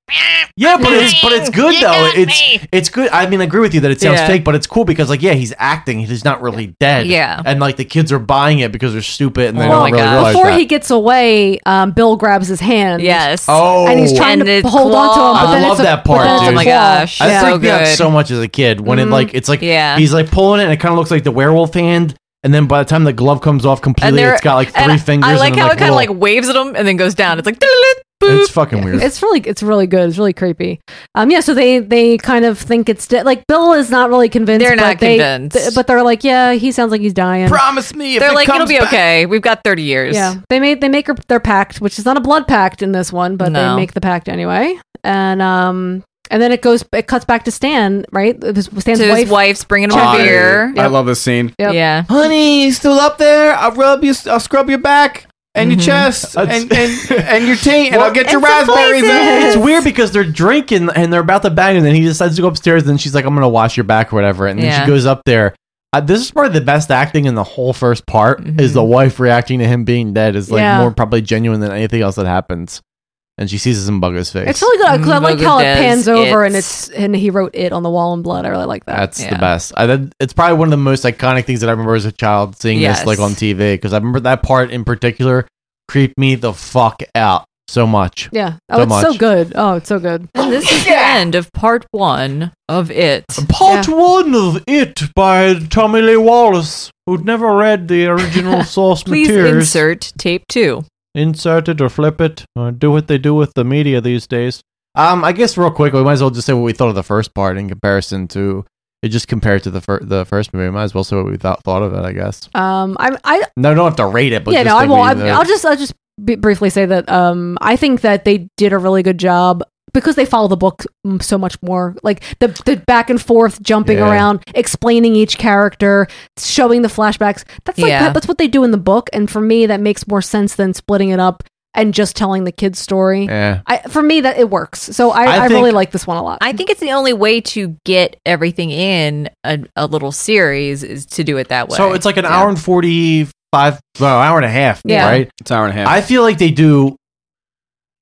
yeah, but it's but it's good You though. got It's me. it's good. I mean, I agree with you that it sounds Yeah. fake, but it's cool because like yeah, he's acting. He's not really dead. Yeah. and like the kids are buying it because they're stupid Oh and they Well, don't really realize before that. he gets away, um, Bill grabs his hand. Yes. Oh. and he's trying And Oh to it's hold on to him. But I then love it's a, that but part, then it's dude. a claw. I Yeah. freaked me out so much as a kid when it Mhm. like it's like Yeah. he's like pulling it and it kind of looks like the werewolf hand, and then by the time the glove comes off completely, they're- it's got like and three fingers. I like and how it kind of little- like waves at him and then goes down. It's like, it's fucking weird. It's really, it's really good. It's really creepy. Um, yeah. So they they kind of think it's de- like Bill is not really convinced. They're but not they- convinced. th- but they're like, yeah, he sounds like he's dying. Promise me. they're like, it'll be okay. We've got 30 years. Yeah, they made they make her, their pact, which is not a blood pact in this one, but No. they make the pact anyway. And um, and then it goes, it cuts back to Stan, right? It was Stan's So his wife. wife's bringing him I, a beer. I love this scene. Yeah. Honey, you still up there? I'll rub you. I'll scrub your back and Mm-hmm. Mm-hmm. your chest and, and and your taint, and I'll get your raspberries. It's weird because they're drinking and they're about to bang, and then he decides to go upstairs. And she's like, "I'm gonna wash your back or whatever," and then Yeah. she goes up there. Uh, this is probably the best acting in the whole first part. Is the wife reacting to him being dead is like Mm-hmm. Yeah. more probably genuine than anything else that happens, and she sees this in Bugger's face. It's really good because I like how it Bugger pans does over and its- it's and he wrote it on the wall in blood. I really like that. That's the best. I, that, it's probably one of the most iconic things that I remember as a child seeing Yes. this like on TV because I remember that part in particular creeped me the fuck out. so much. Yeah. Oh, it's so good. Oh, it's so good. And this is the end of part one of it. Part one of It by Tommy Lee Wallace, who'd never read the original source Please material. insert tape two. Insert it or flip it, or do what they do with the media these days. Um, I guess real quick, we might as well just say what we thought of the first part in comparison to it. Just compared to the fir- the first movie, we might as well say what we thought thought of it. I guess. Um, I, I, No, don't have to rate it, but yeah, just no, I think won't. we- I, the- I'll just, I'll just b- briefly say that um, I think that they did a really good job because they follow the book mm, so much more. Like the the back and forth, jumping Yeah. around, explaining each character, showing the flashbacks. That's like Yeah. that, that's what they do in the book, and for me, that makes more sense than splitting it up and just telling the kid's story. Yeah. I, for me, that it works. So I, I I, really think- like this one a lot. I think it's the only way to get everything in a, a little series is to do it that way. So it's like an hour and forty five, well, hour and a half, Yeah. right? It's an hour and a half. I feel like they do.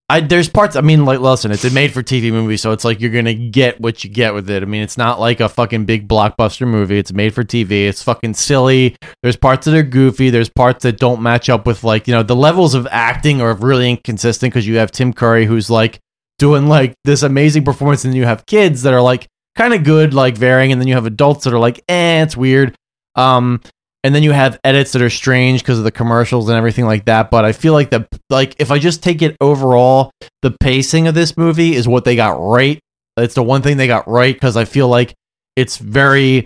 I there's parts. I mean, like, listen, it's a made for TV movie, so it's like you're gonna get what you get with it. I mean, it's not like a fucking big blockbuster movie. It's made for TV. It's fucking silly. There's parts that are goofy. There's parts that don't match up with like you know the levels of acting are really inconsistent because you have Tim Curry who's like doing like this amazing performance, and you have kids that are like kind of good, like varying, and then you have adults that are like, eh, it's weird. Um, and then you have edits that are strange because of the commercials and everything like that. But I feel like the like if I just take it overall, the pacing of this movie is what they got right. It's the one thing they got right because I feel like it's very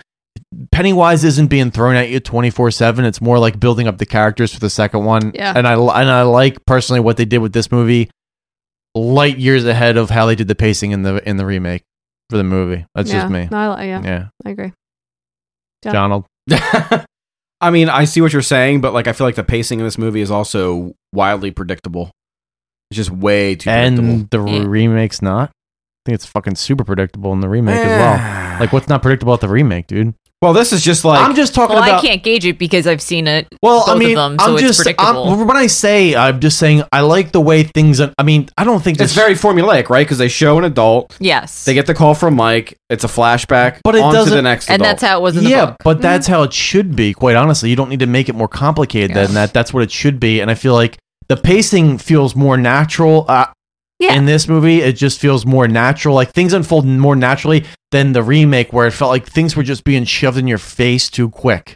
Pennywise isn't being thrown at you twenty four seven. It's more like building up the characters for the second one. Yeah. and I and I like personally what they did with this movie, light years ahead of how they did the pacing in the in the remake for the movie. That's yeah. just me. No, I, yeah, yeah. I agree. John. Donald. I mean, I see what you're saying, but like, I feel like the pacing of this movie is also wildly predictable. It's just way too predictable. and the remake's not. I think it's fucking super predictable in the remake as well. Like, what's not predictable about the remake, dude? Well, this is just like Eh. I'm just talking well, about. I can't gauge it because I've seen it. well, both I mean, of them, so I'm it's just. predictable. I'm, when I say, I'm just saying, I like the way things. Are, I mean, I don't think It's very formulaic, right? Because they show an adult. Yes. They get the call from Mike. It's a flashback. But it on doesn't. to the next adult. yeah, but that's Mm-hmm. how it should be. Quite honestly, you don't need to make it more complicated than that. That's what it should be, and I feel like the pacing feels more natural. Uh, yeah. In this movie, it just feels more natural. Like things unfold more naturally than the remake, where it felt like things were just being shoved in your face too quick.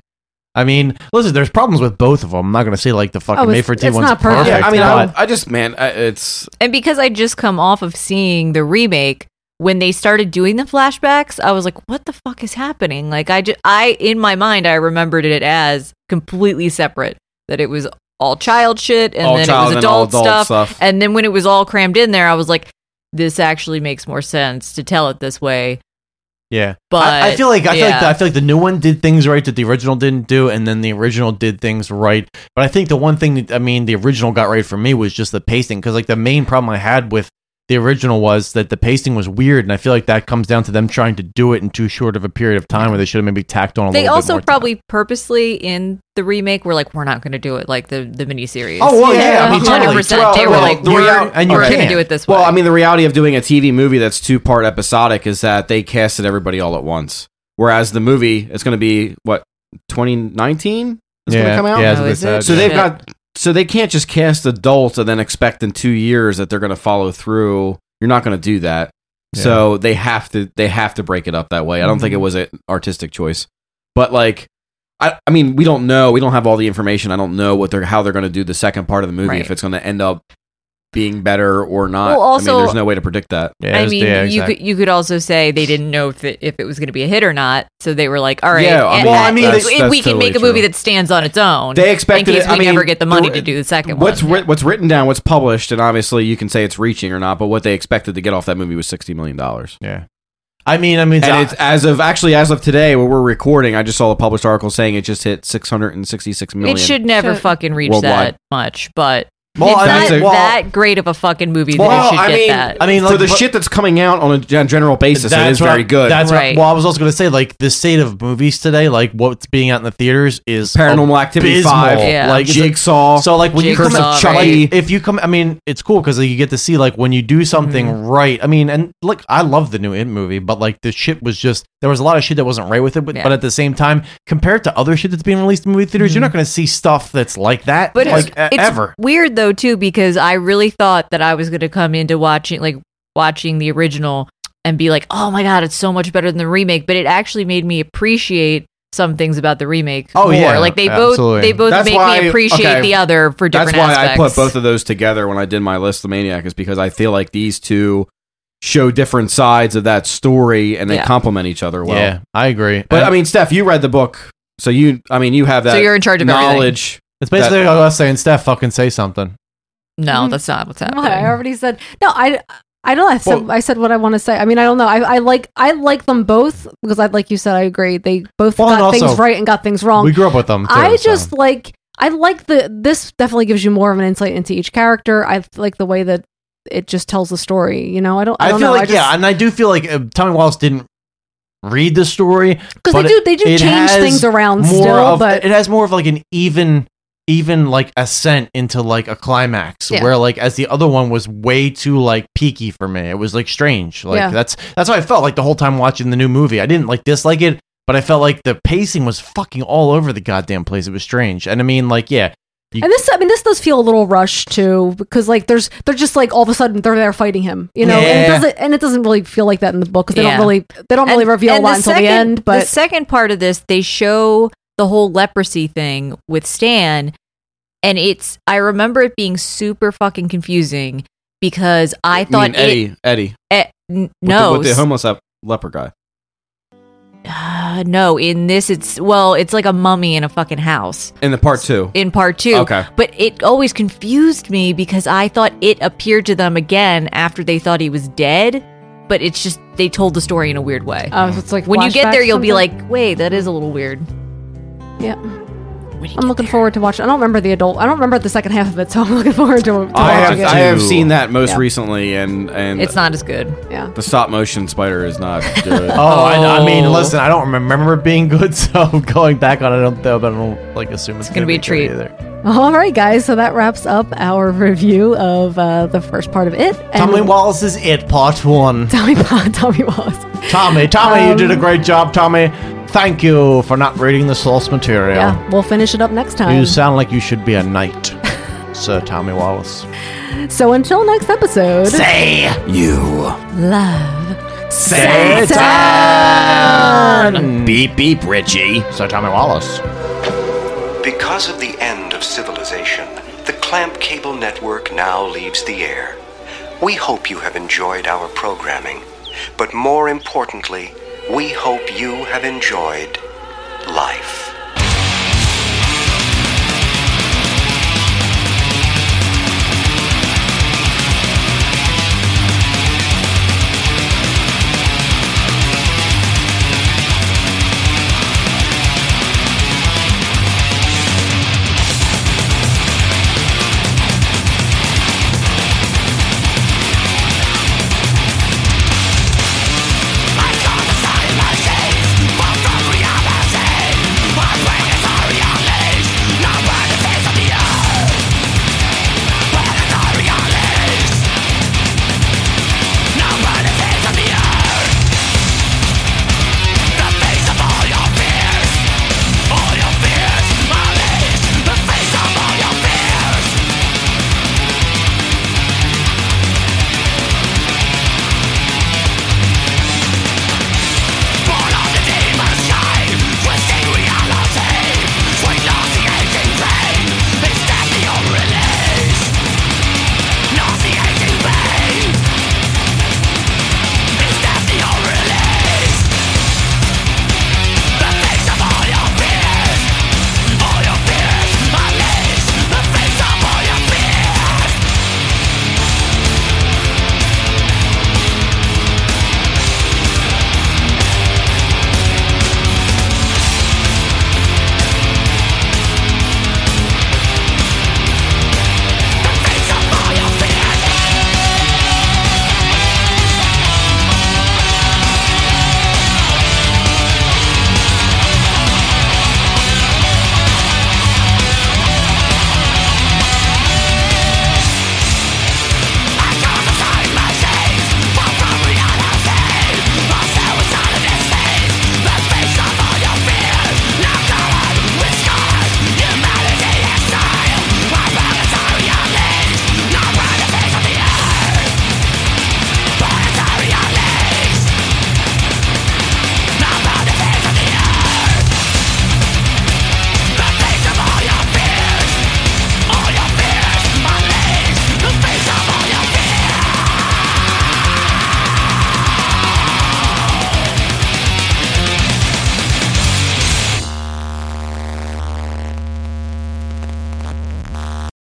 I mean, listen, there's problems with both of them. I'm not going to say like the fucking Oh, it's- May for T it's one's not perfect. perfect, Yeah, I mean, I, but- I just man, I, it's And because I just come off of seeing the remake, when they started doing the flashbacks, I was like, "What the fuck is happening?" Like I just, I in my mind, I remembered it as completely separate. That it was all child shit, and All then child it was and all adult, adult stuff, stuff. And then when it was all crammed in there, I was like, "This actually makes more sense to tell it this way." yeah. But I, I feel like I feel like yeah. the, I feel like the new one did things right that the original didn't do, and then the original did things right. But I think the one thing that I mean, the original got right for me was just the pacing, because like the main problem I had with the original was that the pacing was weird, and I feel like that comes down to them trying to do it in too short of a period of time, where they should have maybe tacked on a they little bit also more. probably purposely in the remake were like, "We're not going to do it like the the miniseries." Oh, well, yeah, I mean, hundred totally. percent. Well, They were well, like, the "We're, real- we're and you going to can't. do it this way." well. I mean, the reality of doing a TV movie that's two part episodic is that they casted everybody all at once, whereas the movie it's going to be what 2019 is going Yeah, to come out. yeah, that's Oh, what they is it? said, So yeah. they've Shit. got so they can't just cast adults and then expect in two years that they're going to follow through. You're not going to do that. So they have to they have to break it up that way. I don't think it Mhm. was an artistic choice, but like. I, I mean, we don't know. We don't have all the information. I don't know what they're how they're going to do the second part of the movie. Right. If it's going to end up being better or not. Well, I also- mean, there's no way to predict that. I mean, you could you could also say they didn't know if it, if it was going to be a hit or not, so they were like, "All right, Yeah, I and mean, that- I mean, that's- we that's can totally make a movie true. that stands on its own." They in expected case it- I we never mean, get the money to do the second one. what's writ- what's written down, what's published, and obviously you can say it's reaching or not. But what they expected to get off that movie was sixty million dollars. Yeah, I mean, I mean, and it's as of actually as of today when we're recording. I just saw a published article saying it just hit six hundred and sixty six million. It should never fucking reach that worldwide. much, but Well, it's I not mean, well- that great of a fucking movie that it should get that. for the shit that's coming out on a gen- general basis, it is what very I- good. That's right. well, I was also going to say like the state of movies today, like what's being out in the theaters is Paranormal Activity abysmal. 5, Yeah. like it's a- Jigsaw, so like when you come, Jigsaw, like, right. if you come, I mean, it's cool because you get to see like when you do something right. I mean, and look, I love the new It movie, but like the shit was just there was a lot of shit that wasn't right with it. But, Yeah. but at the same time, compared to other shit that's being released in movie theaters, you're not going to see stuff that's like that, But like it's, e- it's ever. weird though though too because I really thought that I was going to come into watching like watching the original and be like, "Oh my god, it's so much better than the remake," but it actually made me appreciate some things about the remake Oh more. yeah, like they absolutely. both they both That's make why- me appreciate okay, the other for different That's why aspects. I put both of those together when I did my list, The Maniac, is because I feel like these two show different sides of that story and they Yeah. complement each other well. Yeah, I agree. But I mean, Steph, you read the book, so you, I mean, you have So that. you're in charge of everything. knowledge. It's basically that- like us saying, Steph, fucking say something. Mm-hmm. no, that's not what's happening. What, I already said no. I I don't. I said I said what I want to say. I mean, I don't know. I, I like I like them both because I like you said. I agree. They both Well, and got things also, right and got things wrong. we grew up with them, too, I so. just like I like the this definitely gives you more of an insight into each character. I like the way that it just tells the story. You know, I don't. I, I, don't feel know. like I just, yeah, and I do feel like uh, Tommy Wallace didn't read the story 'Cause but they do- they do it- it change has things around more still, of- but- it has more of like an even even like ascent into like a climax Yeah. where like as the other one was way too like peaky for me. It was like strange. Like Yeah. that's that's how I felt like the whole time watching the new movie. I didn't like dislike it, but I felt like the pacing was fucking all over the goddamn place. It was strange, and I mean like yeah. You, and this, I mean, this does feel a little rushed too, because like there's, they're just like all of a sudden they're there fighting him, you know, and, it Yeah. doesn't, and it doesn't really feel like that in the book because they Yeah. don't really, they don't really And- reveal and a lot until the second- end. But the second part of this, they show the whole leprosy thing with Stan, and it's I remember it being super fucking confusing because I I thought mean, Eddie, Eddie. it, eh, n- With no the, with the homeless ep- leper guy. uh, no in this it's well it's like a mummy in a fucking house In the part two. in part two. Okay. But it always confused me because I thought it appeared to them again after they thought he was dead. But it's just they told the story in a weird way. Oh, so it's like when you get there, flashbacks you'll be sometimes? like, "Wait, that is a little weird." yeah, I'm looking forward to watching. I don't remember the adult. I don't remember the second half of it, so I'm looking forward to, to watching I have, it. I have seen that most Yeah. recently, and, and It's not as good. Yeah. the stop motion spider is not good. Oh, I, I mean, listen, I don't remember it being good, so going back on, it, I don't know, but I don't like assume it's, gonna be a treat. good either. All right, guys. So that wraps up our review of uh, the first part of it. And Tommy Wallace's It Part One. Tommy, Tommy Wallace. Tommy, Tommy, you Um, did a great job, Tommy. Thank you for not reading the source material. Yeah, um, we'll finish it up next time. You sound like you should be a knight, Sir Tommy Wallace. So until next episode, Say you. love Satan! Um, Beep beep, Richie. Sir Tommy Wallace. Because of the end of civilization, the Clamp Cable Network now leaves the air. We hope you have enjoyed our programming, but more importantly, we hope you have enjoyed life.